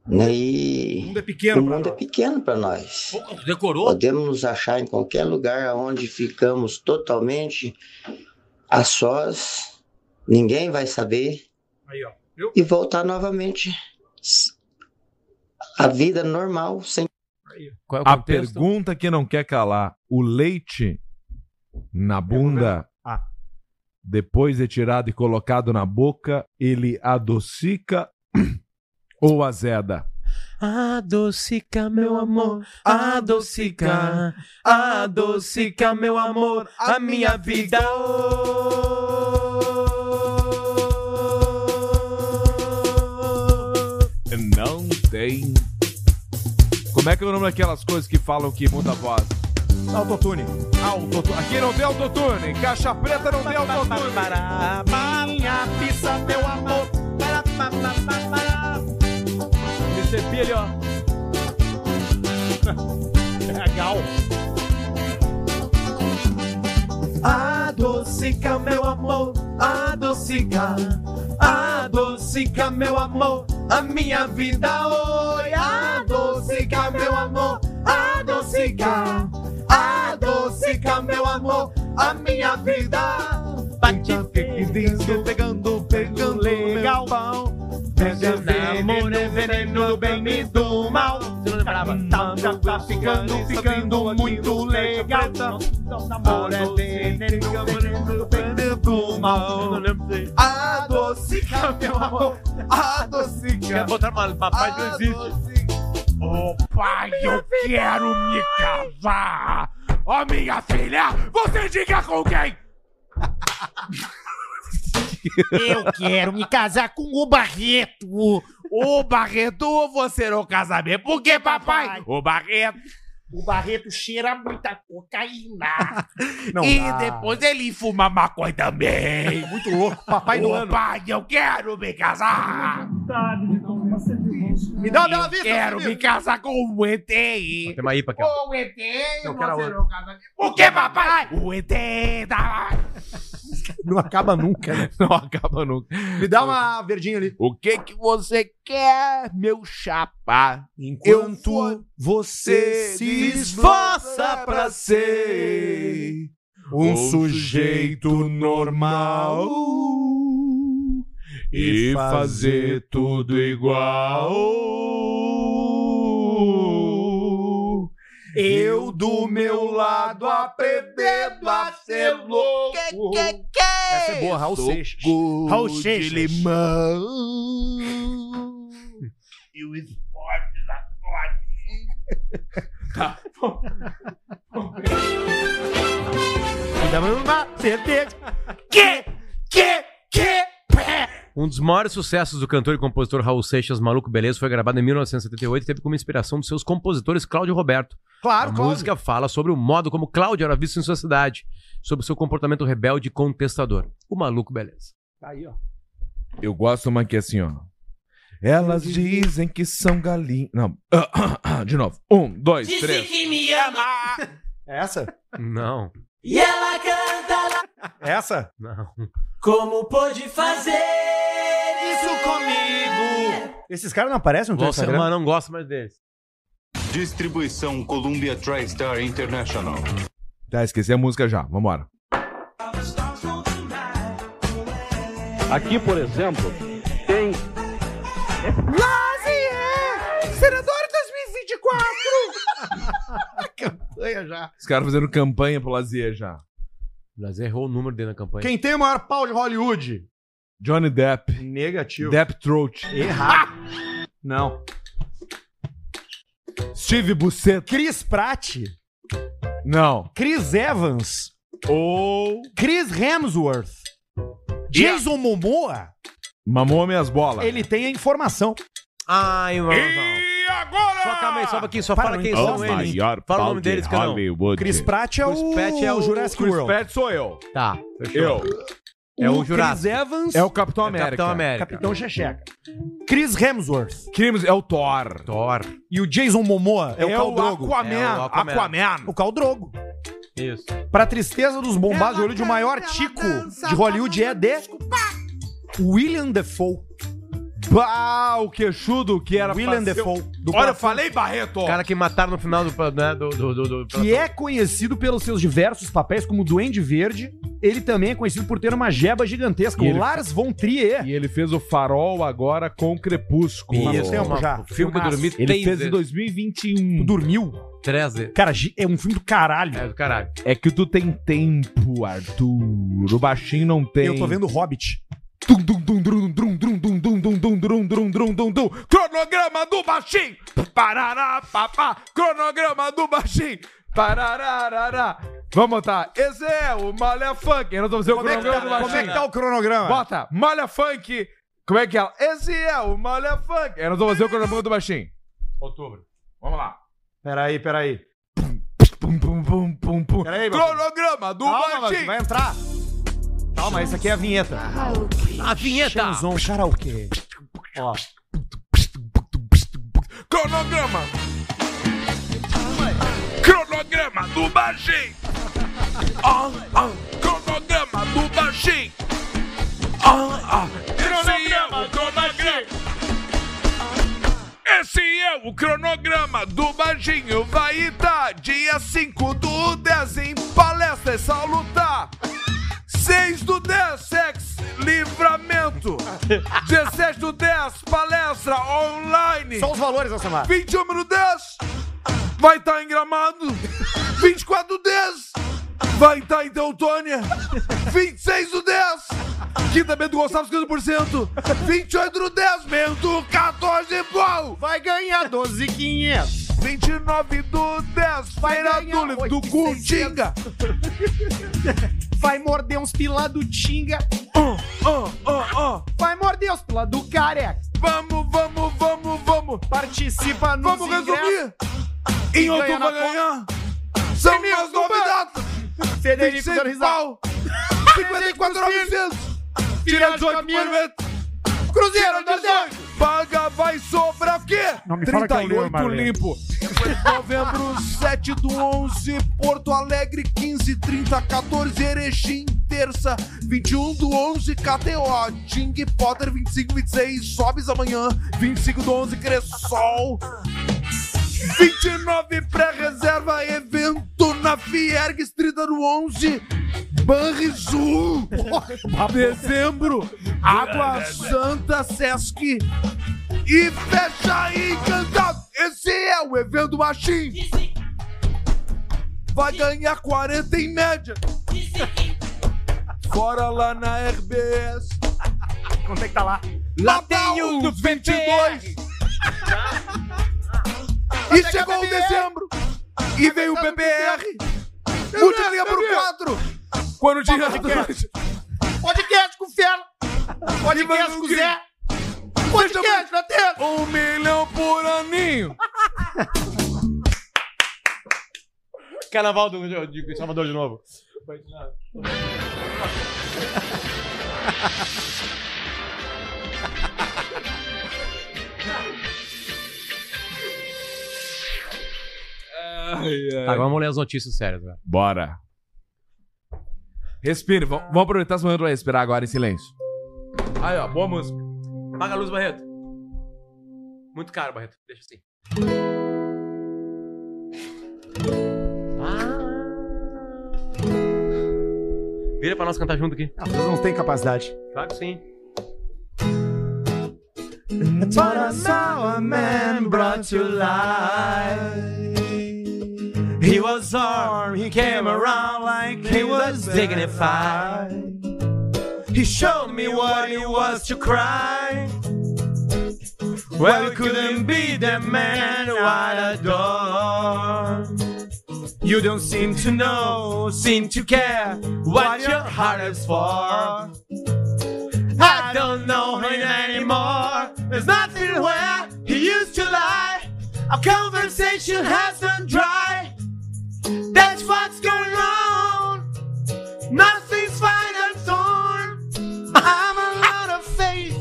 Speaker 27: Né? E... O mundo
Speaker 4: é pequeno
Speaker 27: para nós. nós.
Speaker 2: Decorou?
Speaker 27: Podemos nos achar em qualquer lugar onde ficamos totalmente a sós, ninguém vai saber,
Speaker 4: Aí, ó.
Speaker 27: e voltar novamente s- à vida normal, sem é
Speaker 2: Qual
Speaker 1: a pergunta que não quer calar: o leite na bunda,
Speaker 4: Ah.
Speaker 1: depois de tirado e colocado na boca, ele adocica <clears throat> ou azeda?
Speaker 2: Adocica, meu amor, adocica, adocica, meu amor, a minha vida.
Speaker 1: Não tem. Como é que é o nome daquelas coisas que falam que muda a voz?
Speaker 4: Autotune.
Speaker 1: Autotune. Aqui não tem autotune. Caixa preta não tem autotune.
Speaker 5: Minha pizza, meu amor. Para, pa, pa, pa, para.
Speaker 1: <laughs>
Speaker 5: Recebi ali, ó. Legal. Adocica, meu amor, adocica, adocica, meu amor, a minha vida, oi, adocica, meu amor, adocica, adocica, meu amor, a minha vida. Bate
Speaker 2: Então,
Speaker 5: pedindo, pegando, pegando legal. Pega amor é veneno do bem e do mal. Tá, tá, tá ficando, ficando muito legal. Amor é veneno do bem e do
Speaker 18: meu mal.
Speaker 31: Não lembro disso.
Speaker 18: Adocica meu amor. Adocica.
Speaker 31: Quer botar uma papai não existe.
Speaker 18: Ô pai, eu quero me casar. Ó minha filha, você diga com quem?
Speaker 2: Eu quero me casar com o Barreto.
Speaker 18: O Barreto, você não casa mesmo. Por que, papai? O Barreto.
Speaker 2: O Barreto cheira muita cocaína.
Speaker 18: e depois ele fuma maconha também. Muito louco, papai
Speaker 2: do
Speaker 18: Ô,
Speaker 2: ano.
Speaker 18: Pai, eu quero me casar.
Speaker 2: Me dá uma bela
Speaker 18: Eu
Speaker 2: vista,
Speaker 18: Quero
Speaker 2: Samir.
Speaker 18: me casar com o ET.
Speaker 7: Tem uma IPA aqui, ó.
Speaker 18: Com um o ET,
Speaker 7: Não, quero a
Speaker 18: você
Speaker 7: outra.
Speaker 18: não casa mesmo. Por que, papai? Um O ET da...
Speaker 4: Não acaba nunca, né?
Speaker 5: <laughs> Não acaba nunca.
Speaker 4: Me dá uma verdinha ali.
Speaker 18: O que que você quer, meu chapa?
Speaker 4: Enquanto você se esforça pra ser um sujeito normal <laughs>
Speaker 19: E fazer
Speaker 5: tudo igual.
Speaker 4: Eu do meu lado aprendendo a ser louco. Essa é boa, Raul Seixas.
Speaker 18: Raul
Speaker 4: Seixas.
Speaker 18: limão. e o esporte
Speaker 4: <laughs>
Speaker 18: da Tá bom. Que, que, que...
Speaker 7: Um dos maiores sucessos do cantor e compositor Raul Seixas, Maluco Beleza, foi gravado em 1978 e teve como inspiração dos seus compositores Cláudio e Roberto.
Speaker 4: Claro,
Speaker 7: A
Speaker 4: Cláudio.
Speaker 7: música fala sobre o modo como Cláudio era visto em sua cidade, sobre seu comportamento rebelde e contestador. O Maluco Beleza.
Speaker 4: Tá aí, ó.
Speaker 5: Eu gosto uma que é assim, ó. Elas dizem que são galinhas. Não. <coughs> De novo. Um, dois, três.
Speaker 18: que me ama.
Speaker 4: É essa? É
Speaker 7: Não.
Speaker 18: E ela canta lá.
Speaker 4: Essa?
Speaker 7: Não.
Speaker 18: Como pôde fazer isso comigo?
Speaker 4: Esses caras
Speaker 5: um
Speaker 4: não aparecem no teu
Speaker 7: Você
Speaker 4: Instagram?
Speaker 7: não gosta mais deles.
Speaker 32: Distribuição Columbia TriStar International.
Speaker 5: Tá, esqueci a música já. Vambora.
Speaker 32: Aqui, por exemplo, tem
Speaker 18: Lazier, senador 2024.
Speaker 2: <laughs>
Speaker 4: campanha já.
Speaker 5: Os caras fazendo campanha pro Lazier já.
Speaker 7: Lazier errou o número dele na campanha.
Speaker 4: Quem tem o maior pau de Hollywood?
Speaker 5: Johnny Depp.
Speaker 4: Negativo.
Speaker 5: Depp Throat.
Speaker 4: Errado. Não.
Speaker 5: Steve Buscetta.
Speaker 4: Chris Pratt.
Speaker 5: Não.
Speaker 4: Chris Evans.
Speaker 5: Ou.
Speaker 4: Chris Hemsworth. Jason Momoa.
Speaker 5: Mamou minhas bolas.
Speaker 4: Ele tem a informação.
Speaker 7: Ai, mano. E
Speaker 18: agora?
Speaker 7: Só calma aí, só aqui, só
Speaker 4: Para,
Speaker 7: fala quem
Speaker 4: não
Speaker 7: são
Speaker 4: interrompe.
Speaker 7: eles.
Speaker 4: O maior
Speaker 7: Fala o
Speaker 4: pau
Speaker 7: nome
Speaker 4: de
Speaker 7: deles que eu não.
Speaker 4: Hollywood. Chris Pratt é o-
Speaker 7: Pratt é o
Speaker 4: Jurassic
Speaker 5: Chris
Speaker 4: World.
Speaker 5: Pratt sou eu.
Speaker 7: Tá.
Speaker 5: Eu.
Speaker 4: É o Chris
Speaker 5: Jurassic.
Speaker 4: Evans.
Speaker 5: É o Capitão América.
Speaker 7: Capitão América.
Speaker 4: Capitão Checheca. Chris Hemsworth.
Speaker 5: Crimes é o Thor.
Speaker 7: Thor.
Speaker 4: E o Jason Momoa é,
Speaker 5: É
Speaker 4: o Khal
Speaker 5: o
Speaker 4: Drogo.
Speaker 5: Aquaman. É o Aquaman. Aquaman.
Speaker 4: O Khal Drogo.
Speaker 7: Isso.
Speaker 4: Pra tristeza dos bombados de olho de o maior tico de Hollywood é de... William Defoe.
Speaker 5: Bah, o queixudo que era
Speaker 4: William
Speaker 5: pra ser-
Speaker 4: Defoe, do
Speaker 5: Olha, eu
Speaker 4: Brasil.
Speaker 5: falei Barreto.
Speaker 7: O cara que mataram no final do. Né, do, do, do, do-
Speaker 4: que é conhecido pelos seus diversos papéis como Duende Verde. Ele também é conhecido por ter uma jeba gigantesca,
Speaker 5: E
Speaker 4: o
Speaker 5: ele-
Speaker 4: Lars von Trier.
Speaker 5: E ele fez o farol agora com o Crepúsculo.
Speaker 4: Isso, Faz um tempo
Speaker 5: Uma-
Speaker 4: já.
Speaker 7: O filme que eu dormi
Speaker 5: Ele
Speaker 7: três
Speaker 5: fez em
Speaker 7: vezes.
Speaker 5: 2021.
Speaker 4: Dormiu?
Speaker 7: Três vezes.
Speaker 4: Cara, gi- é um filme do caralho.
Speaker 7: É do caralho.
Speaker 5: É que tu tem tempo, Arthur. O baixinho não tem.
Speaker 4: Eu tô vendo Hobbit.
Speaker 5: Dum, dum, dum, drum, drum, drum, dum, dum, dum, dum, drum, drum, drum, dum, dum. Cronograma do baixinho. Parará, papá. Cronograma do baixinho. Parararará. Vamos botar. Esse é o Malha Funk. Eu não tô fazendo o
Speaker 4: Como é que
Speaker 5: cronograma
Speaker 4: tá-
Speaker 5: do baixinho.
Speaker 4: como é que tá o cronograma?
Speaker 5: Bota. Malha Funk. Como é que é? Esse é o Malha Funk. Eu não tô fazendo o cronograma do baixinho. Outubro. Vamos lá.
Speaker 4: Peraí, peraí.
Speaker 5: Pum, pum, pum, pum, pum.
Speaker 4: Peraí, meu
Speaker 5: Cronograma do
Speaker 4: Calma,
Speaker 5: baixinho.
Speaker 4: vai entrar. Calma, isso aqui é a vinheta.
Speaker 7: A vinheta.
Speaker 4: Chanson, karaokê. Ó.
Speaker 5: Cronograma. Cronograma do baixinho. Ah, ah. Cronograma do baixinho. Ah, ah. Esse é o cronograma. Esse é o cronograma do Baginho. Vai estar dia 5 do 10 em palestra é e salutar. 6 do 10, sex
Speaker 4: <laughs>
Speaker 5: livramento. 17 do 10, palestra online.
Speaker 4: Só os valores, Alcemar.
Speaker 5: tá 21 do 10, vai estar em gramado. 24 do 10, Vai tá então, Tônia. 26 do 10. Quinta Bento Gonçalves, 15%. 28 do 10, Bento, 14 pau.
Speaker 33: Vai ganhar 12,500.
Speaker 5: 29 do 10, Feira do, do Cuntinga.
Speaker 33: Vai morder uns pila do Tinga. Vai morder uns pila do Careca.
Speaker 5: Vamos, vamos, vamos, vamos.
Speaker 33: Participa no
Speaker 5: Vamos resumir. Em outubro vai ganhar. São minhas novidades.
Speaker 33: Federico
Speaker 5: 26
Speaker 33: dando risada.
Speaker 5: pau. 54 900. Tira 18 por Cruzeiro 18. Paga, vai sobrar é o quê?
Speaker 2: Não me fala que eu leio,
Speaker 5: 38
Speaker 2: Marlene.
Speaker 5: limpo. Novembro 7 do 11, Porto Alegre 15, 30, 14, Erechim, terça, 21 do 11, KTO, Ting Potter 25, 26, Sobes amanhã, 25 do 11, Cressol, 29 pré-reserva, evento na Fiergs, 30 do 11, Banrisul, dezembro, Água Santa, Sesc, e fecha aí, cantado. Esse é o evento Machim. Vai ganhar 40 em média. Fora lá na RBS.
Speaker 33: Quanto é que tá lá?
Speaker 5: Lá tem o do 22. E chegou o dezembro. E veio o PPR. Multiplica por 4. Quando tinha...
Speaker 34: Podcast com Fela. Podcast com Zé. Podcast na tela.
Speaker 5: Um milhão por aninho.
Speaker 7: Carnaval do, de Salvador de novo.
Speaker 18: ai.
Speaker 7: Tá, agora vamos ler as notícias sérias, velho.
Speaker 5: Bora. Respire. Vamos vamos aproveitar esse momento pra respirar agora em silêncio. Aí, ó. Boa música.
Speaker 7: Paga a luz, Barreto. Muito caro, Barreto. Deixa assim. Ah. Vira pra nós cantar junto aqui.
Speaker 4: Ah, vocês não têm capacidade.
Speaker 7: Claro que sim.
Speaker 2: But I saw a man brought to life. He was armed, he came around like he was dignified. He showed me what it was to cry. Well, it couldn't be the man I adore. You don't seem to know, seem to care what your heart is for. I don't know him anymore. There's nothing where he used to lie. Our conversation has run dry. That's what's going on. Nothing's fine and torn. I'm a lot of faith.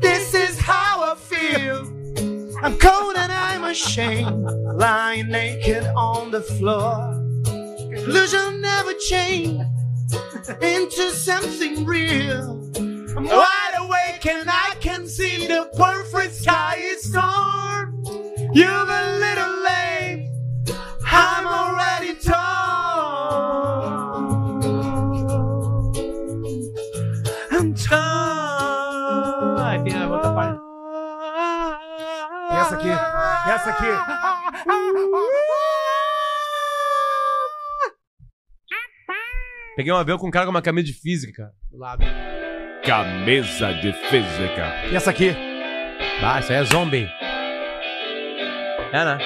Speaker 2: This is how I feel. I'm cold and I'm ashamed. Lying naked on the floor. Illusion never changed into something real. I'm wide awake and I can see the perfect sky is torn. You're a little late. I'm already torn. I'm torn.
Speaker 7: Ah, tem a outra parte.
Speaker 4: Essa aqui. Essa aqui.
Speaker 7: Peguei um avião com um cara com uma camisa de física, cara. Do lado.
Speaker 18: Camisa de física.
Speaker 4: E essa aqui?
Speaker 7: Ah, isso aí é zombie. É, né?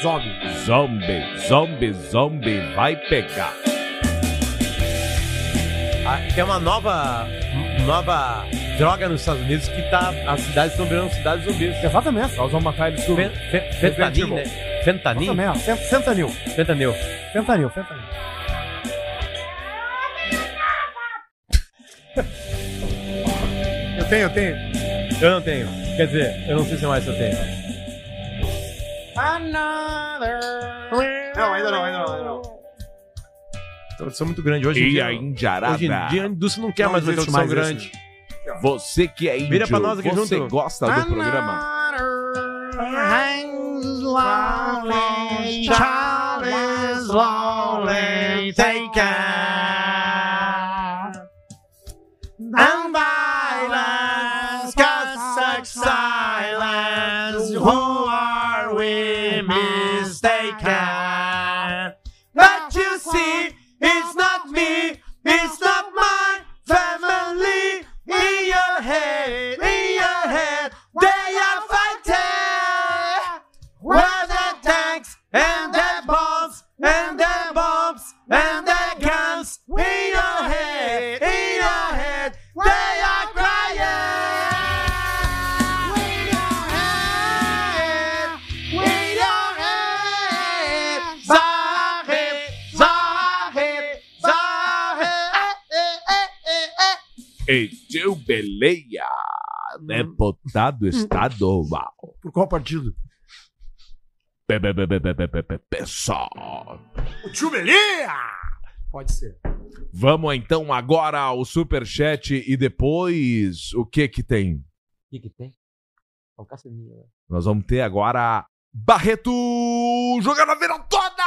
Speaker 4: Zombie.
Speaker 18: Zombie, zombie, zombie vai pegar.
Speaker 7: Ah, tem uma nova, nova droga nos Estados Unidos que tá, as cidades estão virando cidades zumbis.
Speaker 4: Exatamente. Nós vamos matar eles tudo.
Speaker 7: Fen, fen, fentanil, né? Fentanil?
Speaker 4: Exatamente. Fent- Fentanil.
Speaker 7: Fentanil.
Speaker 4: Fentanil, fentanil.
Speaker 7: Eu tenho, eu tenho. Eu não tenho. Quer dizer, eu não sei se mais eu tenho.
Speaker 4: Não, ainda não, ainda não, ainda não.
Speaker 7: Tradução muito grande hoje. em
Speaker 18: E
Speaker 7: dia,
Speaker 18: a Indiarada.
Speaker 7: Hoje em dia a indústria não quer
Speaker 18: Não
Speaker 7: mais uma
Speaker 18: existe
Speaker 7: tradução
Speaker 18: mais
Speaker 7: grande.
Speaker 18: Você que é índio,
Speaker 7: Vira pra nós aqui
Speaker 18: você
Speaker 7: junto. Ah,
Speaker 18: gosta
Speaker 4: Ah,
Speaker 18: do programa?
Speaker 2: Hangs lonely, Charlie's lonely, taken. And violence, cause such silence, who are we mistaken? But you see,
Speaker 5: Etiu Beleia, né?
Speaker 7: Hum,
Speaker 5: deputado estadual.
Speaker 4: Por qual partido?
Speaker 5: Pe- pe- pe- pe- pe- pe- pe- pe- Pessoal.
Speaker 4: O tio Belia! Pode ser.
Speaker 5: Vamos então agora ao superchat e depois o que que tem?
Speaker 35: O que, que tem? É um caça-níquel, né?
Speaker 5: Nós vamos ter agora Barreto jogando a vida toda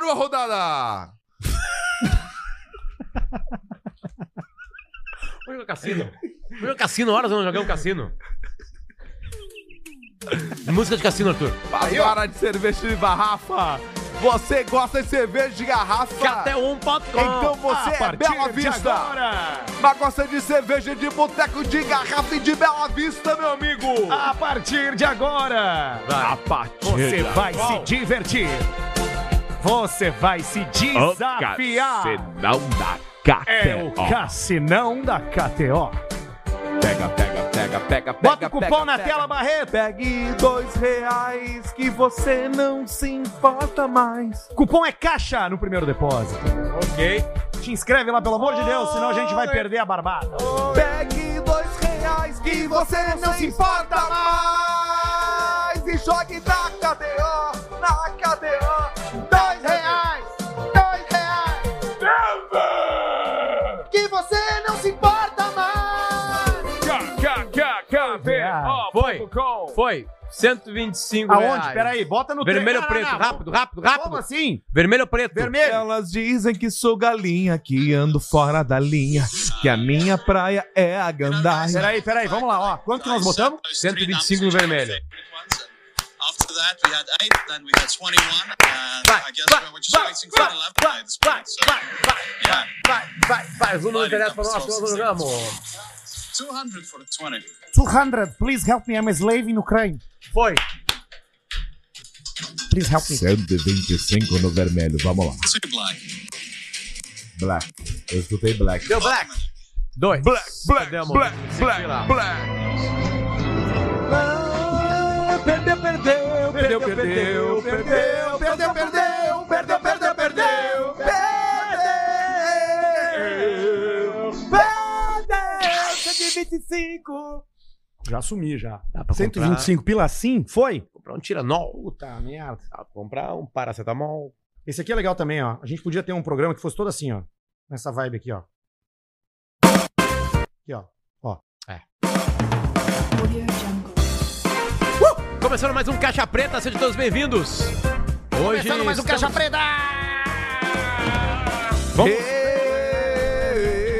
Speaker 5: numa rodada.
Speaker 7: Vamos jogar cassino. Vamos jogar cassino, horas nós jogamos um cassino. Música de cassino, Arthur.
Speaker 5: Para de cerveja de garrafa. Você gosta de cerveja de garrafa?
Speaker 7: Que até um pode
Speaker 5: Então
Speaker 4: Ah,
Speaker 5: você é Bela Vista. Mas gosta de cerveja de boteco de garrafa e de Bela Vista, meu amigo.
Speaker 4: A partir de agora,
Speaker 5: a partir
Speaker 4: você
Speaker 5: da
Speaker 4: vai
Speaker 5: qual?
Speaker 4: se divertir. Você vai se desafiar.
Speaker 5: Senão da KTO.
Speaker 4: É o cassinão da KTO.
Speaker 5: Pega, pega, pega, pega, pega.
Speaker 4: Bota o cupom
Speaker 5: pega,
Speaker 4: na
Speaker 5: pega.
Speaker 4: tela, Barreto.
Speaker 5: Pegue dois reais que você não se importa mais.
Speaker 4: Cupom é caixa no primeiro depósito.
Speaker 7: Ok.
Speaker 4: Te inscreve lá, pelo amor de Deus, senão a gente vai perder a barbada.
Speaker 5: Pegue dois reais que você não se importa mais. E jogue na KTO, na KTO.
Speaker 2: Dois reais! Dois reais! Que você não se importa mais!
Speaker 5: KKKKVO.
Speaker 7: Foi, foi. 125
Speaker 4: Aonde?
Speaker 7: reais.
Speaker 4: Peraí, bota no
Speaker 7: Vermelho ou
Speaker 4: tre-
Speaker 7: preto?
Speaker 4: Não, não, não.
Speaker 7: Rápido, rápido, rápido.
Speaker 4: Como assim?
Speaker 7: Vermelho ou preto?
Speaker 1: Elas dizem que sou galinha, que ando fora da linha, que a minha praia é a gandaia.
Speaker 4: Peraí, peraí, vamos lá, ó. Quanto que nós botamos?
Speaker 7: 125 no vermelho.
Speaker 36: After that, we had eight, then we had 21, and I guess we're, we're just waiting for an 11 by this point. So, yeah,
Speaker 7: Vai, vai, vai. O não interessa pra nós, nós jogamos.
Speaker 36: 200 for the 20.
Speaker 18: 200, please help me, I'm a slave in Ukraine.
Speaker 7: Foi.
Speaker 18: Please help me.
Speaker 1: 125 no vermelho, vamos lá.
Speaker 36: Two black.
Speaker 1: Black. Eu escutei black.
Speaker 7: Deu black. Dois.
Speaker 5: Black, black, black, black, black.
Speaker 2: Ah, Perdeu, perdeu, perdeu, perdeu, perdeu, perdeu, perdeu, perdeu, perdeu, perdeu, perdeu, perdeu, 125.
Speaker 4: Já assumi, já.
Speaker 7: Dá pra
Speaker 4: 125 pila sim? Foi?
Speaker 7: Comprar um Tiranol.
Speaker 4: Puta merda.
Speaker 7: comprar um paracetamol.
Speaker 4: Esse aqui é legal também, ó. A gente podia ter um programa que fosse todo assim, ó. Nessa vibe aqui, ó. Aqui, ó. Ó.
Speaker 7: É. Começando mais um Caixa Preta, sejam todos bem-vindos. Hoje
Speaker 18: Começando mais um Caixa
Speaker 7: estamos-
Speaker 18: Preta!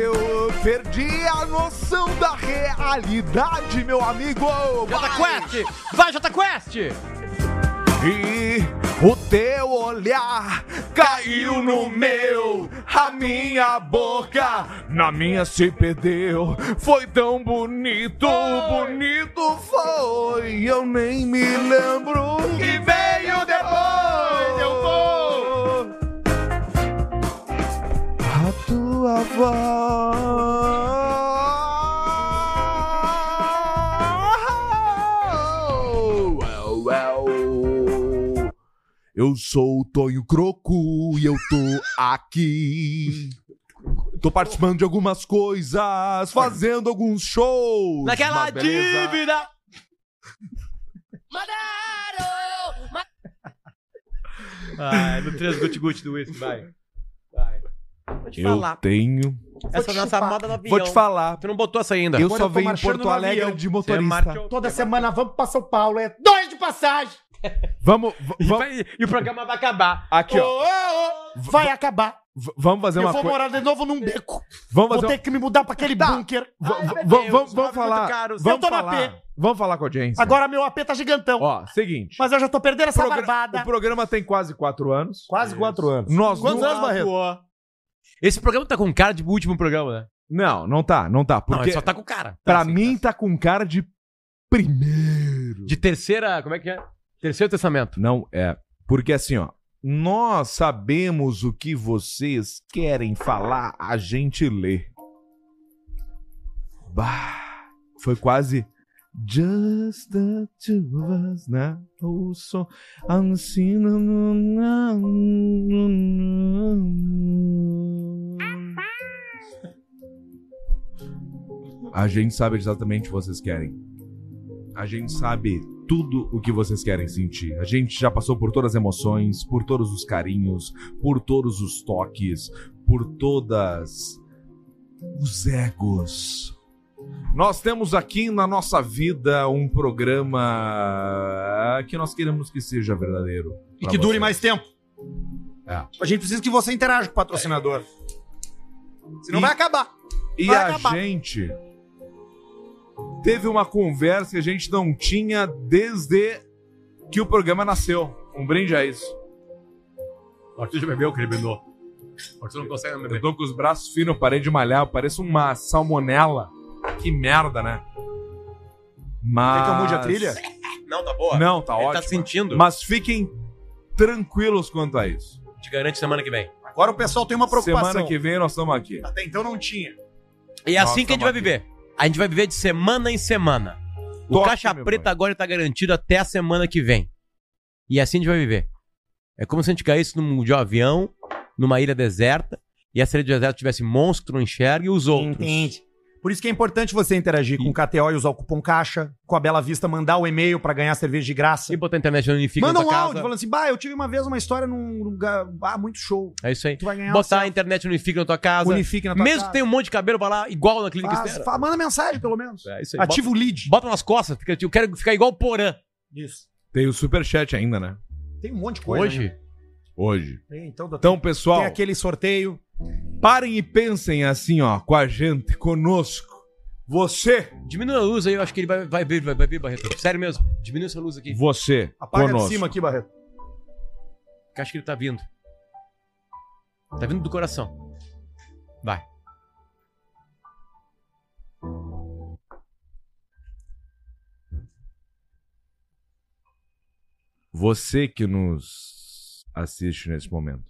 Speaker 5: Eu perdi a noção da realidade, meu amigo.
Speaker 7: Jota Quest! Vai, Jota Quest!
Speaker 5: E o teu olhar caiu no meu, a minha boca na minha se perdeu. Foi tão bonito, bonito foi, eu nem me lembro. E veio depois, eu vou. A tua
Speaker 18: Oh,
Speaker 5: voz. Eu sou o Tonho Croco e eu tô aqui. Tô participando de algumas coisas, fazendo alguns shows.
Speaker 7: Naquela
Speaker 5: mas beleza.
Speaker 7: dívida! Ah, é do três guti-guti do uísque, vai. Vai. Vou te
Speaker 1: Eu
Speaker 7: falar.
Speaker 1: tenho.
Speaker 7: Essa é a nossa amada do avião.
Speaker 1: Vou te falar.
Speaker 7: Tu não botou essa ainda.
Speaker 1: Eu só venho em Porto Alegre de motorista.
Speaker 18: Toda semana vamos pra São Paulo, é dois de passagem.
Speaker 1: Vamos, v-
Speaker 7: E,
Speaker 1: vamos,
Speaker 7: vai- e o programa vai acabar.
Speaker 1: Aqui, ó.
Speaker 18: Ô, ô, ô, vai acabar.
Speaker 1: v- vamos fazer
Speaker 18: Eu
Speaker 1: uma
Speaker 18: vou
Speaker 1: coisa.
Speaker 18: morar de novo num beco.
Speaker 1: Vamos
Speaker 18: vou
Speaker 1: fazer. um- Tá.
Speaker 18: ter que me mudar pra aquele bunker. Ah,
Speaker 1: v- Vamos, vamos, vamos falar.
Speaker 18: é caro. Eu
Speaker 1: Vamos
Speaker 18: tô na P.
Speaker 1: falar. Vamos falar com a audiência.
Speaker 18: Agora meu AP tá gigantão.
Speaker 1: Ó, seguinte.
Speaker 18: Mas eu já tô perdendo essa
Speaker 1: progra-
Speaker 18: barbada.
Speaker 1: O programa tem quase quatro anos. É
Speaker 4: Quase quatro anos.
Speaker 1: Nós
Speaker 4: Quantos
Speaker 1: não...
Speaker 4: anos, Barreto?
Speaker 7: Esse programa tá com cara de último programa, né?
Speaker 1: Não, não tá, não tá.
Speaker 7: Não,
Speaker 1: Porque
Speaker 7: ele só tá com cara.
Speaker 1: pra mim tá com cara de primeiro.
Speaker 7: De terceira. Como é que é? Terceiro testamento.
Speaker 1: Não, é. Porque assim, ó. Nós sabemos o que vocês querem falar, a gente lê. Bah, foi quase. Just the two of us
Speaker 2: né?
Speaker 1: now, oh, so I'm singing, no, no, no, no, no. A gente sabe exatamente o que vocês querem. A gente sabe tudo o que vocês querem sentir. A gente já passou por todas as emoções, por todos os carinhos, por todos os toques, por todas os egos. Nós temos aqui na nossa vida um programa que nós queremos que seja verdadeiro.
Speaker 4: E que dure mais tempo.
Speaker 1: É.
Speaker 4: A gente precisa que você interaja com o patrocinador. Senão
Speaker 1: E-
Speaker 4: vai acabar.
Speaker 1: E
Speaker 4: vai
Speaker 1: a gente teve uma conversa que a gente não tinha desde que o programa nasceu. Um brinde a isso.
Speaker 7: O Arthur já bebeu, Crebendô. O Arthur não consegue
Speaker 1: Eu
Speaker 7: beber.
Speaker 1: tô com os braços finos, parei de malhar, eu pareço uma salmonela. Que merda, né? Mas...
Speaker 7: Quer que eu mude a trilha? Não, tá boa.
Speaker 1: Ah, Não, tá
Speaker 7: Ele
Speaker 1: ótimo.
Speaker 7: tá sentindo.
Speaker 1: Mas fiquem tranquilos quanto a isso.
Speaker 7: Te garante semana que vem.
Speaker 4: Agora o pessoal tem uma preocupação.
Speaker 1: Semana que vem nós estamos aqui.
Speaker 4: Até então não tinha.
Speaker 7: E é assim
Speaker 1: Nossa,
Speaker 7: que a gente vai viver. A gente vai viver de semana em semana. O
Speaker 1: Toque,
Speaker 7: Caixa
Speaker 1: meu
Speaker 7: Preta agora tá garantido até a semana que vem. E assim a gente vai viver. É como se a gente caísse num de um avião, numa ilha deserta, e essa ilha deserta tivesse monstro, enxerga e os outros.
Speaker 4: Entende. Por isso que é importante você interagir com o KTO e usar o cupom caixa, com a Bela Vista mandar o e-mail pra ganhar cerveja de graça.
Speaker 7: E botar a internet unificada
Speaker 4: Manda
Speaker 7: na
Speaker 4: um
Speaker 7: tua casa.
Speaker 4: áudio falando assim: "Bah, eu tive uma vez uma história num lugar, ah, muito show.
Speaker 7: É isso aí.
Speaker 4: vai ganhar
Speaker 7: Botar a internet unifica na tua casa.
Speaker 4: Unifique na tua
Speaker 7: Mesmo
Speaker 4: casa.
Speaker 7: que tenha um monte de cabelo, vai lá igual na clínica
Speaker 4: Faz-
Speaker 7: externa.
Speaker 4: fa- manda mensagem pelo menos.
Speaker 7: É isso
Speaker 4: Ativa
Speaker 7: bota,
Speaker 4: o lead.
Speaker 7: Bota nas costas, porque eu quero ficar igual o Porã.
Speaker 4: Isso.
Speaker 1: Tem o superchat ainda, né?
Speaker 4: Tem um monte de coisa.
Speaker 1: Hoje?
Speaker 4: né?
Speaker 1: Hoje.
Speaker 4: Tem, então, doutor,
Speaker 1: Então, pessoal,
Speaker 4: tem aquele sorteio.
Speaker 1: parem e pensem assim, ó, com a gente, conosco. Você,
Speaker 7: Diminui a luz aí, eu acho que ele vai, vai vir, vai, vai vir, Barreto. Sério mesmo, diminui essa luz aqui.
Speaker 1: você,
Speaker 4: Apaga
Speaker 1: conosco.
Speaker 4: de cima aqui, Barreto.
Speaker 7: Que eu acho que ele tá vindo. Tá vindo do coração. Vai.
Speaker 1: Você que nos assiste nesse momento.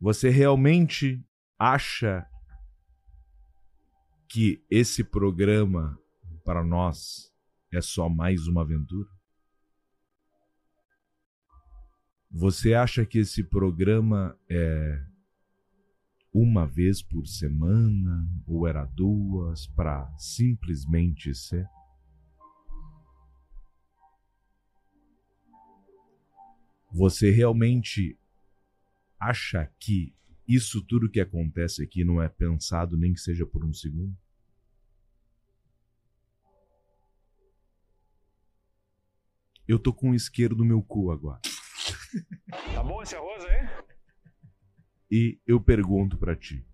Speaker 1: Você realmente acha que esse programa para nós é só mais uma aventura? Você acha que esse programa é uma vez por semana ou era duas para simplesmente ser? Você realmente acha que isso tudo que acontece aqui não é pensado nem que seja por um segundo? Eu tô com o isqueiro no meu cu agora.
Speaker 19: Tá bom esse arroz aí?
Speaker 1: E eu pergunto pra ti.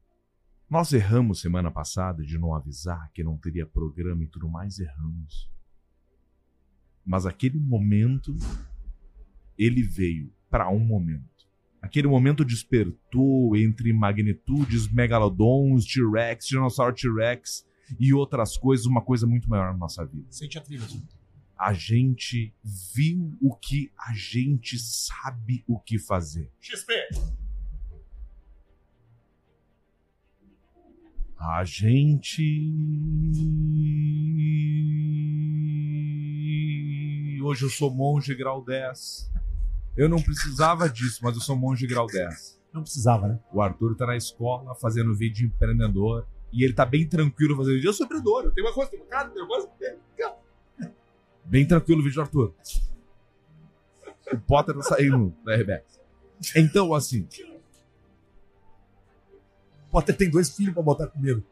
Speaker 1: Nós erramos semana passada de não avisar que não teria programa e tudo mais, erramos. Mas aquele momento ele veio pra um momento. Aquele momento despertou entre magnitudes, megalodons, T-Rex, dinossauro T-Rex e outras coisas, uma coisa muito maior na nossa vida
Speaker 4: Sente a trilha.
Speaker 1: a gente viu o que a gente sabe o que fazer.
Speaker 4: XP.
Speaker 1: A gente. Hoje eu sou monge grau 10. Eu não precisava disso, mas eu sou monge grau 10.
Speaker 4: Não precisava, né?
Speaker 1: O Arthur tá na escola fazendo vídeo empreendedor e ele tá bem tranquilo fazendo vídeo. Eu sou empreendedor, eu tenho uma coisa, tenho uma casa, tenho uma coisa. Bem tranquilo o vídeo do Arthur. O Potter tá saindo da Rebeca. Então, assim.
Speaker 4: Potter tem dois filhos pra botar comigo.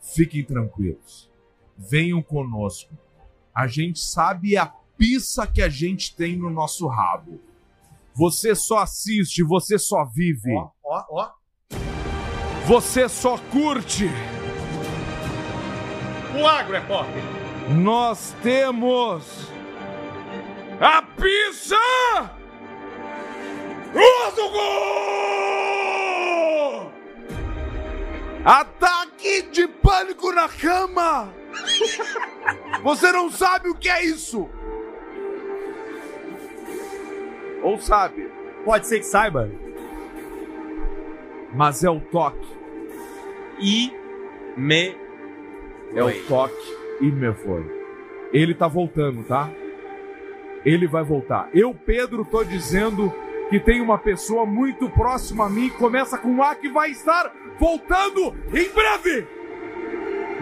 Speaker 1: Fiquem tranquilos. Venham conosco. A gente sabe a pista que a gente tem no nosso rabo. Você só assiste, você só vive.
Speaker 4: Ó, ó.
Speaker 1: Você só curte.
Speaker 4: O agro é pop.
Speaker 1: Nós temos. A pizza! Usa o gol! Ataque de pânico na cama! Você não sabe o que é isso! Ou sabe?
Speaker 4: Pode ser que saiba.
Speaker 1: Mas é o toque.
Speaker 7: E me
Speaker 1: É o toque e me foi. Ele tá voltando, tá? Ele vai voltar. Eu, Pedro, tô dizendo
Speaker 5: que tem uma pessoa muito próxima a mim, começa com A, que vai estar voltando em breve.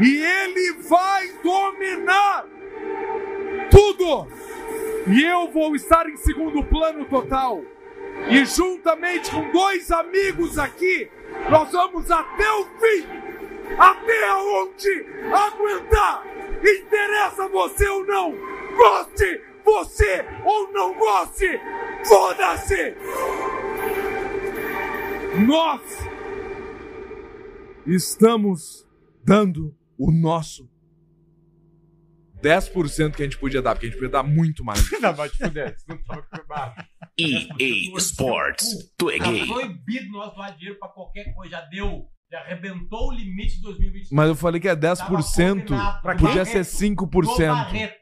Speaker 5: E ele vai dominar tudo. E eu vou estar em segundo plano total. E juntamente com dois amigos aqui, nós vamos até o fim. Até onde aguentar. Interessa você ou não. Goste você ou não goste. Foda-se.
Speaker 1: Nós estamos dando o nosso 10% que a gente podia dar, porque a gente podia dar muito mais.
Speaker 5: Não, vai
Speaker 37: <laughs>
Speaker 5: te fuder. Não tava com
Speaker 19: EA Sports, tu é
Speaker 37: Tá
Speaker 19: gay.
Speaker 37: proibido nós doar dinheiro pra qualquer coisa. Já deu. Já arrebentou o limite de 2025.
Speaker 1: Mas eu falei que é
Speaker 37: Tava
Speaker 1: 10%,
Speaker 37: combinado. Pra
Speaker 1: podia
Speaker 37: Barreto,
Speaker 1: ser 5%.
Speaker 37: Barreto.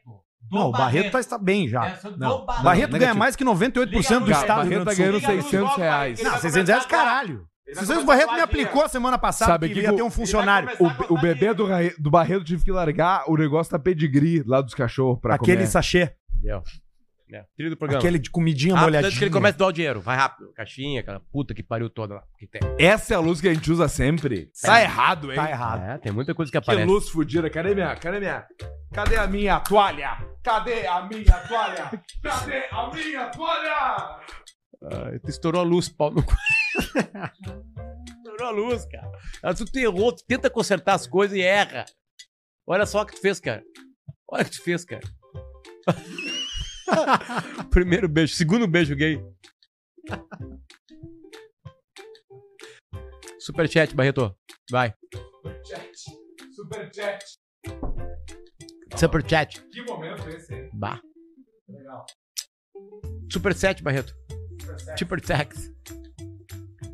Speaker 4: Não, o Barreto tá, tá bem já.
Speaker 37: Essa do
Speaker 4: Não.
Speaker 37: Barreto.
Speaker 4: Barreto ganha
Speaker 37: Negativo.
Speaker 4: mais que 98% do
Speaker 1: É, Liga
Speaker 4: estado.
Speaker 1: Barreto
Speaker 4: do Rio Grande do
Speaker 1: tá
Speaker 4: Sul.
Speaker 1: ganhando 600 reais.
Speaker 4: Não, 600 reais, caralho. Vocês, o Barreto me aplicou a semana passada
Speaker 1: Sabe
Speaker 4: que,
Speaker 1: que
Speaker 4: ia
Speaker 1: o-
Speaker 4: ter um funcionário.
Speaker 1: O, o bebê do, Rae- do Barreto tive que largar o negócio da pedigree lá dos cachorros pra
Speaker 4: Aquele
Speaker 1: comer.
Speaker 4: sachê.
Speaker 7: Entendeu? É. Trilho do programa.
Speaker 4: Aquele de comidinha
Speaker 7: Rápido,
Speaker 4: molhadinha.
Speaker 7: Antes que ele comece a doar o dinheiro. Vai rápido. Caixinha, aquela puta que pariu toda lá. Que tem.
Speaker 1: Essa é a luz que a gente usa sempre.
Speaker 4: É.
Speaker 1: Tá errado, hein?
Speaker 7: Tá errado. É, tem muita coisa que
Speaker 1: Que
Speaker 7: aparece.
Speaker 1: luz fudida.
Speaker 18: é
Speaker 1: Cadê minha? Cadê minha? Cadê a minha toalha? Cadê a minha toalha? Cadê a minha toalha?
Speaker 7: Ah, tu estourou a luz, pau no cu. estourou a luz, cara. Ah, Tu te errou, tu tenta consertar as coisas e erra. Olha só o que tu fez, cara. Olha o que tu fez, cara. Primeiro beijo, segundo beijo gay. Superchat, Barreto. Vai.
Speaker 5: Superchat. Superchat.
Speaker 7: Superchat.
Speaker 5: Que momento é esse, hein?
Speaker 7: Bah.
Speaker 5: Legal.
Speaker 7: Superchat, Barreto. Supertax.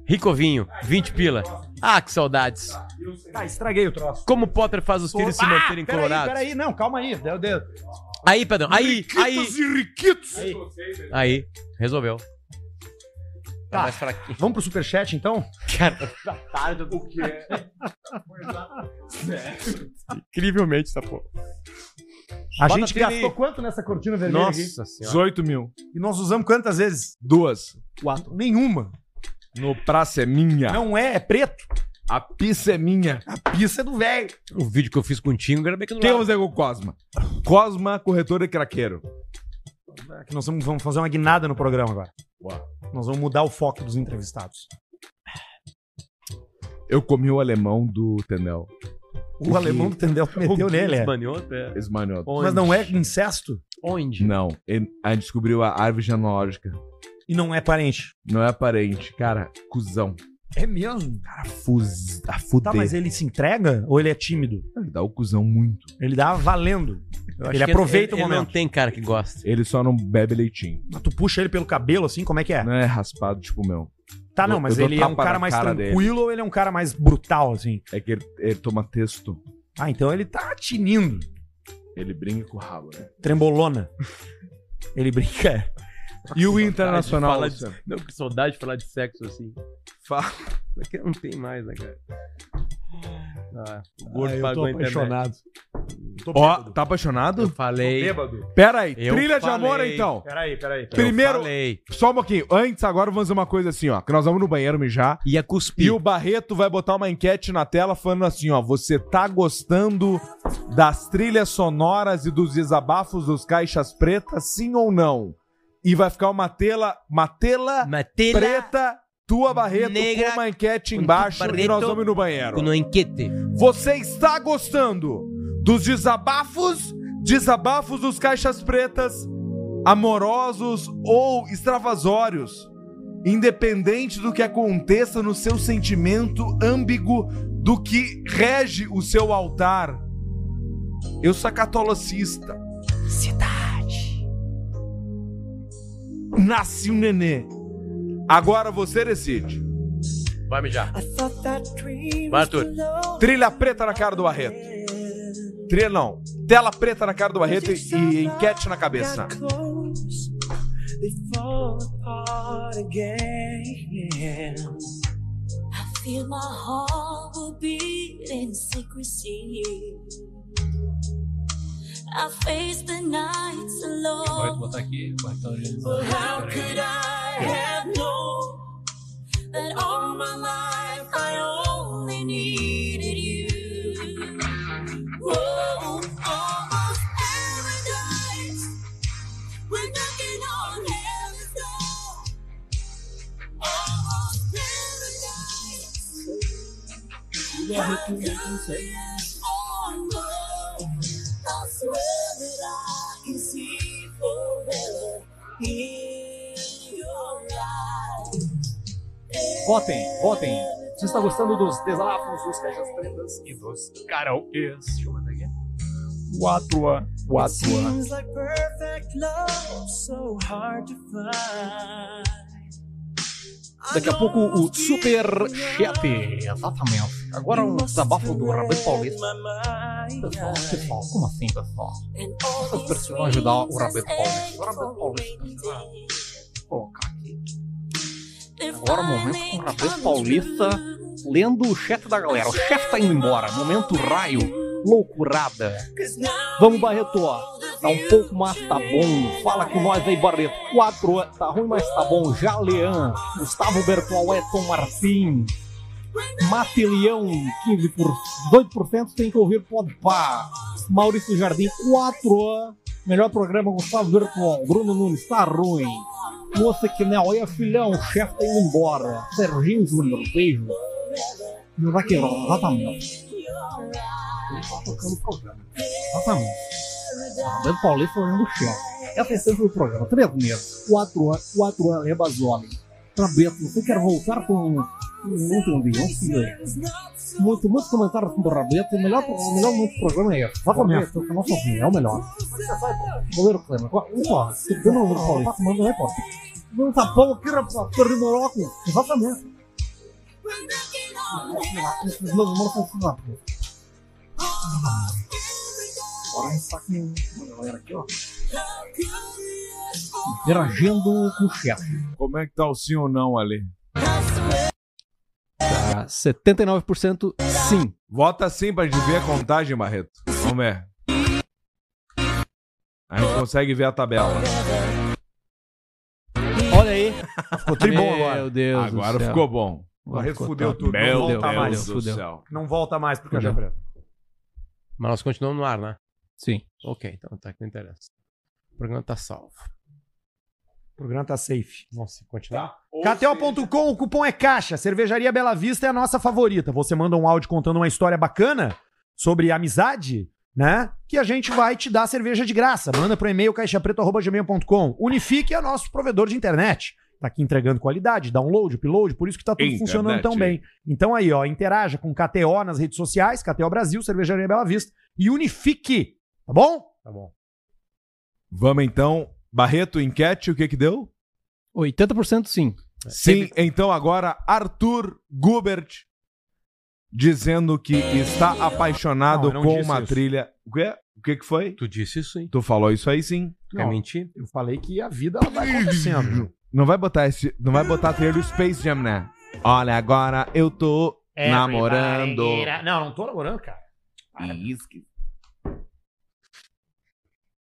Speaker 7: Ricovinho,
Speaker 5: então é
Speaker 7: 20 pila. Ah, que saudades.
Speaker 5: Tá,
Speaker 7: Tá,
Speaker 4: Ah, estraguei o troço.
Speaker 7: Como Potter faz os filhos se
Speaker 4: Ah,
Speaker 7: manterem
Speaker 4: peraí,
Speaker 7: colorados.
Speaker 4: Peraí, não, calma aí. Deu, deu.
Speaker 7: Aí, Pedrão, aí, aí.
Speaker 4: e riquitos.
Speaker 7: Aí, resolveu.
Speaker 4: Tá, vamos pro superchat então?
Speaker 7: Cara,
Speaker 5: O
Speaker 2: <laughs>
Speaker 5: que é?
Speaker 7: incrivelmente essa porra.
Speaker 4: tá, A
Speaker 7: Bota
Speaker 4: gente
Speaker 7: trilha
Speaker 4: gastou
Speaker 7: aí.
Speaker 4: quanto nessa cortina vermelha
Speaker 7: Nossa
Speaker 4: aqui?
Speaker 7: Senhora.
Speaker 1: 18 mil.
Speaker 4: E nós usamos quantas vezes?
Speaker 1: Duas.
Speaker 4: Quatro. Nenhuma.
Speaker 1: No praça é minha.
Speaker 4: Não é, é preto.
Speaker 1: A pizza é minha.
Speaker 4: A pizza é do velho.
Speaker 7: O vídeo que eu fiz contigo, era bem que não
Speaker 1: Temos aí um com o Cosma. Cosma, corretor e craqueiro.
Speaker 4: Que nós vamos, vamos fazer uma guinada no programa agora. Nós vamos mudar o foco dos entrevistados.
Speaker 1: Eu comi o alemão do Tendel.
Speaker 4: O alemão do Tendel que meteu nele, é.
Speaker 1: é. Esmanhoto.
Speaker 4: Mas não é incesto?
Speaker 7: Onde?
Speaker 1: Não. ele- a gente descobriu a árvore genealógica.
Speaker 4: E não é parente.
Speaker 1: Não é parente. Cara, cuzão.
Speaker 4: É mesmo?
Speaker 1: Cara, fuz... a fuder. Ah,
Speaker 4: Tá, mas ele se entrega ou ele é tímido?
Speaker 1: Ele dá o cuzão muito.
Speaker 4: Ele dá valendo.
Speaker 7: Eu acho
Speaker 4: Ele
Speaker 7: que
Speaker 4: aproveita
Speaker 7: ele-
Speaker 4: o
Speaker 7: ele
Speaker 4: momento.
Speaker 7: não tem cara que gosta.
Speaker 1: Ele só não bebe leitinho.
Speaker 4: Mas tu puxa ele pelo cabelo assim, como é que é?
Speaker 1: Não é raspado, tipo o meu.
Speaker 4: Tá, não,
Speaker 1: Eu-
Speaker 4: mas
Speaker 1: eu dou
Speaker 4: ele é um
Speaker 1: tapa na
Speaker 4: cara mais
Speaker 1: cara
Speaker 4: tranquilo
Speaker 1: dele.
Speaker 4: ou ele é um cara mais brutal, assim?
Speaker 1: É que ele, ele toma texto.
Speaker 4: Ah, então ele tá tinindo.
Speaker 1: Ele brinca com o rabo, né?
Speaker 4: Trembolona.
Speaker 1: <laughs>
Speaker 4: ele brinca. é.
Speaker 1: E o
Speaker 7: Internacional.
Speaker 1: Internacional?
Speaker 7: De falar de- não, que saudade de falar de sexo assim. Fala. Daqui não tem mais, né, cara? Ah, o gordo
Speaker 1: Ah, eu
Speaker 7: pagou
Speaker 1: tô
Speaker 7: a internet.
Speaker 1: apaixonado. Ó, tá apaixonado? Eu
Speaker 7: falei.
Speaker 1: Bêbado. Pera aí,
Speaker 7: Eu
Speaker 1: trilha de
Speaker 7: falei.
Speaker 1: amor então.
Speaker 4: Peraí, peraí.
Speaker 1: Primeiro,
Speaker 7: falei.
Speaker 1: só um pouquinho. Antes, agora vamos fazer uma coisa assim, ó. Que nós vamos no banheiro mijar.
Speaker 7: E a cuspir.
Speaker 1: E o Barreto vai botar uma enquete na tela falando assim, ó. Você tá gostando das trilhas sonoras e dos desabafos dos caixas pretas, sim ou não? E vai ficar uma tela, uma tela,
Speaker 7: tela
Speaker 1: preta, tua Barreto,
Speaker 7: negra,
Speaker 1: com uma enquete embaixo e nós vamos no banheiro.
Speaker 7: No enquete.
Speaker 1: Você está gostando dos desabafos, desabafos dos caixas pretas, amorosos ou extravasórios, independente do que aconteça no seu sentimento ambíguo do que rege o seu altar. Eu sou catolocista. Cidade. Nasce um nenê. Agora você decide.
Speaker 7: Vai mijar.
Speaker 1: Vai, Arthur. Trilha preta na cara do Barreto. Trilha não. Tela preta na cara do Barreto e, e enquete na cabeça.
Speaker 2: Feel my heart will beat in secrecy. I face the nights alone.
Speaker 19: botar aqui, então,
Speaker 2: Well, how could I
Speaker 5: have known that all my life I only needed you. Whoa, almost every night we're knocking on heaven's door. Almost every night I count on love. I swear that I can see forever in your eyes.
Speaker 2: Votem, votem. Você está gostando dos desabafos, dos caixas pretas e dos karaokês? Deixa eu mandar aqui. Quatro, quatro.
Speaker 5: Seems like perfect love, so hard to find.
Speaker 2: Daqui a pouco o Super Chat. Exatamente. Agora o desabafo do Rabelo Paulista. Pessoal, pessoal, como assim, pessoal? Essas pessoas vão ajudar o Rabelo Paulista. O Rabelo Paulista. Vou colocar aqui. Agora é o momento com o Rabelo Paulista lendo o chat da galera. O chefe tá indo embora. Momento raio. Loucurada. Vamos, Barreto. Tá um pouco, mas tá bom. Fala com nós aí, Barreto. Quatro, tá ruim, mas tá bom. Jalean, Gustavo Bertual, Edson Martins. Matelião, 15%, por... 2% tem que ouvir Podpá. Maurício Jardim, 4. Melhor programa, Gustavo Bertual. Bruno Nunes, tá ruim. Moça que não, aí filhão, o chefe tá indo embora. Serginho Júnior, beijo. Raquel, exatamente. Ele tá tocando o programa. Exatamente. Dando Paulista olhando o chão. Essa é a essência do programa. Três meses, quatro anos, quatro anos, rebas homem. Pra Beto, você quer voltar com. um, Não entendi, não sei. Muito, muitos comentários com o Rabeto. O melhor, o melhor muito programa é esse. Exatamente. Rabeto, que a nossa opinião é o melhor. Goleiro Clemer. Opa, você tem o número Paulista. Manda o repórter. Não tá bom aqui, rapaz. Perdi meu óculos. Exatamente. Esses meus irmãos são filhos Agora a gente tá com uma galera aqui, ó. Interagindo com o chefe.
Speaker 1: Como é que tá o sim ou não ali? Ah,
Speaker 38: Tá 79% sim.
Speaker 1: Hum, Vota sim pra gente ver a contagem, Barreto. Vamos ver. A gente consegue ver a tabela.
Speaker 38: Olha aí.
Speaker 4: Ficou tribom
Speaker 38: Meu
Speaker 4: agora.
Speaker 38: Deus do
Speaker 1: Agora
Speaker 38: céu.
Speaker 1: ficou bom.
Speaker 38: Agora
Speaker 4: Barreto
Speaker 38: ficou
Speaker 4: fudeu
Speaker 38: top.
Speaker 4: tudo.
Speaker 1: Meu
Speaker 4: não volta
Speaker 1: Deus
Speaker 4: mais.
Speaker 1: do céu.
Speaker 4: Não volta mais pro Caixa
Speaker 38: Fudeu.
Speaker 4: Preta.
Speaker 7: Mas nós continuamos no ar, né?
Speaker 38: Sim.
Speaker 7: Ok, então tá, que não interessa. O programa tá salvo.
Speaker 4: O programa tá safe.
Speaker 7: Nossa, continuar?
Speaker 4: KTO.com, o cupom é caixa. Cervejaria Bela Vista é a nossa favorita. Você manda um áudio contando uma história bacana sobre amizade, né? Que a gente vai te dar cerveja de graça. Manda pro e-mail caixapreto.gmail.com. Unifique é nosso provedor de internet. Tá aqui entregando qualidade, download, upload, por isso que tá tudo
Speaker 1: Internet. é.
Speaker 4: funcionando tão bem. Então aí, ó, interaja com KTO nas redes sociais, KTO Brasil, Cervejaria Bela Vista e Unifique, tá bom?
Speaker 38: Tá bom.
Speaker 1: Vamos então. Barreto, enquete, o que que deu?
Speaker 38: 80% sim.
Speaker 1: Sim, então agora Arthur Gubert dizendo que está apaixonado
Speaker 39: eu não
Speaker 1: com
Speaker 39: disse
Speaker 1: uma
Speaker 39: isso.
Speaker 1: trilha. O quê? O que que foi?
Speaker 7: Tu disse isso, hein?
Speaker 1: Tu falou isso aí sim.
Speaker 7: Quer mentir?
Speaker 4: Eu falei que a vida ela vai acontecendo.
Speaker 1: Não vai botar esse, não vai botar a trilha do Space Jam, né? Olha, agora eu tô namorando.
Speaker 4: Não, não tô namorando, cara.
Speaker 1: Isso que-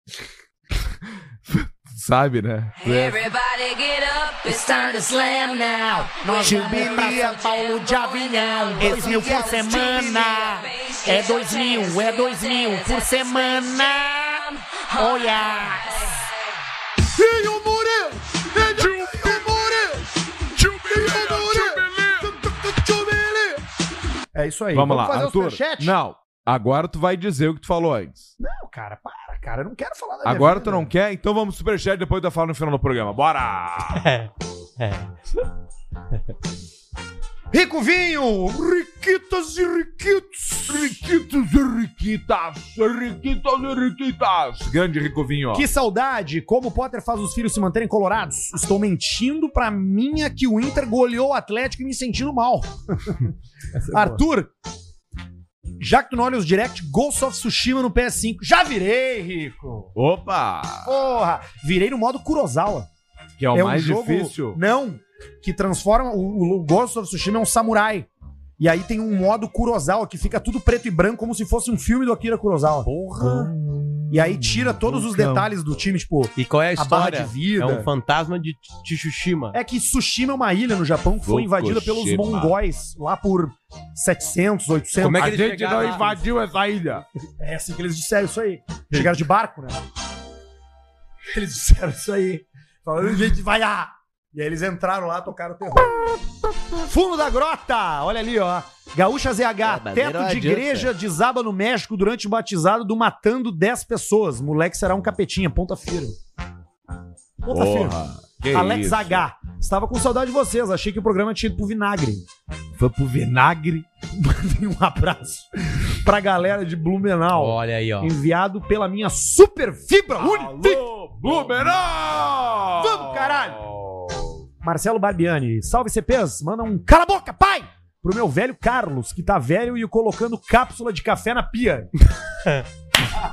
Speaker 1: <laughs> Sabe, né?
Speaker 5: Everybody get up, it's time to slam now. Nós
Speaker 40: Jubilia,
Speaker 5: vamos pra São Paulo de avião. Dois
Speaker 40: Esse
Speaker 5: mil
Speaker 40: é o
Speaker 5: por semana.
Speaker 40: Jubilia.
Speaker 5: É dois mil, é dois mil por semana. Olha.
Speaker 40: Tio Murilo! Tio Murilo! Tio Murilo! Tio Murilo!
Speaker 4: É isso aí.
Speaker 1: Vamos, lá,
Speaker 4: fazer
Speaker 1: Arthur.
Speaker 4: Os superchats?
Speaker 1: Não, agora tu vai dizer o que tu falou antes.
Speaker 4: Não, cara, para, cara. Eu não quero falar da minha
Speaker 1: Agora
Speaker 4: vida.
Speaker 1: tu não quer, então vamos pro superchat depois da fala no final do programa. Bora!
Speaker 4: Rico Vinho! Riquitas e riquitos!
Speaker 1: Riquitos e riquitas! Riquitas e riquitas! Grande Ricovinho, ó.
Speaker 4: Que saudade! Como o Potter faz os filhos se manterem colorados? Estou mentindo pra minha que o Inter goleou o Atlético e me sentindo mal. Arthur, já que tu não olha os direct, Ghost of Tsushima no PS5. Já virei, Rico!
Speaker 1: Opa!
Speaker 4: Porra! Virei no modo Kurosawa.
Speaker 1: Que é o
Speaker 4: um
Speaker 1: mais
Speaker 4: jogo-
Speaker 1: difícil.
Speaker 4: Não, que transforma. O, o Ghost of Tsushima é um samurai. E aí tem um modo Kurosawa que fica tudo preto e branco, como se fosse um filme do Akira Kurosawa. Porra! E aí tira todos os detalhes do time, tipo.
Speaker 7: E qual é a
Speaker 4: a
Speaker 7: história?
Speaker 4: barra de vida.
Speaker 7: É um fantasma de T- Tsushima.
Speaker 4: É que Tsushima é uma ilha no Japão que foi
Speaker 7: Vou
Speaker 4: invadida pelos
Speaker 7: cochimar.
Speaker 4: mongóis lá por 700, 800.
Speaker 1: Como é que eles chegaram lá?
Speaker 4: essa ilha. É assim que eles disseram isso aí. Chegaram de barco, né? Eles disseram isso aí. Falando, gente, vai lá. E aí eles entraram lá, tocaram o terror. Fundo da grota! Olha ali, ó. Gaúcha ZH,
Speaker 41: É, mas
Speaker 4: teto
Speaker 41: não
Speaker 4: de
Speaker 41: adianta.
Speaker 4: igreja desaba no México durante o batizado do matando 10 pessoas. Moleque será um capetinha, ponta firme. Ponta
Speaker 5: Ah,
Speaker 1: Porra,
Speaker 4: firme.
Speaker 1: que
Speaker 4: Alex
Speaker 1: isso.
Speaker 4: H. Estava com saudade de vocês, achei que o programa tinha ido pro vinagre.
Speaker 1: Foi pro vinagre.
Speaker 4: <laughs> Mandei um abraço pra galera de Blumenau.
Speaker 7: Olha aí, ó.
Speaker 4: Enviado pela minha super fibra Unifit.
Speaker 1: Blumenau!
Speaker 4: Vamos, caralho! Marcelo Barbiani, salve CPs, manda um cala a boca, pai! Pro meu velho Carlos, que tá velho e o colocando cápsula de café na pia.
Speaker 1: <laughs>
Speaker 4: <laughs>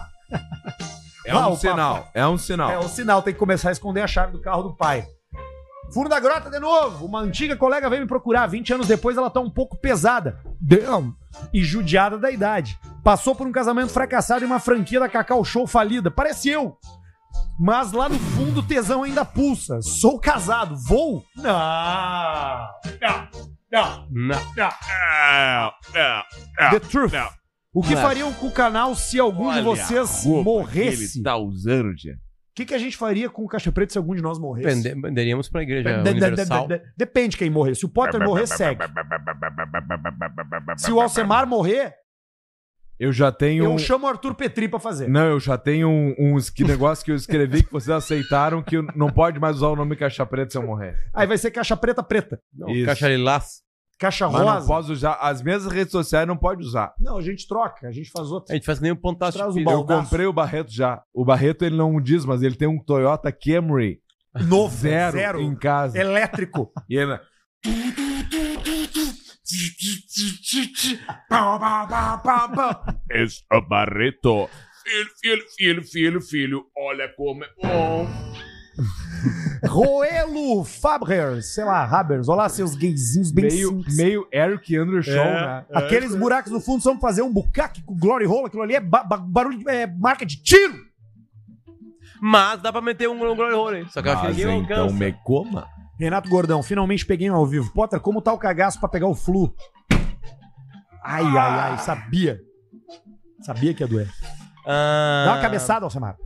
Speaker 1: É
Speaker 4: Lá,
Speaker 1: um
Speaker 4: o
Speaker 1: sinal, é um sinal.
Speaker 4: É o sinal, tem que começar a esconder a chave do carro do pai. Furo da grota de novo. Uma antiga colega veio me procurar. 20 anos depois ela tá um pouco pesada. Damn. E judiada da idade. Passou por um casamento fracassado e uma franquia da Cacau Show falida. Parece eu. Mas lá no fundo o tesão ainda pulsa. Sou casado. Vou? Não. Não. Não.
Speaker 7: Não.
Speaker 4: Não.
Speaker 18: É,
Speaker 4: The truth. O que
Speaker 1: Não.
Speaker 4: fariam com o canal se algum de vocês morresse?
Speaker 1: tá usando, tia.
Speaker 4: O que, que a gente faria com o Caixa Preto se algum de nós morresse?
Speaker 7: Pende- Venderíamos pra igreja
Speaker 4: De- de-
Speaker 7: universal.
Speaker 4: de- de- Depende quem morrer. Se o Potter morrer, segue. Se o Alcemar um morrer,
Speaker 1: Eu já tenho. um
Speaker 4: eu chamo o Arthur Petri pra fazer.
Speaker 1: Não, eu já tenho um, uns que negócio que eu escrevi que vocês aceitaram que eu não pode mais usar o nome Caixa Preta se eu morrer.
Speaker 4: Aí vai ser Caixa Preta Preta.
Speaker 1: Isso.
Speaker 7: Caixa Lilás.
Speaker 4: Caixa
Speaker 1: Mas não
Speaker 4: Rosa.
Speaker 1: posso usar. As mesmas redes sociais não pode usar.
Speaker 4: Não, a gente troca, a gente faz outra.
Speaker 7: A gente faz que nem o Pontástico.
Speaker 4: Traz um o
Speaker 7: Filho.
Speaker 1: Eu comprei o Barreto já. O Barreto ele não diz, mas ele tem um Toyota Camry.
Speaker 4: Novo.
Speaker 1: Zero,
Speaker 4: zero.
Speaker 1: em casa.
Speaker 4: Elétrico.
Speaker 1: <laughs> E ele-
Speaker 5: Es
Speaker 18: é
Speaker 5: o Barreto. Filho, filho, filho, filho, filho, olha como é bom.
Speaker 4: Roelo Fabrer, sei lá, Habers. Olha lá seus gayzinhos bem
Speaker 1: meio,
Speaker 4: simples.
Speaker 1: meio Eric Anderson, né?
Speaker 4: É. Aqueles buracos no fundo são pra fazer um bucaque com glory hole. Aquilo ali é ba- ba- barulho de é marca de tiro.
Speaker 7: Mas dá pra meter um um Glory Hole, hein? Só que eu acho que ninguém alcança.
Speaker 1: então, coma.
Speaker 4: Renato Gordão, finalmente peguei um ao vivo. Potter, como tá o cagaço pra pegar o flu? Ai, ai, ai, sabia. Sabia que ia doer. Dá uma cabeçada, Alcemar.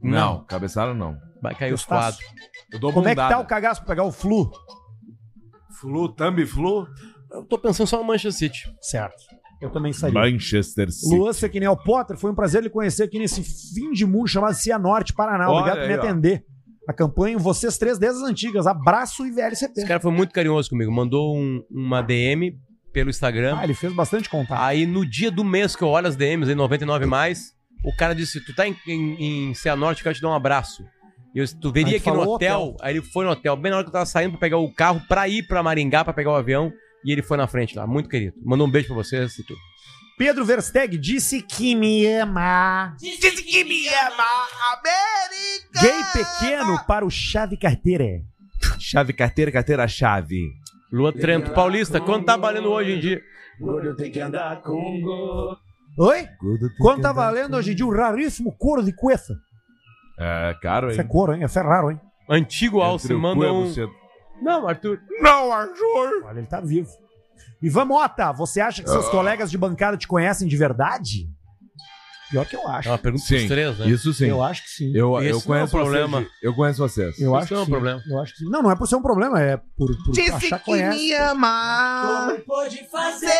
Speaker 1: Não, cabeçada não.
Speaker 7: Vai cair os
Speaker 4: Gostaço.
Speaker 7: quatro.
Speaker 1: Eu dou
Speaker 4: Como é que
Speaker 1: bundada.
Speaker 4: tá o cagaço pra pegar o flu?
Speaker 1: Flu, thumb flu?
Speaker 7: Eu tô pensando só no Manchester City.
Speaker 4: Certo. Eu também sairia.
Speaker 1: Manchester
Speaker 4: Luan Sequinel Potter, foi um prazer lhe conhecer aqui nesse fim de mundo chamado Cianorte, Paraná.
Speaker 7: Olha
Speaker 4: Obrigado por me
Speaker 7: aí, ó.
Speaker 4: atender. Acompanho vocês três desde as antigas. Abraço e é VLCP.
Speaker 7: Esse cara foi muito carinhoso comigo. Mandou um- uma DM pelo Instagram.
Speaker 4: Ah, ele fez bastante contato.
Speaker 7: Aí no dia do mês que eu olho as DMs, em 99 mais, o cara disse: Tu tá em, em, em Cianorte, eu quero te dar um abraço. E eu disse, tu
Speaker 4: Aí
Speaker 7: veria
Speaker 4: tu
Speaker 7: aqui no
Speaker 4: falou
Speaker 7: hotel.
Speaker 4: hotel.
Speaker 7: Aí ele foi no hotel, bem na hora que eu tava saindo pra pegar o carro pra ir pra Maringá, pra pegar o avião. E ele foi na frente lá, muito querido. Mandou um beijo pra vocês e tudo.
Speaker 4: Pedro Versteg disse que me ama.
Speaker 2: Disse que me ama, América!
Speaker 4: Gay pequeno para o chave carteira.
Speaker 1: Chave carteira, carteira chave.
Speaker 7: Lua Trampo, Paulista, quanto tá valendo hoje em dia?
Speaker 2: Gordo tem que andar com gordo.
Speaker 4: Oi? Quanto tá valendo hoje em dia o raríssimo couro de cueça?
Speaker 1: É caro,
Speaker 4: Isso é
Speaker 1: hein?
Speaker 4: couro, hein? Isso é raro, hein?
Speaker 7: Antigo Alce
Speaker 1: Entre o
Speaker 7: manda
Speaker 1: cu e
Speaker 7: um.
Speaker 1: você.
Speaker 7: Não, Arthur.
Speaker 1: Não, Arthur! Ah.
Speaker 4: Olha, ele tá vivo. Ivan Mota, você acha que seus colegas de bancada te conhecem de verdade? Pior que eu acho.
Speaker 7: É uma pergunta
Speaker 1: Sim,
Speaker 7: dos três, né?
Speaker 1: isso sim.
Speaker 4: Eu acho que sim.
Speaker 1: Eu, eu
Speaker 7: Esse não é o
Speaker 1: conheço
Speaker 7: problema.
Speaker 1: vocês. de- Eu conheço vocês.
Speaker 4: Eu acho
Speaker 7: Isso não é um
Speaker 4: que sim.
Speaker 7: problema.
Speaker 4: Eu acho que sim. Não, não é por ser um problema, é por, por
Speaker 2: Disse
Speaker 4: achar que
Speaker 2: que me
Speaker 4: conhece.
Speaker 2: ama.
Speaker 42: Como pode
Speaker 2: fazer?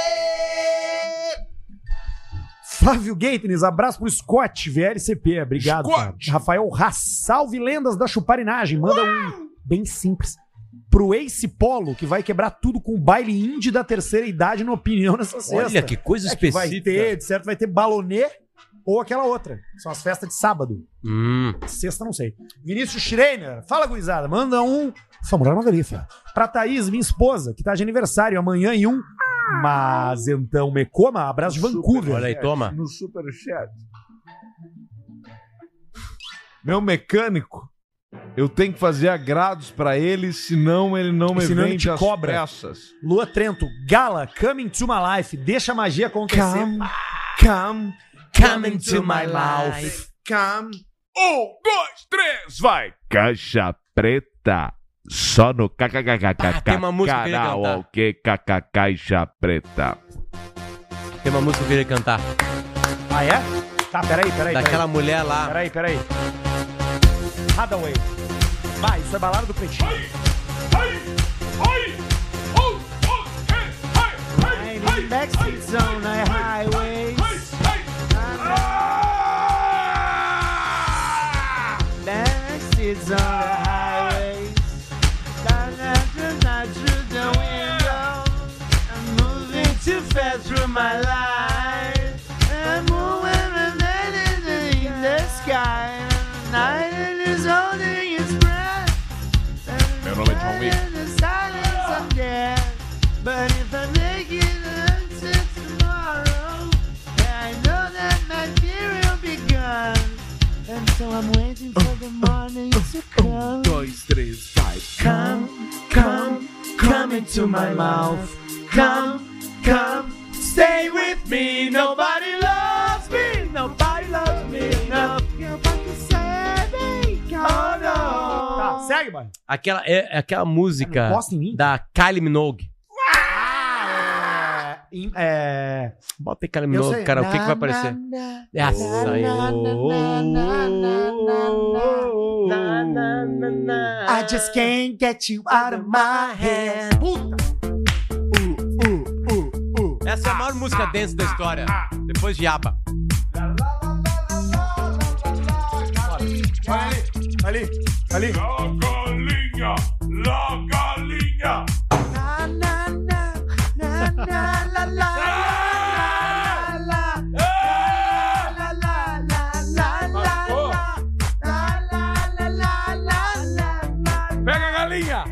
Speaker 4: Flávio Gaitnes, abraço pro Scott, VLCP. Obrigado, cara. Rafael Haas, salve lendas da chuparinagem. Manda um bem simples. Pro Ace Polo, que vai quebrar tudo com o baile indie da terceira idade, na opinião, nessa sexta.
Speaker 7: Olha que coisa
Speaker 4: É que Vai
Speaker 7: específica.
Speaker 4: ter, de certo, vai ter balonê ou aquela outra. São as festas de sábado.
Speaker 7: Hum.
Speaker 4: Sexta, não sei. Vinícius Schreiner, fala, gurizada. Manda um. Sua mulher é uma delícia. Pra Thaís, minha esposa, que tá de aniversário amanhã e um. Mas então me coma. Abraço de Vancouver.
Speaker 7: Ah! Olha aí, toma.
Speaker 1: No superchat. Meu mecânico, eu tenho que fazer agrados pra ele, senão ele não me
Speaker 4: Senão ele
Speaker 1: vende
Speaker 4: te
Speaker 1: as
Speaker 4: é um cobra.
Speaker 1: peças.
Speaker 4: Lua Trento, Gala, coming to my
Speaker 5: é
Speaker 4: life. Deixa a magia acontecer.
Speaker 1: Come, come,
Speaker 7: Come into my life.
Speaker 1: Cam. Um, dois, três, vai! Caixa preta. Só no kkkk.
Speaker 7: Ah, tem uma música que eu queria cantar.
Speaker 1: que kkk caixa preta.
Speaker 7: Tem uma música que eu queria cantar.
Speaker 4: Ah, é? Tá, peraí, peraí.
Speaker 7: Daquela
Speaker 4: peraí.
Speaker 7: mulher lá.
Speaker 4: Peraí, peraí. Hadaway. Vai, isso é balada do pretinho.
Speaker 2: Mexicans on the highways. Mexicans on the highways. Down after night through the window. e I'm moving too fast through my life. I'm moving a minute in the sky. Night is holding its breath.
Speaker 1: Meu nome é John Wick.
Speaker 2: In the silence of death. But if I make it until tomorrow, I know that my fear will be gone. And so I'm waiting for the morning to come.
Speaker 1: Dois, três, vai.
Speaker 2: Come, come, come into my mouth. Come, come, stay with me. Nobody loves me. Nobody loves me. No. Nobody said me. Oh no.
Speaker 4: Tá, segue, vai.
Speaker 7: Aquela, é, é aquela música da Kylie Minogue.
Speaker 4: Ah, É.
Speaker 7: Bota aí Kylie Minogue, cara. O que, que vai aparecer? É essa aí.
Speaker 2: I just can't get you out of my head.
Speaker 4: Uh,
Speaker 7: Essa é a maior música dance da história.
Speaker 4: Ah,
Speaker 7: Depois de Abba.
Speaker 4: Olha ali, ali, ali.
Speaker 1: Galinha, la galinha.
Speaker 2: Na, na, na, na, na, la, la, la, la, la, la, la, la, la, la, la,
Speaker 1: Pega a galinha.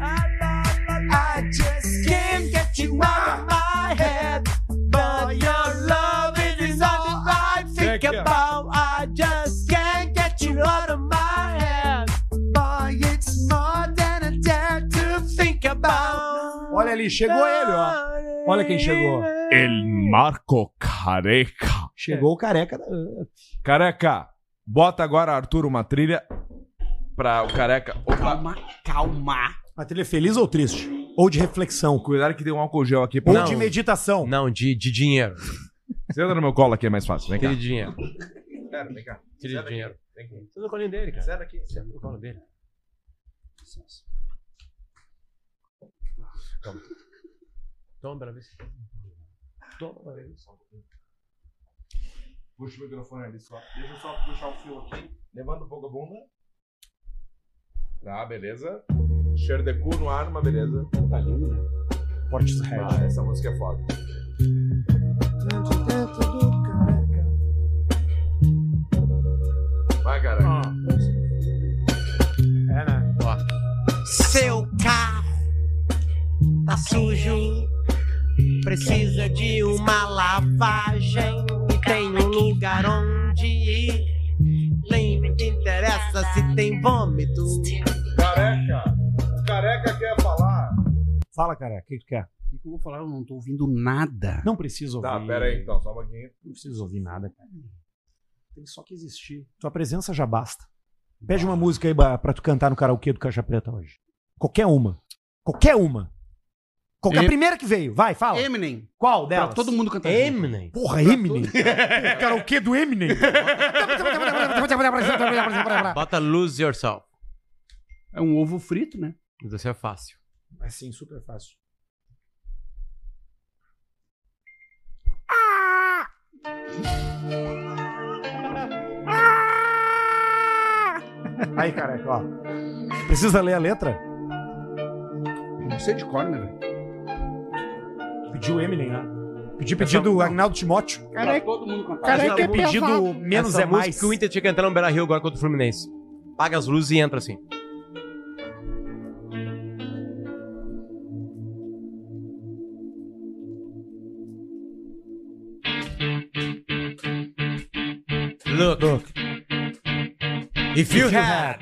Speaker 2: I just can't get you out of my head. But your love it is all I think
Speaker 1: Check it.
Speaker 2: about. I just can't get you out of my head. Boy, it's more than I dare to think about.
Speaker 4: Olha ali, chegou ele, ó. Olha quem chegou.
Speaker 1: El Marco Careca.
Speaker 4: Chegou o careca da.
Speaker 1: Careca, bota agora, Arthur, uma trilha pra o Careca. Opa.
Speaker 4: Calma. A trilha é feliz ou triste? Ou de reflexão?
Speaker 1: Cuidado que tem um álcool gel aqui.
Speaker 4: Ou
Speaker 1: Não,
Speaker 4: de meditação?
Speaker 7: Não, de, de dinheiro.
Speaker 1: Senta no meu colo aqui, é mais fácil. Vem cá.
Speaker 7: Aquele dinheiro.
Speaker 1: Cara, vem cá.
Speaker 7: Aquele dinheiro.
Speaker 1: Vem cá.
Speaker 7: Tudo no colinho dele, cara.
Speaker 1: Senta aqui.
Speaker 7: Senta no colo dele. Toma. Toma pra ver se... Toma pra ver se...
Speaker 1: Puxa o microfone ali só. Deixa eu só puxar o fio aqui. Levanta um pouco a bunda. Tá, beleza. Cheiro de cu no ar, mas beleza. Tá lindo, né?
Speaker 4: Fortes Red.
Speaker 1: Ah, essa música é foda. Vai, cara.
Speaker 4: É, né?
Speaker 14: Seu carro tá sujo, precisa de uma lavagem. E tem um lugar onde ir. Nem me interessa se tem vômito.
Speaker 1: Careca. O careca quer falar.
Speaker 4: Fala, careca, o que tu quer?
Speaker 43: O que eu vou falar? Eu não tô ouvindo nada.
Speaker 4: Não precisa ouvir.
Speaker 1: Tá, pera aí então, só um pouquinho.
Speaker 4: Não precisa ouvir nada, cara. Tem só que existir. Tua presença já basta. Pede uma música aí ba- pra tu cantar no karaokê do Caixa Preta hoje. Qualquer uma. Qualquer uma. Qualquer
Speaker 43: Em-
Speaker 4: É primeira que veio. Vai, fala.
Speaker 43: Eminem.
Speaker 4: Qual
Speaker 43: Pra
Speaker 4: delas?
Speaker 43: todo mundo cantar. junto.
Speaker 7: Eminem.
Speaker 4: Porra, Eminem. Porra, karaokê do Eminem.
Speaker 7: Bota Lose Yourself.
Speaker 43: É um ovo frito, né?
Speaker 7: Mas Isso é fácil.
Speaker 4: Assim, super fácil. Aí, careca, ó. Precisa ler a letra?
Speaker 43: Não sei de cor, né, velho?
Speaker 4: Pediu Eminem, né? Pedi pedido do Agnaldo Timóteo.
Speaker 43: Pra todo mundo cantar.
Speaker 4: Careca é
Speaker 7: Essa
Speaker 4: pedido
Speaker 7: música-
Speaker 4: menos
Speaker 7: essa
Speaker 4: é
Speaker 7: música
Speaker 4: mais.
Speaker 7: que o Inter tinha que entrar no Beira Rio agora contra o Fluminense. Paga as luzes e entra assim. Look. If you had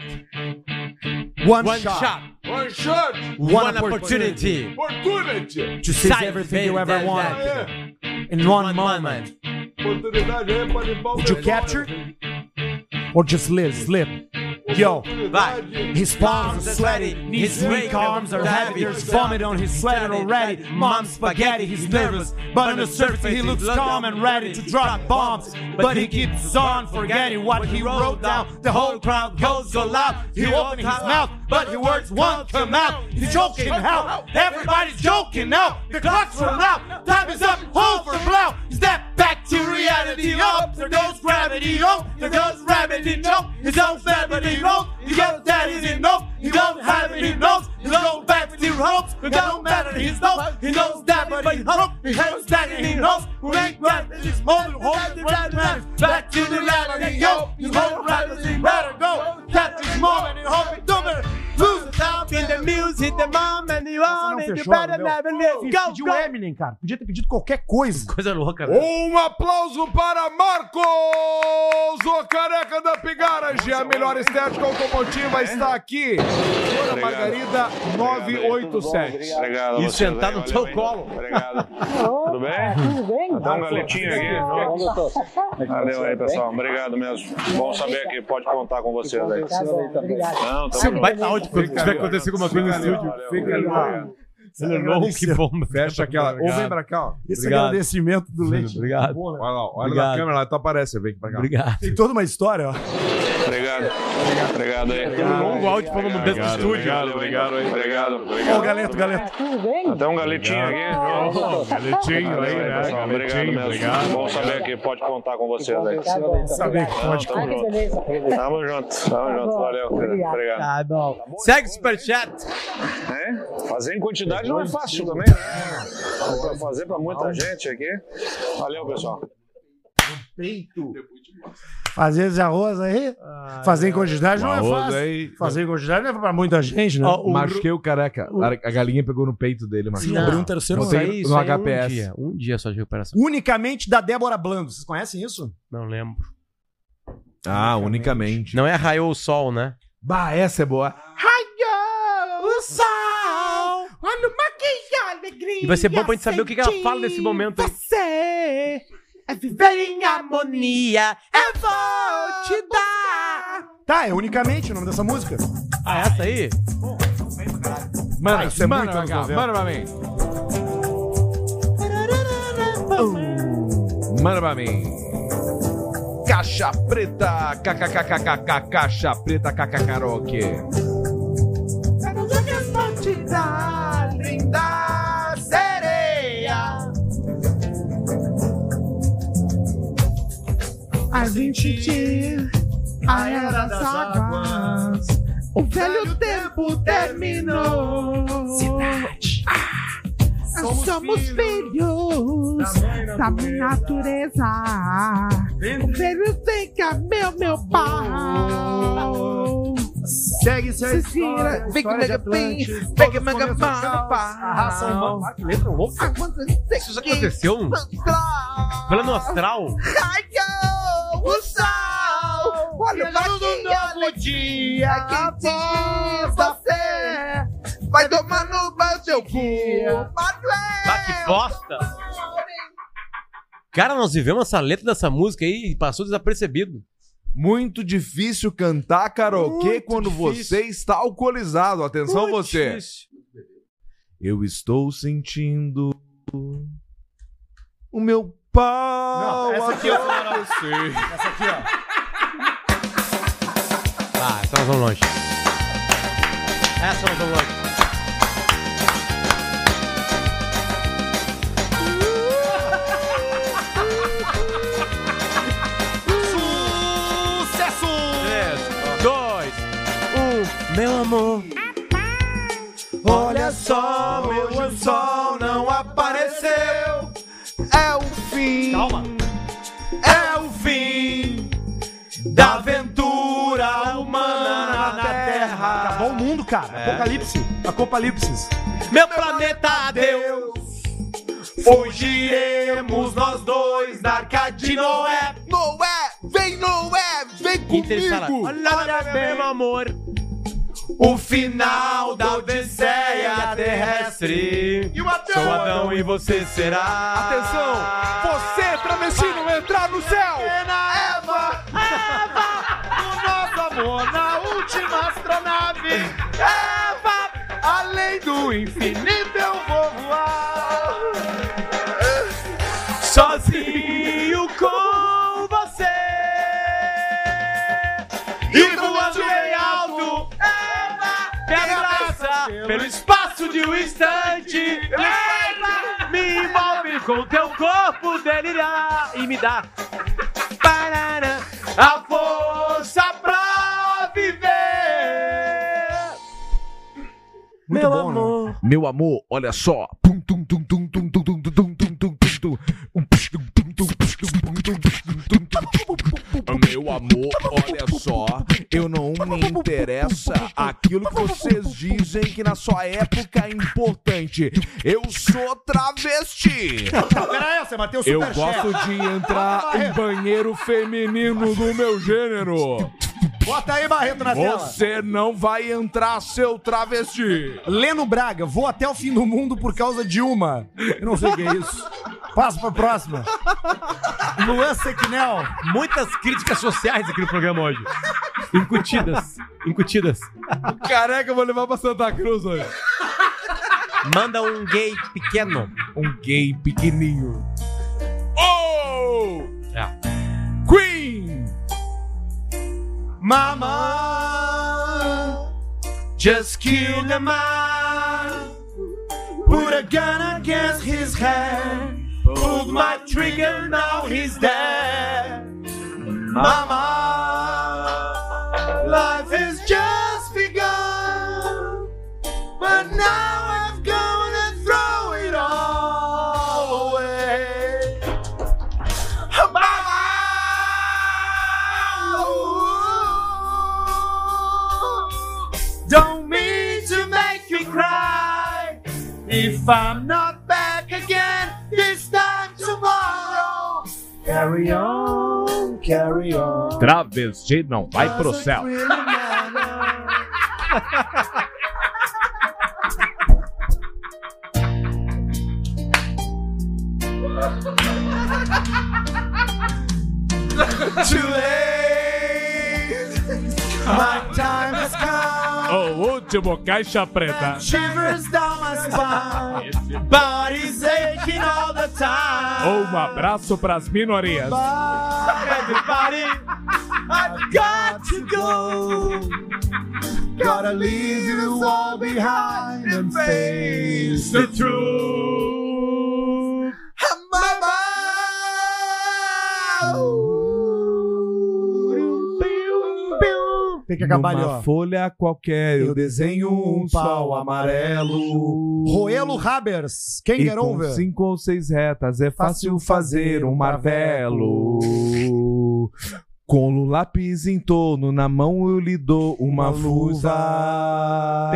Speaker 4: One,
Speaker 7: one
Speaker 4: shot,
Speaker 7: shot,
Speaker 1: One shot.
Speaker 7: one opportunity,
Speaker 1: Opportunity.
Speaker 4: to save
Speaker 7: Side
Speaker 4: everything you
Speaker 7: event
Speaker 4: ever
Speaker 7: that-
Speaker 4: wanted
Speaker 1: É.
Speaker 4: in one
Speaker 7: one
Speaker 4: moment.
Speaker 7: moment,
Speaker 1: Oportunidade é para limpar o
Speaker 4: Would you
Speaker 1: velório.
Speaker 4: capture?
Speaker 5: Or just let it slip. Yo,
Speaker 44: Vai.
Speaker 5: his palms are sweaty, his weak arms are heavy. There's vomit on his sweater already. Mom's spaghetti, he's nervous, but on the surface he looks calm and ready to drop bombs. But he keeps on forgetting what he wrote down. The whole crowd goes so loud. He opened his mouth, but his words won't come out. He's joking out. Everybody's joking now. The clock's run out. Time is up. Over blow. Step back to reality. Up there goes gravity. Up there goes gravity. No, his own family. No, you got that in his nose. He don't have it. He knows. He don't back with your hopes. It don't matter. He knows. He knows that, but he knows. He knows that, and he knows. We ain't right in this moment. Hold the right matters. Back to the reality. Yo, you don't rapidly better go. Tap this moment and hope it don't matter. Lose the time in the music, the moment you
Speaker 2: não
Speaker 5: on it, you
Speaker 2: fechou,
Speaker 5: better
Speaker 2: meu.
Speaker 5: never let it go.
Speaker 2: Pediu
Speaker 5: go.
Speaker 2: Eminem,
Speaker 5: cara. Podia ter pedido qualquer coisa.
Speaker 7: Coisa louca, velho.
Speaker 1: Um aplauso para Marcos, o careca da Pigarage. A melhor estética automotiva está aqui. Dona Margarida 987.
Speaker 4: Obrigado,
Speaker 1: E
Speaker 4: vocês
Speaker 1: sentar
Speaker 4: aí,
Speaker 1: no
Speaker 4: valeu
Speaker 1: teu
Speaker 4: aí.
Speaker 1: colo.
Speaker 4: Tudo bem?
Speaker 19: Ah, Tudo bem?
Speaker 4: Dá um galetinho aqui. Valeu aí, pessoal. Obrigado mesmo. Bom saber que pode contar com vocês aí. Não, tá
Speaker 7: Isso é
Speaker 4: tamo
Speaker 7: um baita
Speaker 4: junto.
Speaker 7: áudio quando tiver que acontecer alguma coisa no estúdio. Fica
Speaker 4: Valeu.
Speaker 7: Lenormand, que bomba.
Speaker 1: Fecha aquela. Ou vem pra cá, ó.
Speaker 5: Esse
Speaker 1: Obrigado.
Speaker 5: agradecimento do Leite.
Speaker 1: Obrigado. Olha lá, olha na
Speaker 5: Obrigado.
Speaker 1: câmera, lá, tu aparece, vem pra cá.
Speaker 5: Obrigado. Tem toda uma história, ó.
Speaker 4: Obrigado. Obrigado aí.
Speaker 5: Um longo áudio
Speaker 4: pra
Speaker 5: falando dentro do estúdio.
Speaker 4: Obrigado, obrigado aí. Obrigado,
Speaker 5: Ó,
Speaker 4: obrigado.
Speaker 5: o galeto, galeto.
Speaker 19: Tudo bem?
Speaker 4: Até um galetinho aqui.
Speaker 19: Ó,
Speaker 4: Valeu aí, pessoal. Obrigado mesmo. Bom saber que pode contar com vocês aí.
Speaker 19: Saber Ah, que pode
Speaker 4: Não, tá tamo
Speaker 19: beleza. Tá
Speaker 4: junto. Tamo junto, tamo junto. Valeu.
Speaker 19: Obrigado.
Speaker 4: Obrigado.
Speaker 19: Tá bom.
Speaker 7: Segue o superchat.
Speaker 4: É? Fazer em quantidade não é fácil também, né? Pra fazer pra muita gente aqui. Valeu, pessoal.
Speaker 5: Peito. Fazer esse arroz aí, fazer em quantidade não Ah, é
Speaker 1: Um Arroz
Speaker 5: fácil.
Speaker 1: aí-
Speaker 5: Fazer em quantidade não é pra muita gente, né?
Speaker 1: Machuquei o careca.
Speaker 5: o-
Speaker 1: A galinha pegou no peito dele, mas.
Speaker 5: Sim, abriu um terceiro
Speaker 1: Botei
Speaker 5: olho.
Speaker 1: no
Speaker 5: Isso aí,
Speaker 1: HPS.
Speaker 5: um dia.
Speaker 7: Um dia só de recuperação.
Speaker 5: Unicamente da Débora Blando. Vocês conhecem isso?
Speaker 7: Não lembro.
Speaker 1: Ah, unicamente.
Speaker 7: Não é raiou o sol, né?
Speaker 1: Bah, essa é boa.
Speaker 2: o sol! Olha o maquiagem, alegria!
Speaker 7: E vai ser bom pra gente saber o que que ela fala nesse momento, hein?
Speaker 2: Você é viver em harmonia, eu vou te dar!
Speaker 5: Tá, é unicamente o nome dessa música.
Speaker 7: Ah, essa aí?
Speaker 19: então
Speaker 1: Mano,
Speaker 5: isso é
Speaker 1: manda
Speaker 5: muito
Speaker 1: pra
Speaker 5: anos
Speaker 1: cá,
Speaker 5: 90.
Speaker 1: manda pra mim. Manda pra mim. Caixa preta, kkkkk, caixa preta, kkkaroque.
Speaker 2: Quero ver que eu vou te dar, linda sereia! A gente te
Speaker 5: Ah,
Speaker 2: a era das águas. O velho tempo terminou. Cidade. Ah, Somos, filhos da minha natureza. O velho tem que amar meu pau.
Speaker 5: Segue isso aí.
Speaker 2: Cecília, vem que mega bem, vem que
Speaker 5: pega
Speaker 2: mega mal,
Speaker 5: Arrasa
Speaker 2: pau.
Speaker 5: Ah, que letra louca.
Speaker 2: Isso já
Speaker 7: aconteceu? Plano astral?
Speaker 2: Raio, é o sol, olha o novo dia, quentinho você, vai tomar no meu seu cu,
Speaker 7: Ah, que bosta! Cara, nós vivemos essa letra dessa música aí e passou desapercebido.
Speaker 1: Muito difícil cantar karaokê quando você está alcoolizado. Atenção,
Speaker 7: Muito
Speaker 1: você.
Speaker 7: difícil.
Speaker 1: Eu estou sentindo o meu pau.
Speaker 5: Não, essa
Speaker 2: é
Speaker 5: aqui, ó.
Speaker 1: aqui,
Speaker 5: Essa aqui, ó.
Speaker 7: Ah, então nós vamos longe. Essa nós vamos longe.
Speaker 2: Sucesso!
Speaker 7: Dois, um, meu amor.
Speaker 5: um.
Speaker 2: Olha só, meu sol não apareceu. É o fim. Calma. É o fim da aventura humana na Terra. É.
Speaker 5: Acabou o mundo, cara. Apocalipse. Apocalipse.
Speaker 2: Meu planeta, adeus. Fugiremos nós dois da arca de Noé. Noé, é. vem Noé, vem
Speaker 7: Interestelar.
Speaker 2: comigo. Olha bem, meu amor. O final da Odisseia terrestre. E o Adão.
Speaker 7: Sou Adão e você será.
Speaker 2: Atenção,
Speaker 5: <laughs>
Speaker 2: você, travesti, não entrar no céu. Eva, Eva,
Speaker 5: for na última astronave. É, vá, além do infinito eu vou voar. Sozinho com você. E voando bem alto. É, vá, pela graça, pelo espaço de um instante. É, vá, me envolve com teu corpo delirar e me dá. Parará, a força pra viver.
Speaker 1: Muito bom, né? Meu amor, olha só. Pum, tum, tum, tum, tum, tum, tum, tum, tum, tum, tum, tum. Um, psh, tum, tum, tum, psh, tum, tum, tum, psh, tum, tum, tum, tum, tum, tum. Meu amor, olha só. Eu não me interessa aquilo que vocês dizem que na sua época é importante. Eu sou travesti.
Speaker 4: Pera aí, você bateu
Speaker 1: Eu
Speaker 4: um superchat.
Speaker 1: gosto de entrar em banheiro feminino do meu gênero.
Speaker 4: Bota aí, Barreto, na tela.
Speaker 1: Você não vai entrar, seu travesti.
Speaker 4: Leno Braga, vou até o fim do mundo por causa de uma. Eu não sei o que é isso. Passa pra próxima. Luan Sequinel.
Speaker 7: Muitas críticas sociais aqui no programa hoje. Incutidas. Incutidas.
Speaker 1: Careca, eu vou levar pra Santa Cruz hoje.
Speaker 7: Manda um gay pequeno.
Speaker 1: Um gay pequenininho. Oh! Queen!
Speaker 5: Mama just killed a man. Put a gun against his head. Pulled my trigger, now he's dead. Mama, life is just begun. But now I'm gonna throw it all away. Don't mean to make you cry. If I'm not back again this time tomorrow, carry on, carry on.
Speaker 1: Travesti não
Speaker 7: Ah,
Speaker 1: vai pro céu.
Speaker 5: Too late. My time has come.
Speaker 1: O último caixa preta.
Speaker 5: Shivers down my spine. Body's aching all the time.
Speaker 1: Um abraço pras minorias.
Speaker 5: Bye, everybody. I've got to go. Gotta leave you all behind and face the truth. Mama.
Speaker 4: Tem que acabar
Speaker 1: Numa
Speaker 4: ali, ó.
Speaker 1: folha qualquer eu desenho um pau amarelo.
Speaker 4: Roelo Rabers. Quem
Speaker 1: E
Speaker 4: get
Speaker 1: com
Speaker 4: over?
Speaker 1: cinco ou seis retas é fácil fazer um martelo. Com o lápis em torno na mão eu lhe dou uma, luva.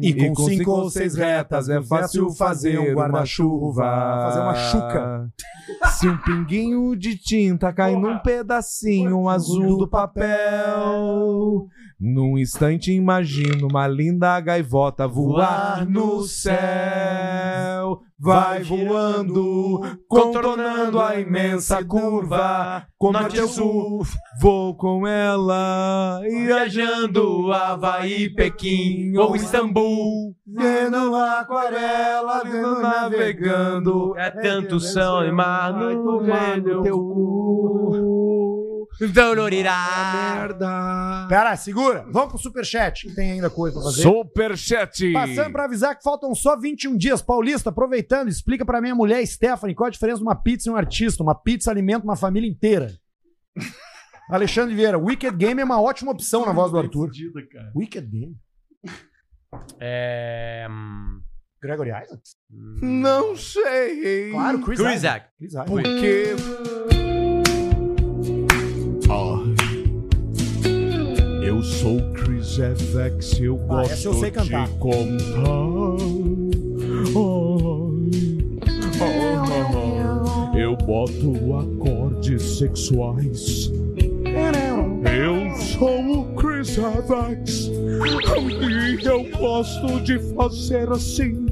Speaker 4: E com cinco ou seis retas é fácil fazer um guarda-chuva. Fazer uma chuca.
Speaker 1: <laughs> Se um pinguinho de tinta cai num pedacinho azul do papel, num instante imagino uma linda gaivota voar no céu. Vai voando, contornando a imensa curva. Com norte ao sul, vou com ela, viajando Havaí, Pequim ou Istambul.
Speaker 5: Vendo a aquarela, vendo navegando. É tanto são e mar no velho teu cu.
Speaker 7: Dolorirá.
Speaker 1: Merda.
Speaker 4: Pera, segura. Vamos pro superchat, que tem ainda coisa pra fazer.
Speaker 1: Superchat!
Speaker 4: Passando pra avisar que faltam só 21 dias. Paulista, aproveitando, explica pra minha mulher, Stephanie, qual a diferença de uma pizza e um artista. Uma pizza alimenta uma família inteira. <laughs> Alexandre Vieira, Wicked Game é uma ótima opção na voz do Arthur. Wicked Game?
Speaker 7: É. hum,
Speaker 4: Gregory Isaacs?
Speaker 1: Não sei.
Speaker 4: Claro, Chris,
Speaker 7: Chris
Speaker 4: Isaac.
Speaker 7: Isaac.
Speaker 4: Chris Isaac.
Speaker 1: Porque. Ó. Eu sou Chris FX, eu
Speaker 4: Ah,
Speaker 1: gosto
Speaker 4: essa eu sei cantar.
Speaker 1: de contar. Oh, oh, oh. Eu boto acordes sexuais. Eu sou o Chris Evans e eu gosto de fazer assim.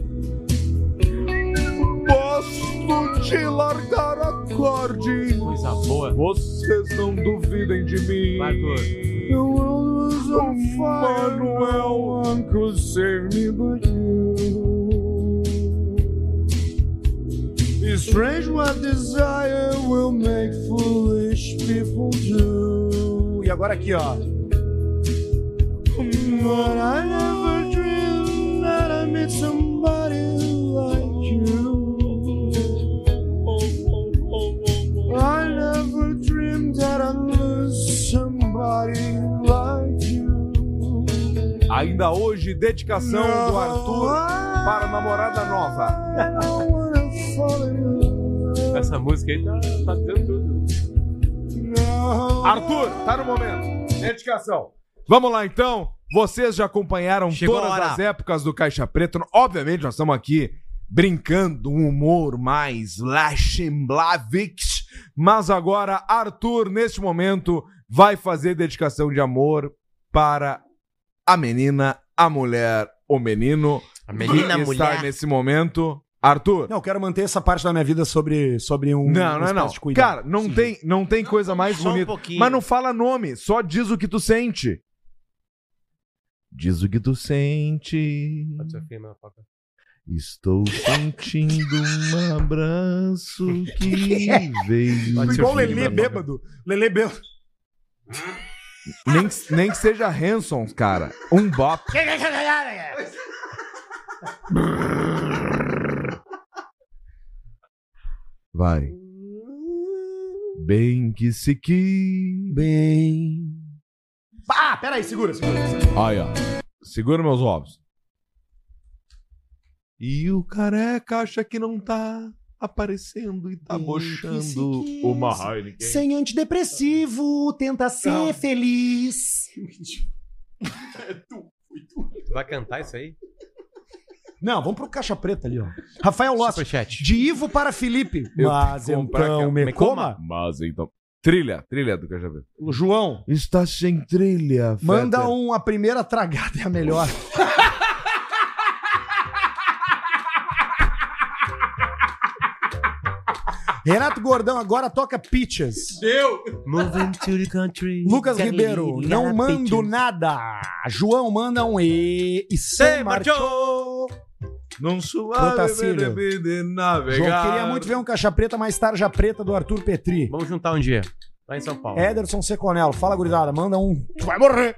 Speaker 1: Gosto de largar acorde.
Speaker 7: Coisa boa.
Speaker 1: Vocês não duvidem de mim.
Speaker 7: Vai, Arthur.
Speaker 1: Eu, eu
Speaker 2: could save me but you. It's strange what desire will make foolish people do.
Speaker 4: E agora aqui, ó.
Speaker 2: But I never dreamed that I meet somebody like you. I never dreamed that I'd lose somebody like you.
Speaker 1: Ainda hoje, dedicação do Arthur para a namorada <laughs> nova.
Speaker 2: I wanna fall in
Speaker 7: Essa música aí tá, tá dando tudo.
Speaker 2: love.
Speaker 1: Arthur, tá no momento. Dedicação. Vamos lá, então. Vocês já acompanharam
Speaker 5: Chegou
Speaker 1: todas
Speaker 5: a hora.
Speaker 1: as épocas do Caixa Preta. Obviamente, nós estamos aqui brincando, um humor mais Lachemblavix. Mas agora, Arthur, neste momento, vai fazer dedicação de amor para a menina, a mulher, o menino. A
Speaker 4: menina, a
Speaker 1: está
Speaker 4: mulher.
Speaker 1: nesse momento. Arthur.
Speaker 4: Não, eu quero manter essa parte da minha vida sobre, sobre um.
Speaker 1: Não,
Speaker 4: um
Speaker 1: não,
Speaker 4: espaço
Speaker 1: não.
Speaker 4: de cuidado.
Speaker 1: Cara, não tem, não tem coisa mais
Speaker 4: só um
Speaker 1: bonita.
Speaker 4: pouquinho.
Speaker 1: mas não fala nome, só diz o que tu sente. Diz o que tu sente. né, Estou sentindo um <laughs> abraço que é? veio.
Speaker 4: Igual o Lelê bêbado. Lelê bêbado.
Speaker 1: Nem, que- nem que seja Hanson, cara. Um bop.
Speaker 4: <laughs>
Speaker 1: Vai. Bem que se que. Bem.
Speaker 4: Ah, peraí, segura, segura.
Speaker 1: Olha, segura meus ovos. E o careca acha que não tá aparecendo e tá bochando uma Heineken.
Speaker 14: Sem antidepressivo, tenta ser
Speaker 5: <laughs>
Speaker 14: feliz.
Speaker 7: Vai cantar isso aí?
Speaker 4: Não, vamos pro caixa preta ali, ó. Rafael Lopes. De Ivo para Felipe.
Speaker 1: Eu
Speaker 4: Mas
Speaker 1: tenho que comprar
Speaker 4: então
Speaker 1: aquela-
Speaker 4: me coma.
Speaker 1: Mas então. Trilha, trilha do Cajabé.
Speaker 4: João.
Speaker 1: Está sem trilha.
Speaker 4: Manda
Speaker 1: Fetter.
Speaker 4: um, a primeira tragada é
Speaker 1: <laughs>
Speaker 4: a melhor. Renato Gordão agora toca Peaches.
Speaker 2: Deu!
Speaker 4: Moving to the country. Lucas Ribeiro, não mando nada. João manda um E. E se marchou.
Speaker 1: Num
Speaker 4: Ô, Tacílio. João, queria muito ver um caixa preta, mais tarja preta do Arthur Petri.
Speaker 7: Vamos juntar um dia. Lá em São Paulo.
Speaker 4: Ederson Seconello, fala gurizada, manda um. Tu vai morrer!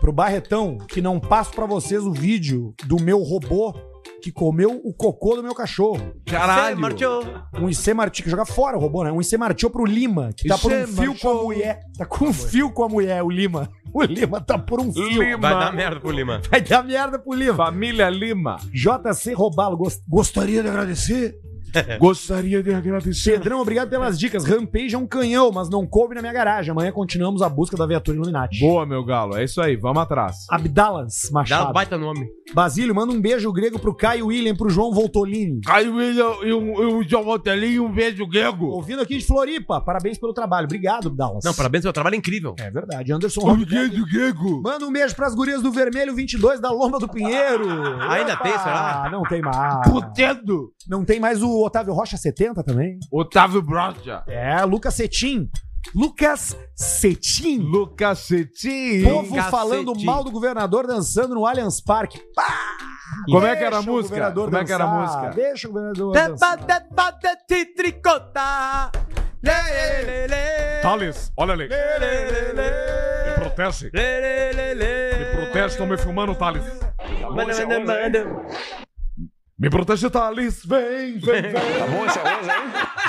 Speaker 4: Pro Barretão, que não passo pra vocês o vídeo do meu robô que comeu o cocô do meu cachorro.
Speaker 1: Caralho!
Speaker 4: Um IC Martio, que joga fora o robô, né? Um IC Martio pro Lima, que tá
Speaker 1: IC
Speaker 4: por um fio com a
Speaker 1: Martio.
Speaker 4: mulher. Tá com um fio com a mulher, o Lima. <laughs> O Lima tá por um fio.
Speaker 7: Vai dar merda pro Lima.
Speaker 4: Vai dar merda pro Lima.
Speaker 1: Família Lima.
Speaker 4: JC Robalo, gos- gostaria de
Speaker 7: <laughs>
Speaker 4: agradecer.
Speaker 1: Gostaria de agradecer.
Speaker 4: Pedrão, obrigado pelas dicas. Rampage é um canhão, mas não coube na minha garagem. Amanhã continuamos a busca da viatura Illuminati.
Speaker 1: Boa, meu galo. É isso aí, vamos atrás.
Speaker 4: Abdalas
Speaker 7: Dá
Speaker 4: Machado.
Speaker 7: um baita nome.
Speaker 4: Basílio, manda um beijo grego pro Caio William, pro João Voltolini.
Speaker 1: Caio William e um, João Voltolini, um beijo grego.
Speaker 4: Ouvindo aqui de Floripa, parabéns pelo trabalho. Obrigado, Abdalas.
Speaker 7: Não, parabéns, seu trabalho é incrível.
Speaker 4: É verdade. Anderson
Speaker 7: Um
Speaker 4: beijo grego. Manda um beijo pras gurias do Vermelho 22 da Lomba do Pinheiro.
Speaker 7: Ah,
Speaker 4: Ah,
Speaker 7: Ainda tem, será?
Speaker 4: Não tem mais. Putendo. Não tem mais o Otávio Rocha 70 também?
Speaker 1: Otávio Brocha.
Speaker 4: É, Lucas Cetim. Lucas Cetim.
Speaker 1: Lucas Cetim.
Speaker 4: Povo
Speaker 1: Lucas
Speaker 4: falando
Speaker 1: Cetim.
Speaker 4: mal do governador dançando no Allianz Parque. Pá!
Speaker 1: Como é que era
Speaker 4: Deixa
Speaker 1: a
Speaker 4: o
Speaker 1: música?
Speaker 4: governador
Speaker 1: Como é que era a
Speaker 4: dançar,
Speaker 1: música?
Speaker 4: Deixa o governador dançar.
Speaker 2: Debada de tricotá.
Speaker 5: Thales, olha ali. Me protege. Me protege, estão me filmando, Thales. Me protege, Thales. Vem, vem, vem. Tá bom esse arroz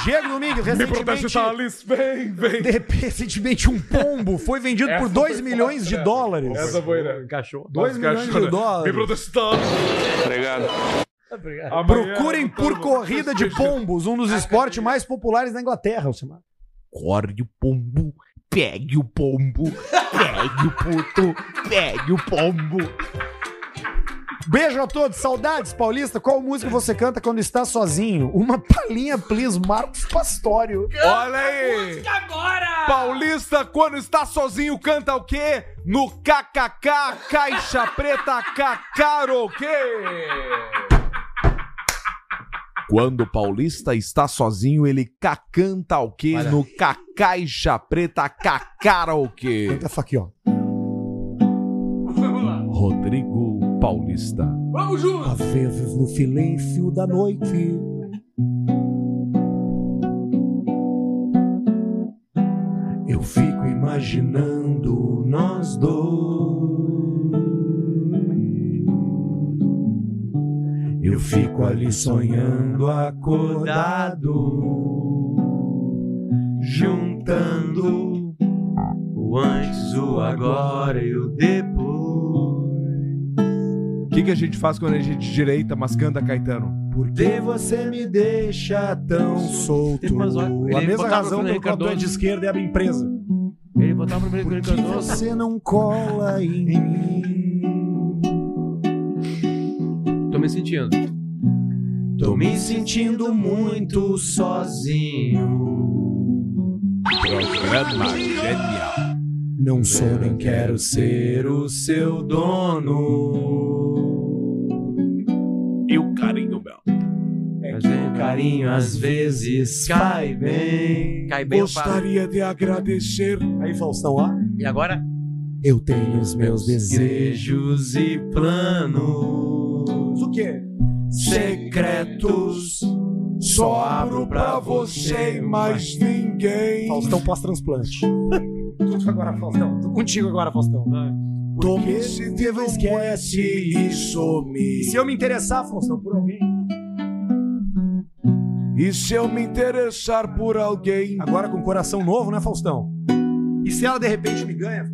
Speaker 4: Diego Domingues,
Speaker 5: Me protege,
Speaker 4: recentemente...
Speaker 5: Thales. Vem, vem.
Speaker 4: De- recentemente um pombo foi vendido por 2 milhões de dólares.
Speaker 5: foi, né? Encaixou.
Speaker 4: 2 milhões de dólares.
Speaker 5: Me protege, Thales. Obrigado. Amanhã
Speaker 4: Procurem por corrida de pombos, um dos esportes mais populares da Inglaterra, Alcimar.
Speaker 14: Acorde o pombo, pegue o pombo, pegue o puto, pegue o pombo.
Speaker 4: Beijo a todos, saudades, Paulista. Qual música você canta quando está sozinho? Uma palhinha, please, Marcos Pastório.
Speaker 1: Olha aí! Paulista, quando está sozinho, canta o quê? No KKK, Caixa Preta, Kakaroquê! Quando o Paulista está sozinho, ele cacanta o quê? No Caixa Preta, Kakaroquê.
Speaker 4: Canta essa aqui, ó.
Speaker 1: Vamos lá. Rodrigo Paulista.
Speaker 2: Vamos juntos! Às vezes no silêncio da noite. Eu fico imaginando nós dois. Eu fico ali sonhando acordado, juntando o antes, o agora e o depois.
Speaker 1: O que, que a gente faz quando a gente é direita, mas canta Caetano?
Speaker 2: Porque você me deixa tão solto.
Speaker 4: A mesma razão pelo qual tu é de esquerda é a minha empresa.
Speaker 2: Ele botava primeiro que ele cantou. Você não cola em mim.
Speaker 7: Tô me sentindo.
Speaker 2: Tô me sentindo muito sozinho.
Speaker 1: Programa genial.
Speaker 2: Não sou nem quero ser o seu dono.
Speaker 1: E o carinho, meu.
Speaker 2: É que o carinho às vezes cai bem.
Speaker 7: Cai bem, eu
Speaker 2: Gostaria de agradecer. Aí, Faustão, ó.
Speaker 7: E agora?
Speaker 2: Eu tenho os meus desejos
Speaker 4: <laughs>
Speaker 2: e planos. O quê? Secretos. Só abro pra você e mais ninguém. Faustão pós-transplante.
Speaker 4: Tudo agora, Faustão. Tô contigo agora, Faustão.
Speaker 2: Ah. Tô me sentindo esquece e some.
Speaker 4: Se eu me interessar, Faustão, por alguém.
Speaker 2: E se eu me interessar por alguém?
Speaker 4: Agora com coração novo, né, Faustão? E se ela de repente me ganha?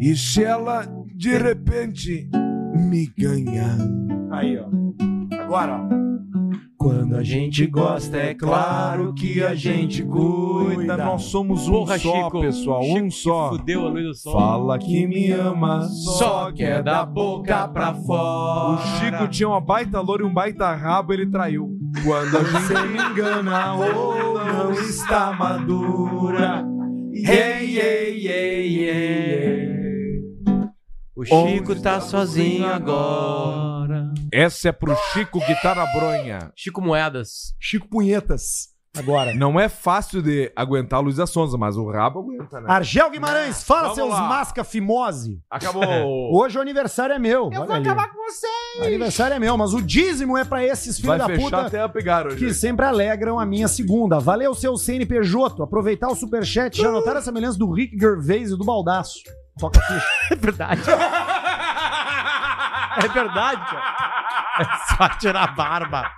Speaker 2: E se ela de repente me ganhar?
Speaker 4: Aí, ó. Agora, ó.
Speaker 2: Quando a gente gosta, é claro que a gente cuida.
Speaker 1: Nós somos um
Speaker 7: Porra,
Speaker 1: só,
Speaker 7: Chico.
Speaker 1: pessoal, um só.
Speaker 7: Fudeu a luz do sol.
Speaker 1: Fala
Speaker 2: que me ama,
Speaker 1: só
Speaker 2: quer da boca pra
Speaker 1: O
Speaker 2: fora.
Speaker 1: Chico tinha uma baita loura e um baita rabo, ele traiu. Quando a gente
Speaker 2: Você me engana ou não está madura. Ei, ei, ei, ei, ei.
Speaker 7: O Chico tá sozinho agora.
Speaker 1: Essa é pro Chico Guitarra Bronha.
Speaker 7: Chico Moedas.
Speaker 4: Chico Punhetas. Agora.
Speaker 1: Não é fácil de aguentar a Luísa Sonza, mas o rabo aguenta, né?
Speaker 4: Argel Guimarães, fala
Speaker 1: Vamos
Speaker 4: seus
Speaker 1: lá.
Speaker 4: masca fimose.
Speaker 1: Acabou.
Speaker 4: <laughs> Hoje o aniversário é meu. olha ali.
Speaker 45: com vocês!
Speaker 4: Aniversário é meu, mas o dízimo é pra esses filhos
Speaker 1: Vai
Speaker 4: da
Speaker 1: fechar
Speaker 4: puta
Speaker 1: até a pegar hoje.
Speaker 4: que sempre alegram a minha segunda. Valeu, seu CNPJ. Aproveitar o superchat. Já notaram a semelhança do Rick Gervais e do Baldaço? Toca a ficha.
Speaker 7: <laughs> É
Speaker 4: <laughs>
Speaker 7: verdade. É verdade, cara. É <laughs> só tirar a barba.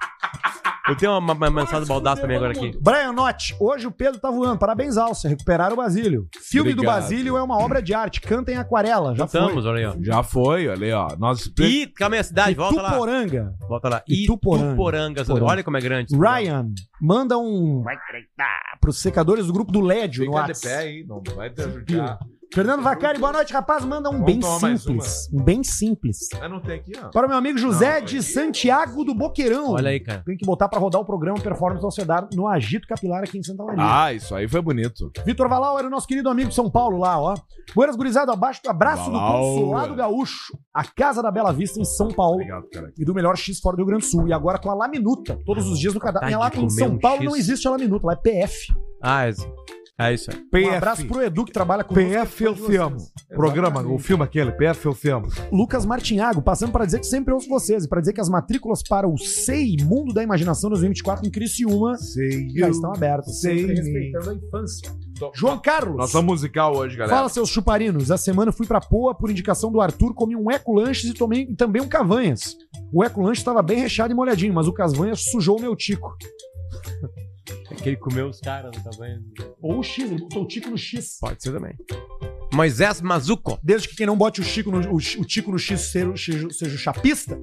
Speaker 7: Eu tenho uma, uma mensagem do Baldaço também agora aqui.
Speaker 4: Brian Nott, hoje o Pedro tá voando. Parabéns, Alça. Recuperaram o Basílio. Filme do
Speaker 1: Obrigado.
Speaker 4: Basílio é uma obra de arte. Canta em aquarela. Já
Speaker 7: Estamos,
Speaker 4: foi.
Speaker 7: olha aí, ó.
Speaker 1: Já foi, olha aí, ó. Nós
Speaker 7: Ih, calma aí, a cidade, volta lá.
Speaker 4: Tuporanga.
Speaker 7: Volta lá.
Speaker 4: Ituporanga.
Speaker 7: Ituporanga.
Speaker 4: Ituporanga.
Speaker 7: Olha como é grande.
Speaker 4: Ryan, manda um pros secadores do grupo do Lédio no
Speaker 1: Fica de pé
Speaker 4: WhatsApp.
Speaker 1: aí, não vai te ajudar.
Speaker 4: Fernando Vacari, boa noite, rapaz. Manda um
Speaker 1: Vamos
Speaker 4: bem
Speaker 1: tomar mais
Speaker 4: simples. Um bem simples.
Speaker 1: Ah, não tem aqui, ó.
Speaker 4: Para o meu amigo José de Santiago do Boqueirão.
Speaker 7: Olha aí, cara.
Speaker 4: Tem que botar pra rodar o programa Performance Sociedade no Agito Capilar aqui em Santa Maria.
Speaker 1: Ah, isso aí foi bonito.
Speaker 4: Vitor Valau era o nosso querido amigo de São Paulo lá, ó. Buenas gurizado, abaixo do abraço
Speaker 1: Valau,
Speaker 4: do Consulado
Speaker 1: é.
Speaker 4: Gaúcho, a Casa da Bela Vista em São Paulo
Speaker 1: Obrigado, cara.
Speaker 4: e do melhor X fora do Rio Grande do Sul. E agora com a Laminuta, todos os dias no cadastro.
Speaker 7: Vontade
Speaker 4: E lá
Speaker 7: de
Speaker 4: em
Speaker 7: comer
Speaker 4: São
Speaker 7: um
Speaker 4: Paulo
Speaker 7: X.
Speaker 4: não existe a Laminuta, lá é PF.
Speaker 7: Ah, é isso. É isso aí.
Speaker 4: Um abraço pro Edu que trabalha com
Speaker 1: PF eu te amo. Programa, o filme aquele, PF eu te amo.
Speaker 4: Lucas Martinhago, passando para dizer que sempre ouço vocês e para dizer que as matrículas para o SEI Mundo da Imaginação 2024 em Criciúma
Speaker 1: Sei.
Speaker 4: já estão abertas.
Speaker 1: sei
Speaker 4: Sempre
Speaker 1: me.
Speaker 4: respeitando a infância. João Carlos.
Speaker 1: Nossa musical hoje, galera.
Speaker 4: Fala, assim. seus chuparinos. Essa semana eu fui pra Poa por indicação do Arthur, comi um Eco Lanches e tomei e também um Cavanhas. O Eco Lanches estava bem recheado e molhadinho, mas o Cavanhas sujou o meu tico.
Speaker 7: É que ele comeu os caras do tamanho.
Speaker 4: Ou o X, ele botou o tico no X.
Speaker 7: Pode ser também. Moisés Mazuco.
Speaker 4: Desde que quem não bote o, Chico no- o, Chi- o tico no X seja, seja- seja o chapista,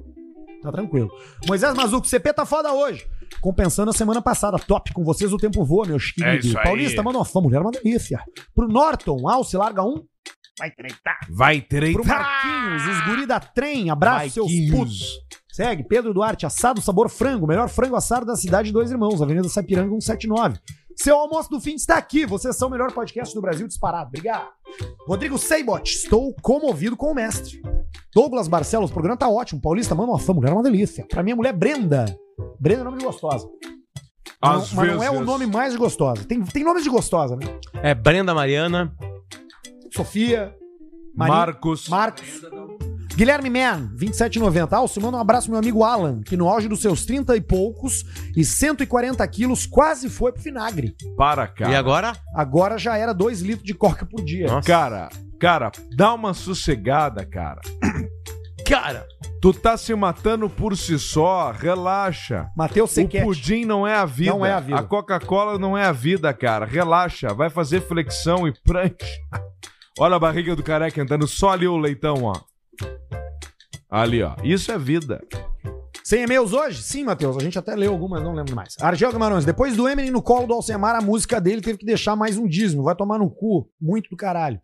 Speaker 4: tá tranquilo. Moisés Mazuco, CP tá foda hoje. Compensando a semana passada. Top, com vocês o tempo voa, meus
Speaker 1: É
Speaker 4: queridos.
Speaker 1: isso aí.
Speaker 4: Paulista, manda uma fã, mulher, é uma delícia. Pro Norton, Alce, larga um. Vai treitar.
Speaker 1: Vai
Speaker 4: Pro
Speaker 1: treitar.
Speaker 4: Marquinhos, os guri da trem, abraço seus putos. Segue, Pedro Duarte, assado sabor frango, melhor frango assado da cidade de Dois Irmãos, Avenida Sapiranga 179. Seu almoço do fim está aqui, vocês são o melhor podcast do Brasil disparado, obrigado. Rodrigo Seibot, estou comovido com o mestre. Douglas Barcelos, o programa tá ótimo, Paulista, manda uma fã, mulher é uma delícia. Pra minha mulher, Brenda. Brenda é nome de gostosa. Não-
Speaker 1: Às
Speaker 4: mas não é o
Speaker 1: vezes.
Speaker 4: nome mais de gostosa. Tem, tem nomes de gostosa, né?
Speaker 7: É Brenda Mariana.
Speaker 4: Sofia,
Speaker 1: Marcos.
Speaker 4: Marcos. Guilherme Man, 27,90. Alcio, manda um abraço, meu amigo Alan, que no auge dos seus 30 e poucos e 140 quilos quase foi pro vinagre.
Speaker 1: Para, cara.
Speaker 7: E agora?
Speaker 4: Agora já era 2 litros de coca por dia.
Speaker 1: Cara, cara, dá uma sossegada,
Speaker 4: <coughs>
Speaker 1: cara.
Speaker 7: Cara,
Speaker 1: tu tá se matando por si só, relaxa.
Speaker 4: Mateus Sequete.
Speaker 1: O pudim não é a vida.
Speaker 4: Não é a vida.
Speaker 1: A Coca-Cola não é a vida, cara. Relaxa, vai fazer flexão e prancha. Olha a barriga do careca entrando só ali o leitão, ó. Ali, ó. Isso é vida.
Speaker 4: Sem e-mails hoje? Sim, Matheus. A gente até leu algumas, não lembro mais. Argel Camarões, depois do Eminem no colo do Alcemar, a música dele teve que deixar mais um dízimo. Vai tomar no cu. Muito do caralho.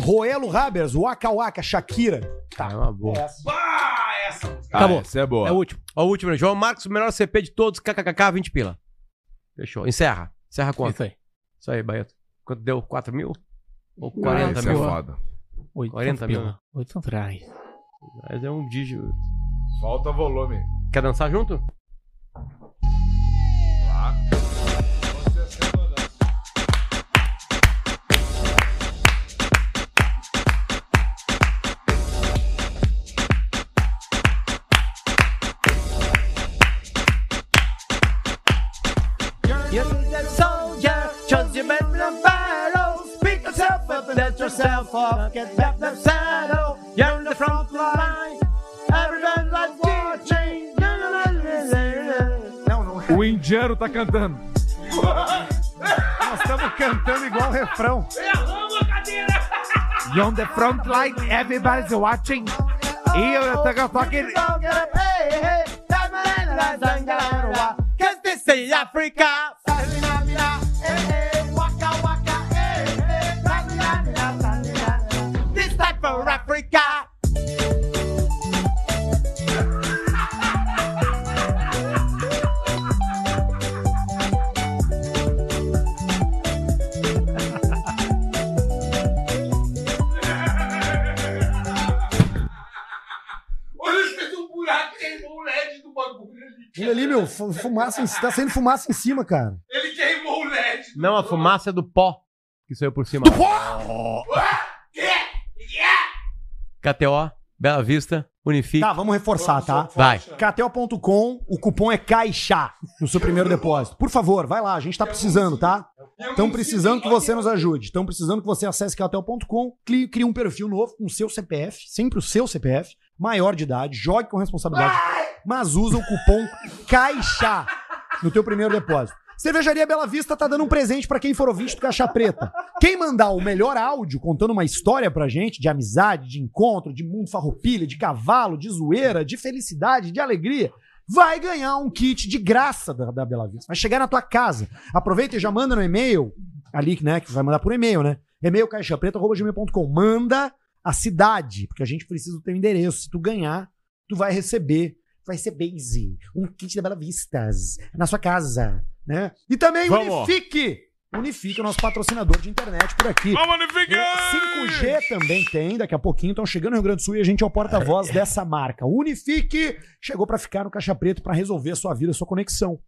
Speaker 4: Roelo Rabers, Waka Waka, Shakira.
Speaker 7: Tá, é uma boa.
Speaker 1: Ah, essa música.
Speaker 7: Acabou.
Speaker 1: essa é boa.
Speaker 7: É o último. Ó, o último, né? João Marcos, o melhor CP de todos, kkkk, 20 pila. Fechou. Encerra. Encerra quanto?
Speaker 2: Isso aí.
Speaker 7: Isso aí, Baeto. Quanto deu? 4 mil? Ou
Speaker 1: Ah,
Speaker 7: 40
Speaker 1: isso é
Speaker 7: mil?
Speaker 1: foda.
Speaker 7: 40 mil. né?
Speaker 2: 800 reais.
Speaker 7: Mas é um dígito.
Speaker 1: Falta volume.
Speaker 7: Quer dançar junto?
Speaker 5: You're the soldier, chose your men and battles. Pick yourself up and let yourself off. Get back the saddle. You're in the front line. Everyone like watching. Não, não.
Speaker 1: O indiano tá cantando.
Speaker 46: Nós estamos cantando igual o refrão.
Speaker 5: Erramos a cadeira.
Speaker 46: On the front line, everybody's watching. E eu tô fucking...
Speaker 5: Cause this is Africa. This time for Africa.
Speaker 47: Olha, eles fez um buraco, queimou o LED do bagulho ali.
Speaker 4: Olha ali, meu, fu- fumaça, em- tá saindo fumaça em cima, cara.
Speaker 47: Ele queimou o LED.
Speaker 7: Não, a fumaça é do pó que saiu por cima. Do pó!
Speaker 47: é?
Speaker 7: KTO, Bela Vista, Unifique.
Speaker 4: Tá, vamos reforçar, tá?
Speaker 7: Vai.
Speaker 4: KTO.com, o cupom é CAIXÁ no seu primeiro depósito. Por favor, vai lá, a gente tá precisando, tá? Estão precisando que você nos ajude. Estão precisando que você acesse KTO.com, crie- crie um perfil novo com o seu CPF, sempre o seu CPF, maior de idade, jogue com responsabilidade, mas usa o cupom CAIXÁ no teu primeiro depósito. Cervejaria Bela Vista tá dando um presente pra quem for ouvinte do Caixa Preta. Quem mandar o melhor áudio contando uma história pra gente de amizade, de encontro, de mundo farroupilha, de cavalo, de zoeira, de felicidade, de alegria, vai ganhar um kit de graça da, da Bela Vista. Vai chegar na tua casa. Aproveita e já manda no e-mail, ali né, que vai mandar por e-mail, né? E-mail caixapreta.gmail.com. Manda a cidade, porque a gente precisa do teu endereço. Se tu ganhar, tu vai receber, vai ser base, um kit da Bela Vistas na sua casa, né? E também
Speaker 1: Vamos.
Speaker 4: Unifique. Unifique é o nosso patrocinador de internet por aqui.
Speaker 1: Vamos, Unifique!
Speaker 4: É, 5G também tem, daqui a pouquinho estão chegando no Rio Grande do Sul e a gente é o porta-voz dessa marca. Unifique chegou pra ficar no Caixa Preto pra resolver a sua vida, a sua conexão.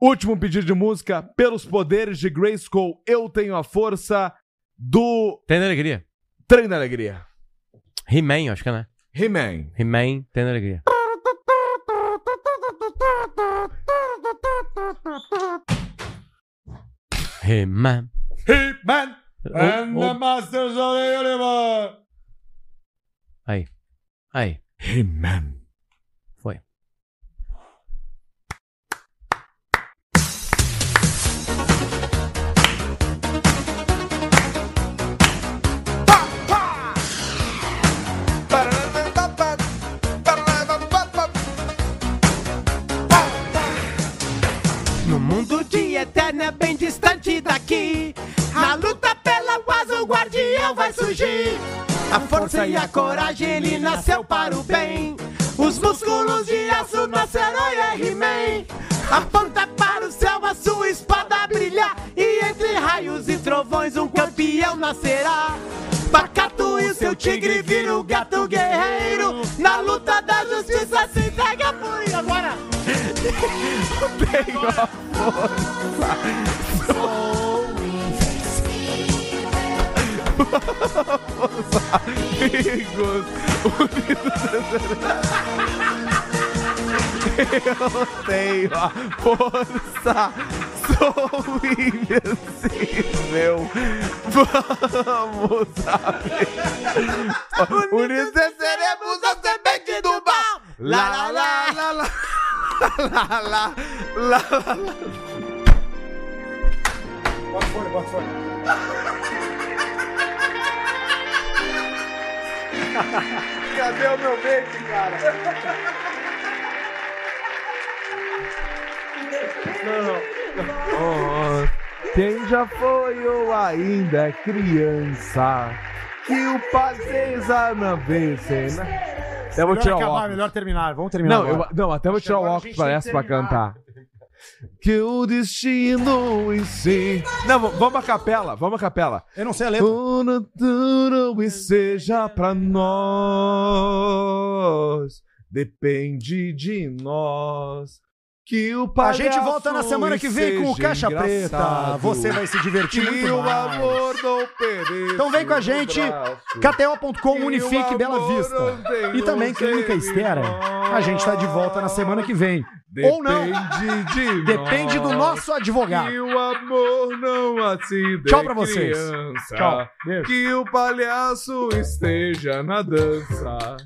Speaker 1: Último pedido de música, pelos poderes de Grayskull, eu tenho a força do
Speaker 7: Tendo Alegria.
Speaker 1: Trem da Alegria.
Speaker 7: He-Man, acho que é, né?
Speaker 1: He-Man.
Speaker 7: He-Man, Tendo Alegria. He-Man.
Speaker 1: He-Man
Speaker 7: and the
Speaker 1: Masters of the Universe.
Speaker 7: Aí. Aí.
Speaker 1: He-Man.
Speaker 7: Foi.
Speaker 5: No mundo de eterna bem distante daqui, na luta pela paz o guardião vai surgir. A força e a coragem ele nasceu para o bem. Os músculos de aço nosso herói é He-Man. Aponta para o céu a sua espada brilhar e entre raios e trovões um campeão nascerá. Pacato e seu tigre vira o gato guerreiro na luta da justiça se entrega por e agora.
Speaker 1: Tenho a força. Sou força. amigos. Eu tenho a força, sou invencível. Vamos abrir. Unidos seremos a semente do mal. Lá, lá, lá, lá, lá. Lá, lá, lá, lá, lá.
Speaker 11: Bota fora, bota fora.
Speaker 1: Cadê o meu beijo, cara? Quem já foi ou ainda é criança Que o paseja na vencena Eu vou
Speaker 4: Melhor
Speaker 1: tirar o
Speaker 4: acabar,
Speaker 1: óculos
Speaker 4: Melhor terminar, vamos terminar
Speaker 1: Não, eu,
Speaker 4: agora.
Speaker 1: não até vou
Speaker 4: Acho que
Speaker 1: tirar o
Speaker 4: agora a
Speaker 1: óculos
Speaker 4: gente
Speaker 1: pra
Speaker 4: tem
Speaker 1: essa pra
Speaker 4: que terminar.
Speaker 1: cantar Que o destino em si Não, v- vamos a capela, vamos a capela
Speaker 4: Eu não sei a letra.
Speaker 1: O natural e seja pra nós Depende de nós que o
Speaker 4: A gente volta na
Speaker 1: palhaço
Speaker 4: semana que vem com o
Speaker 1: seja
Speaker 4: Caixa Preta.
Speaker 1: engraçado.
Speaker 4: Você vai se divertir
Speaker 1: Que
Speaker 4: muito
Speaker 1: o
Speaker 4: mais.
Speaker 1: amor não pereça
Speaker 4: Então vem com a
Speaker 1: no
Speaker 4: gente,
Speaker 1: braço.
Speaker 4: KTO.com,
Speaker 1: Que o
Speaker 4: Unifique, Bela
Speaker 1: amor
Speaker 4: Vista.
Speaker 1: não tem um
Speaker 4: E também Clínica Estera. A gente tá de volta na semana que vem. Ou não.
Speaker 1: Depende de
Speaker 4: Depende do
Speaker 1: nós.
Speaker 4: nosso advogado.
Speaker 1: Que o amor não assim dê
Speaker 4: Tchau pra vocês.
Speaker 1: criança.
Speaker 4: Tchau. Beijo.
Speaker 1: Que o palhaço esteja na dança.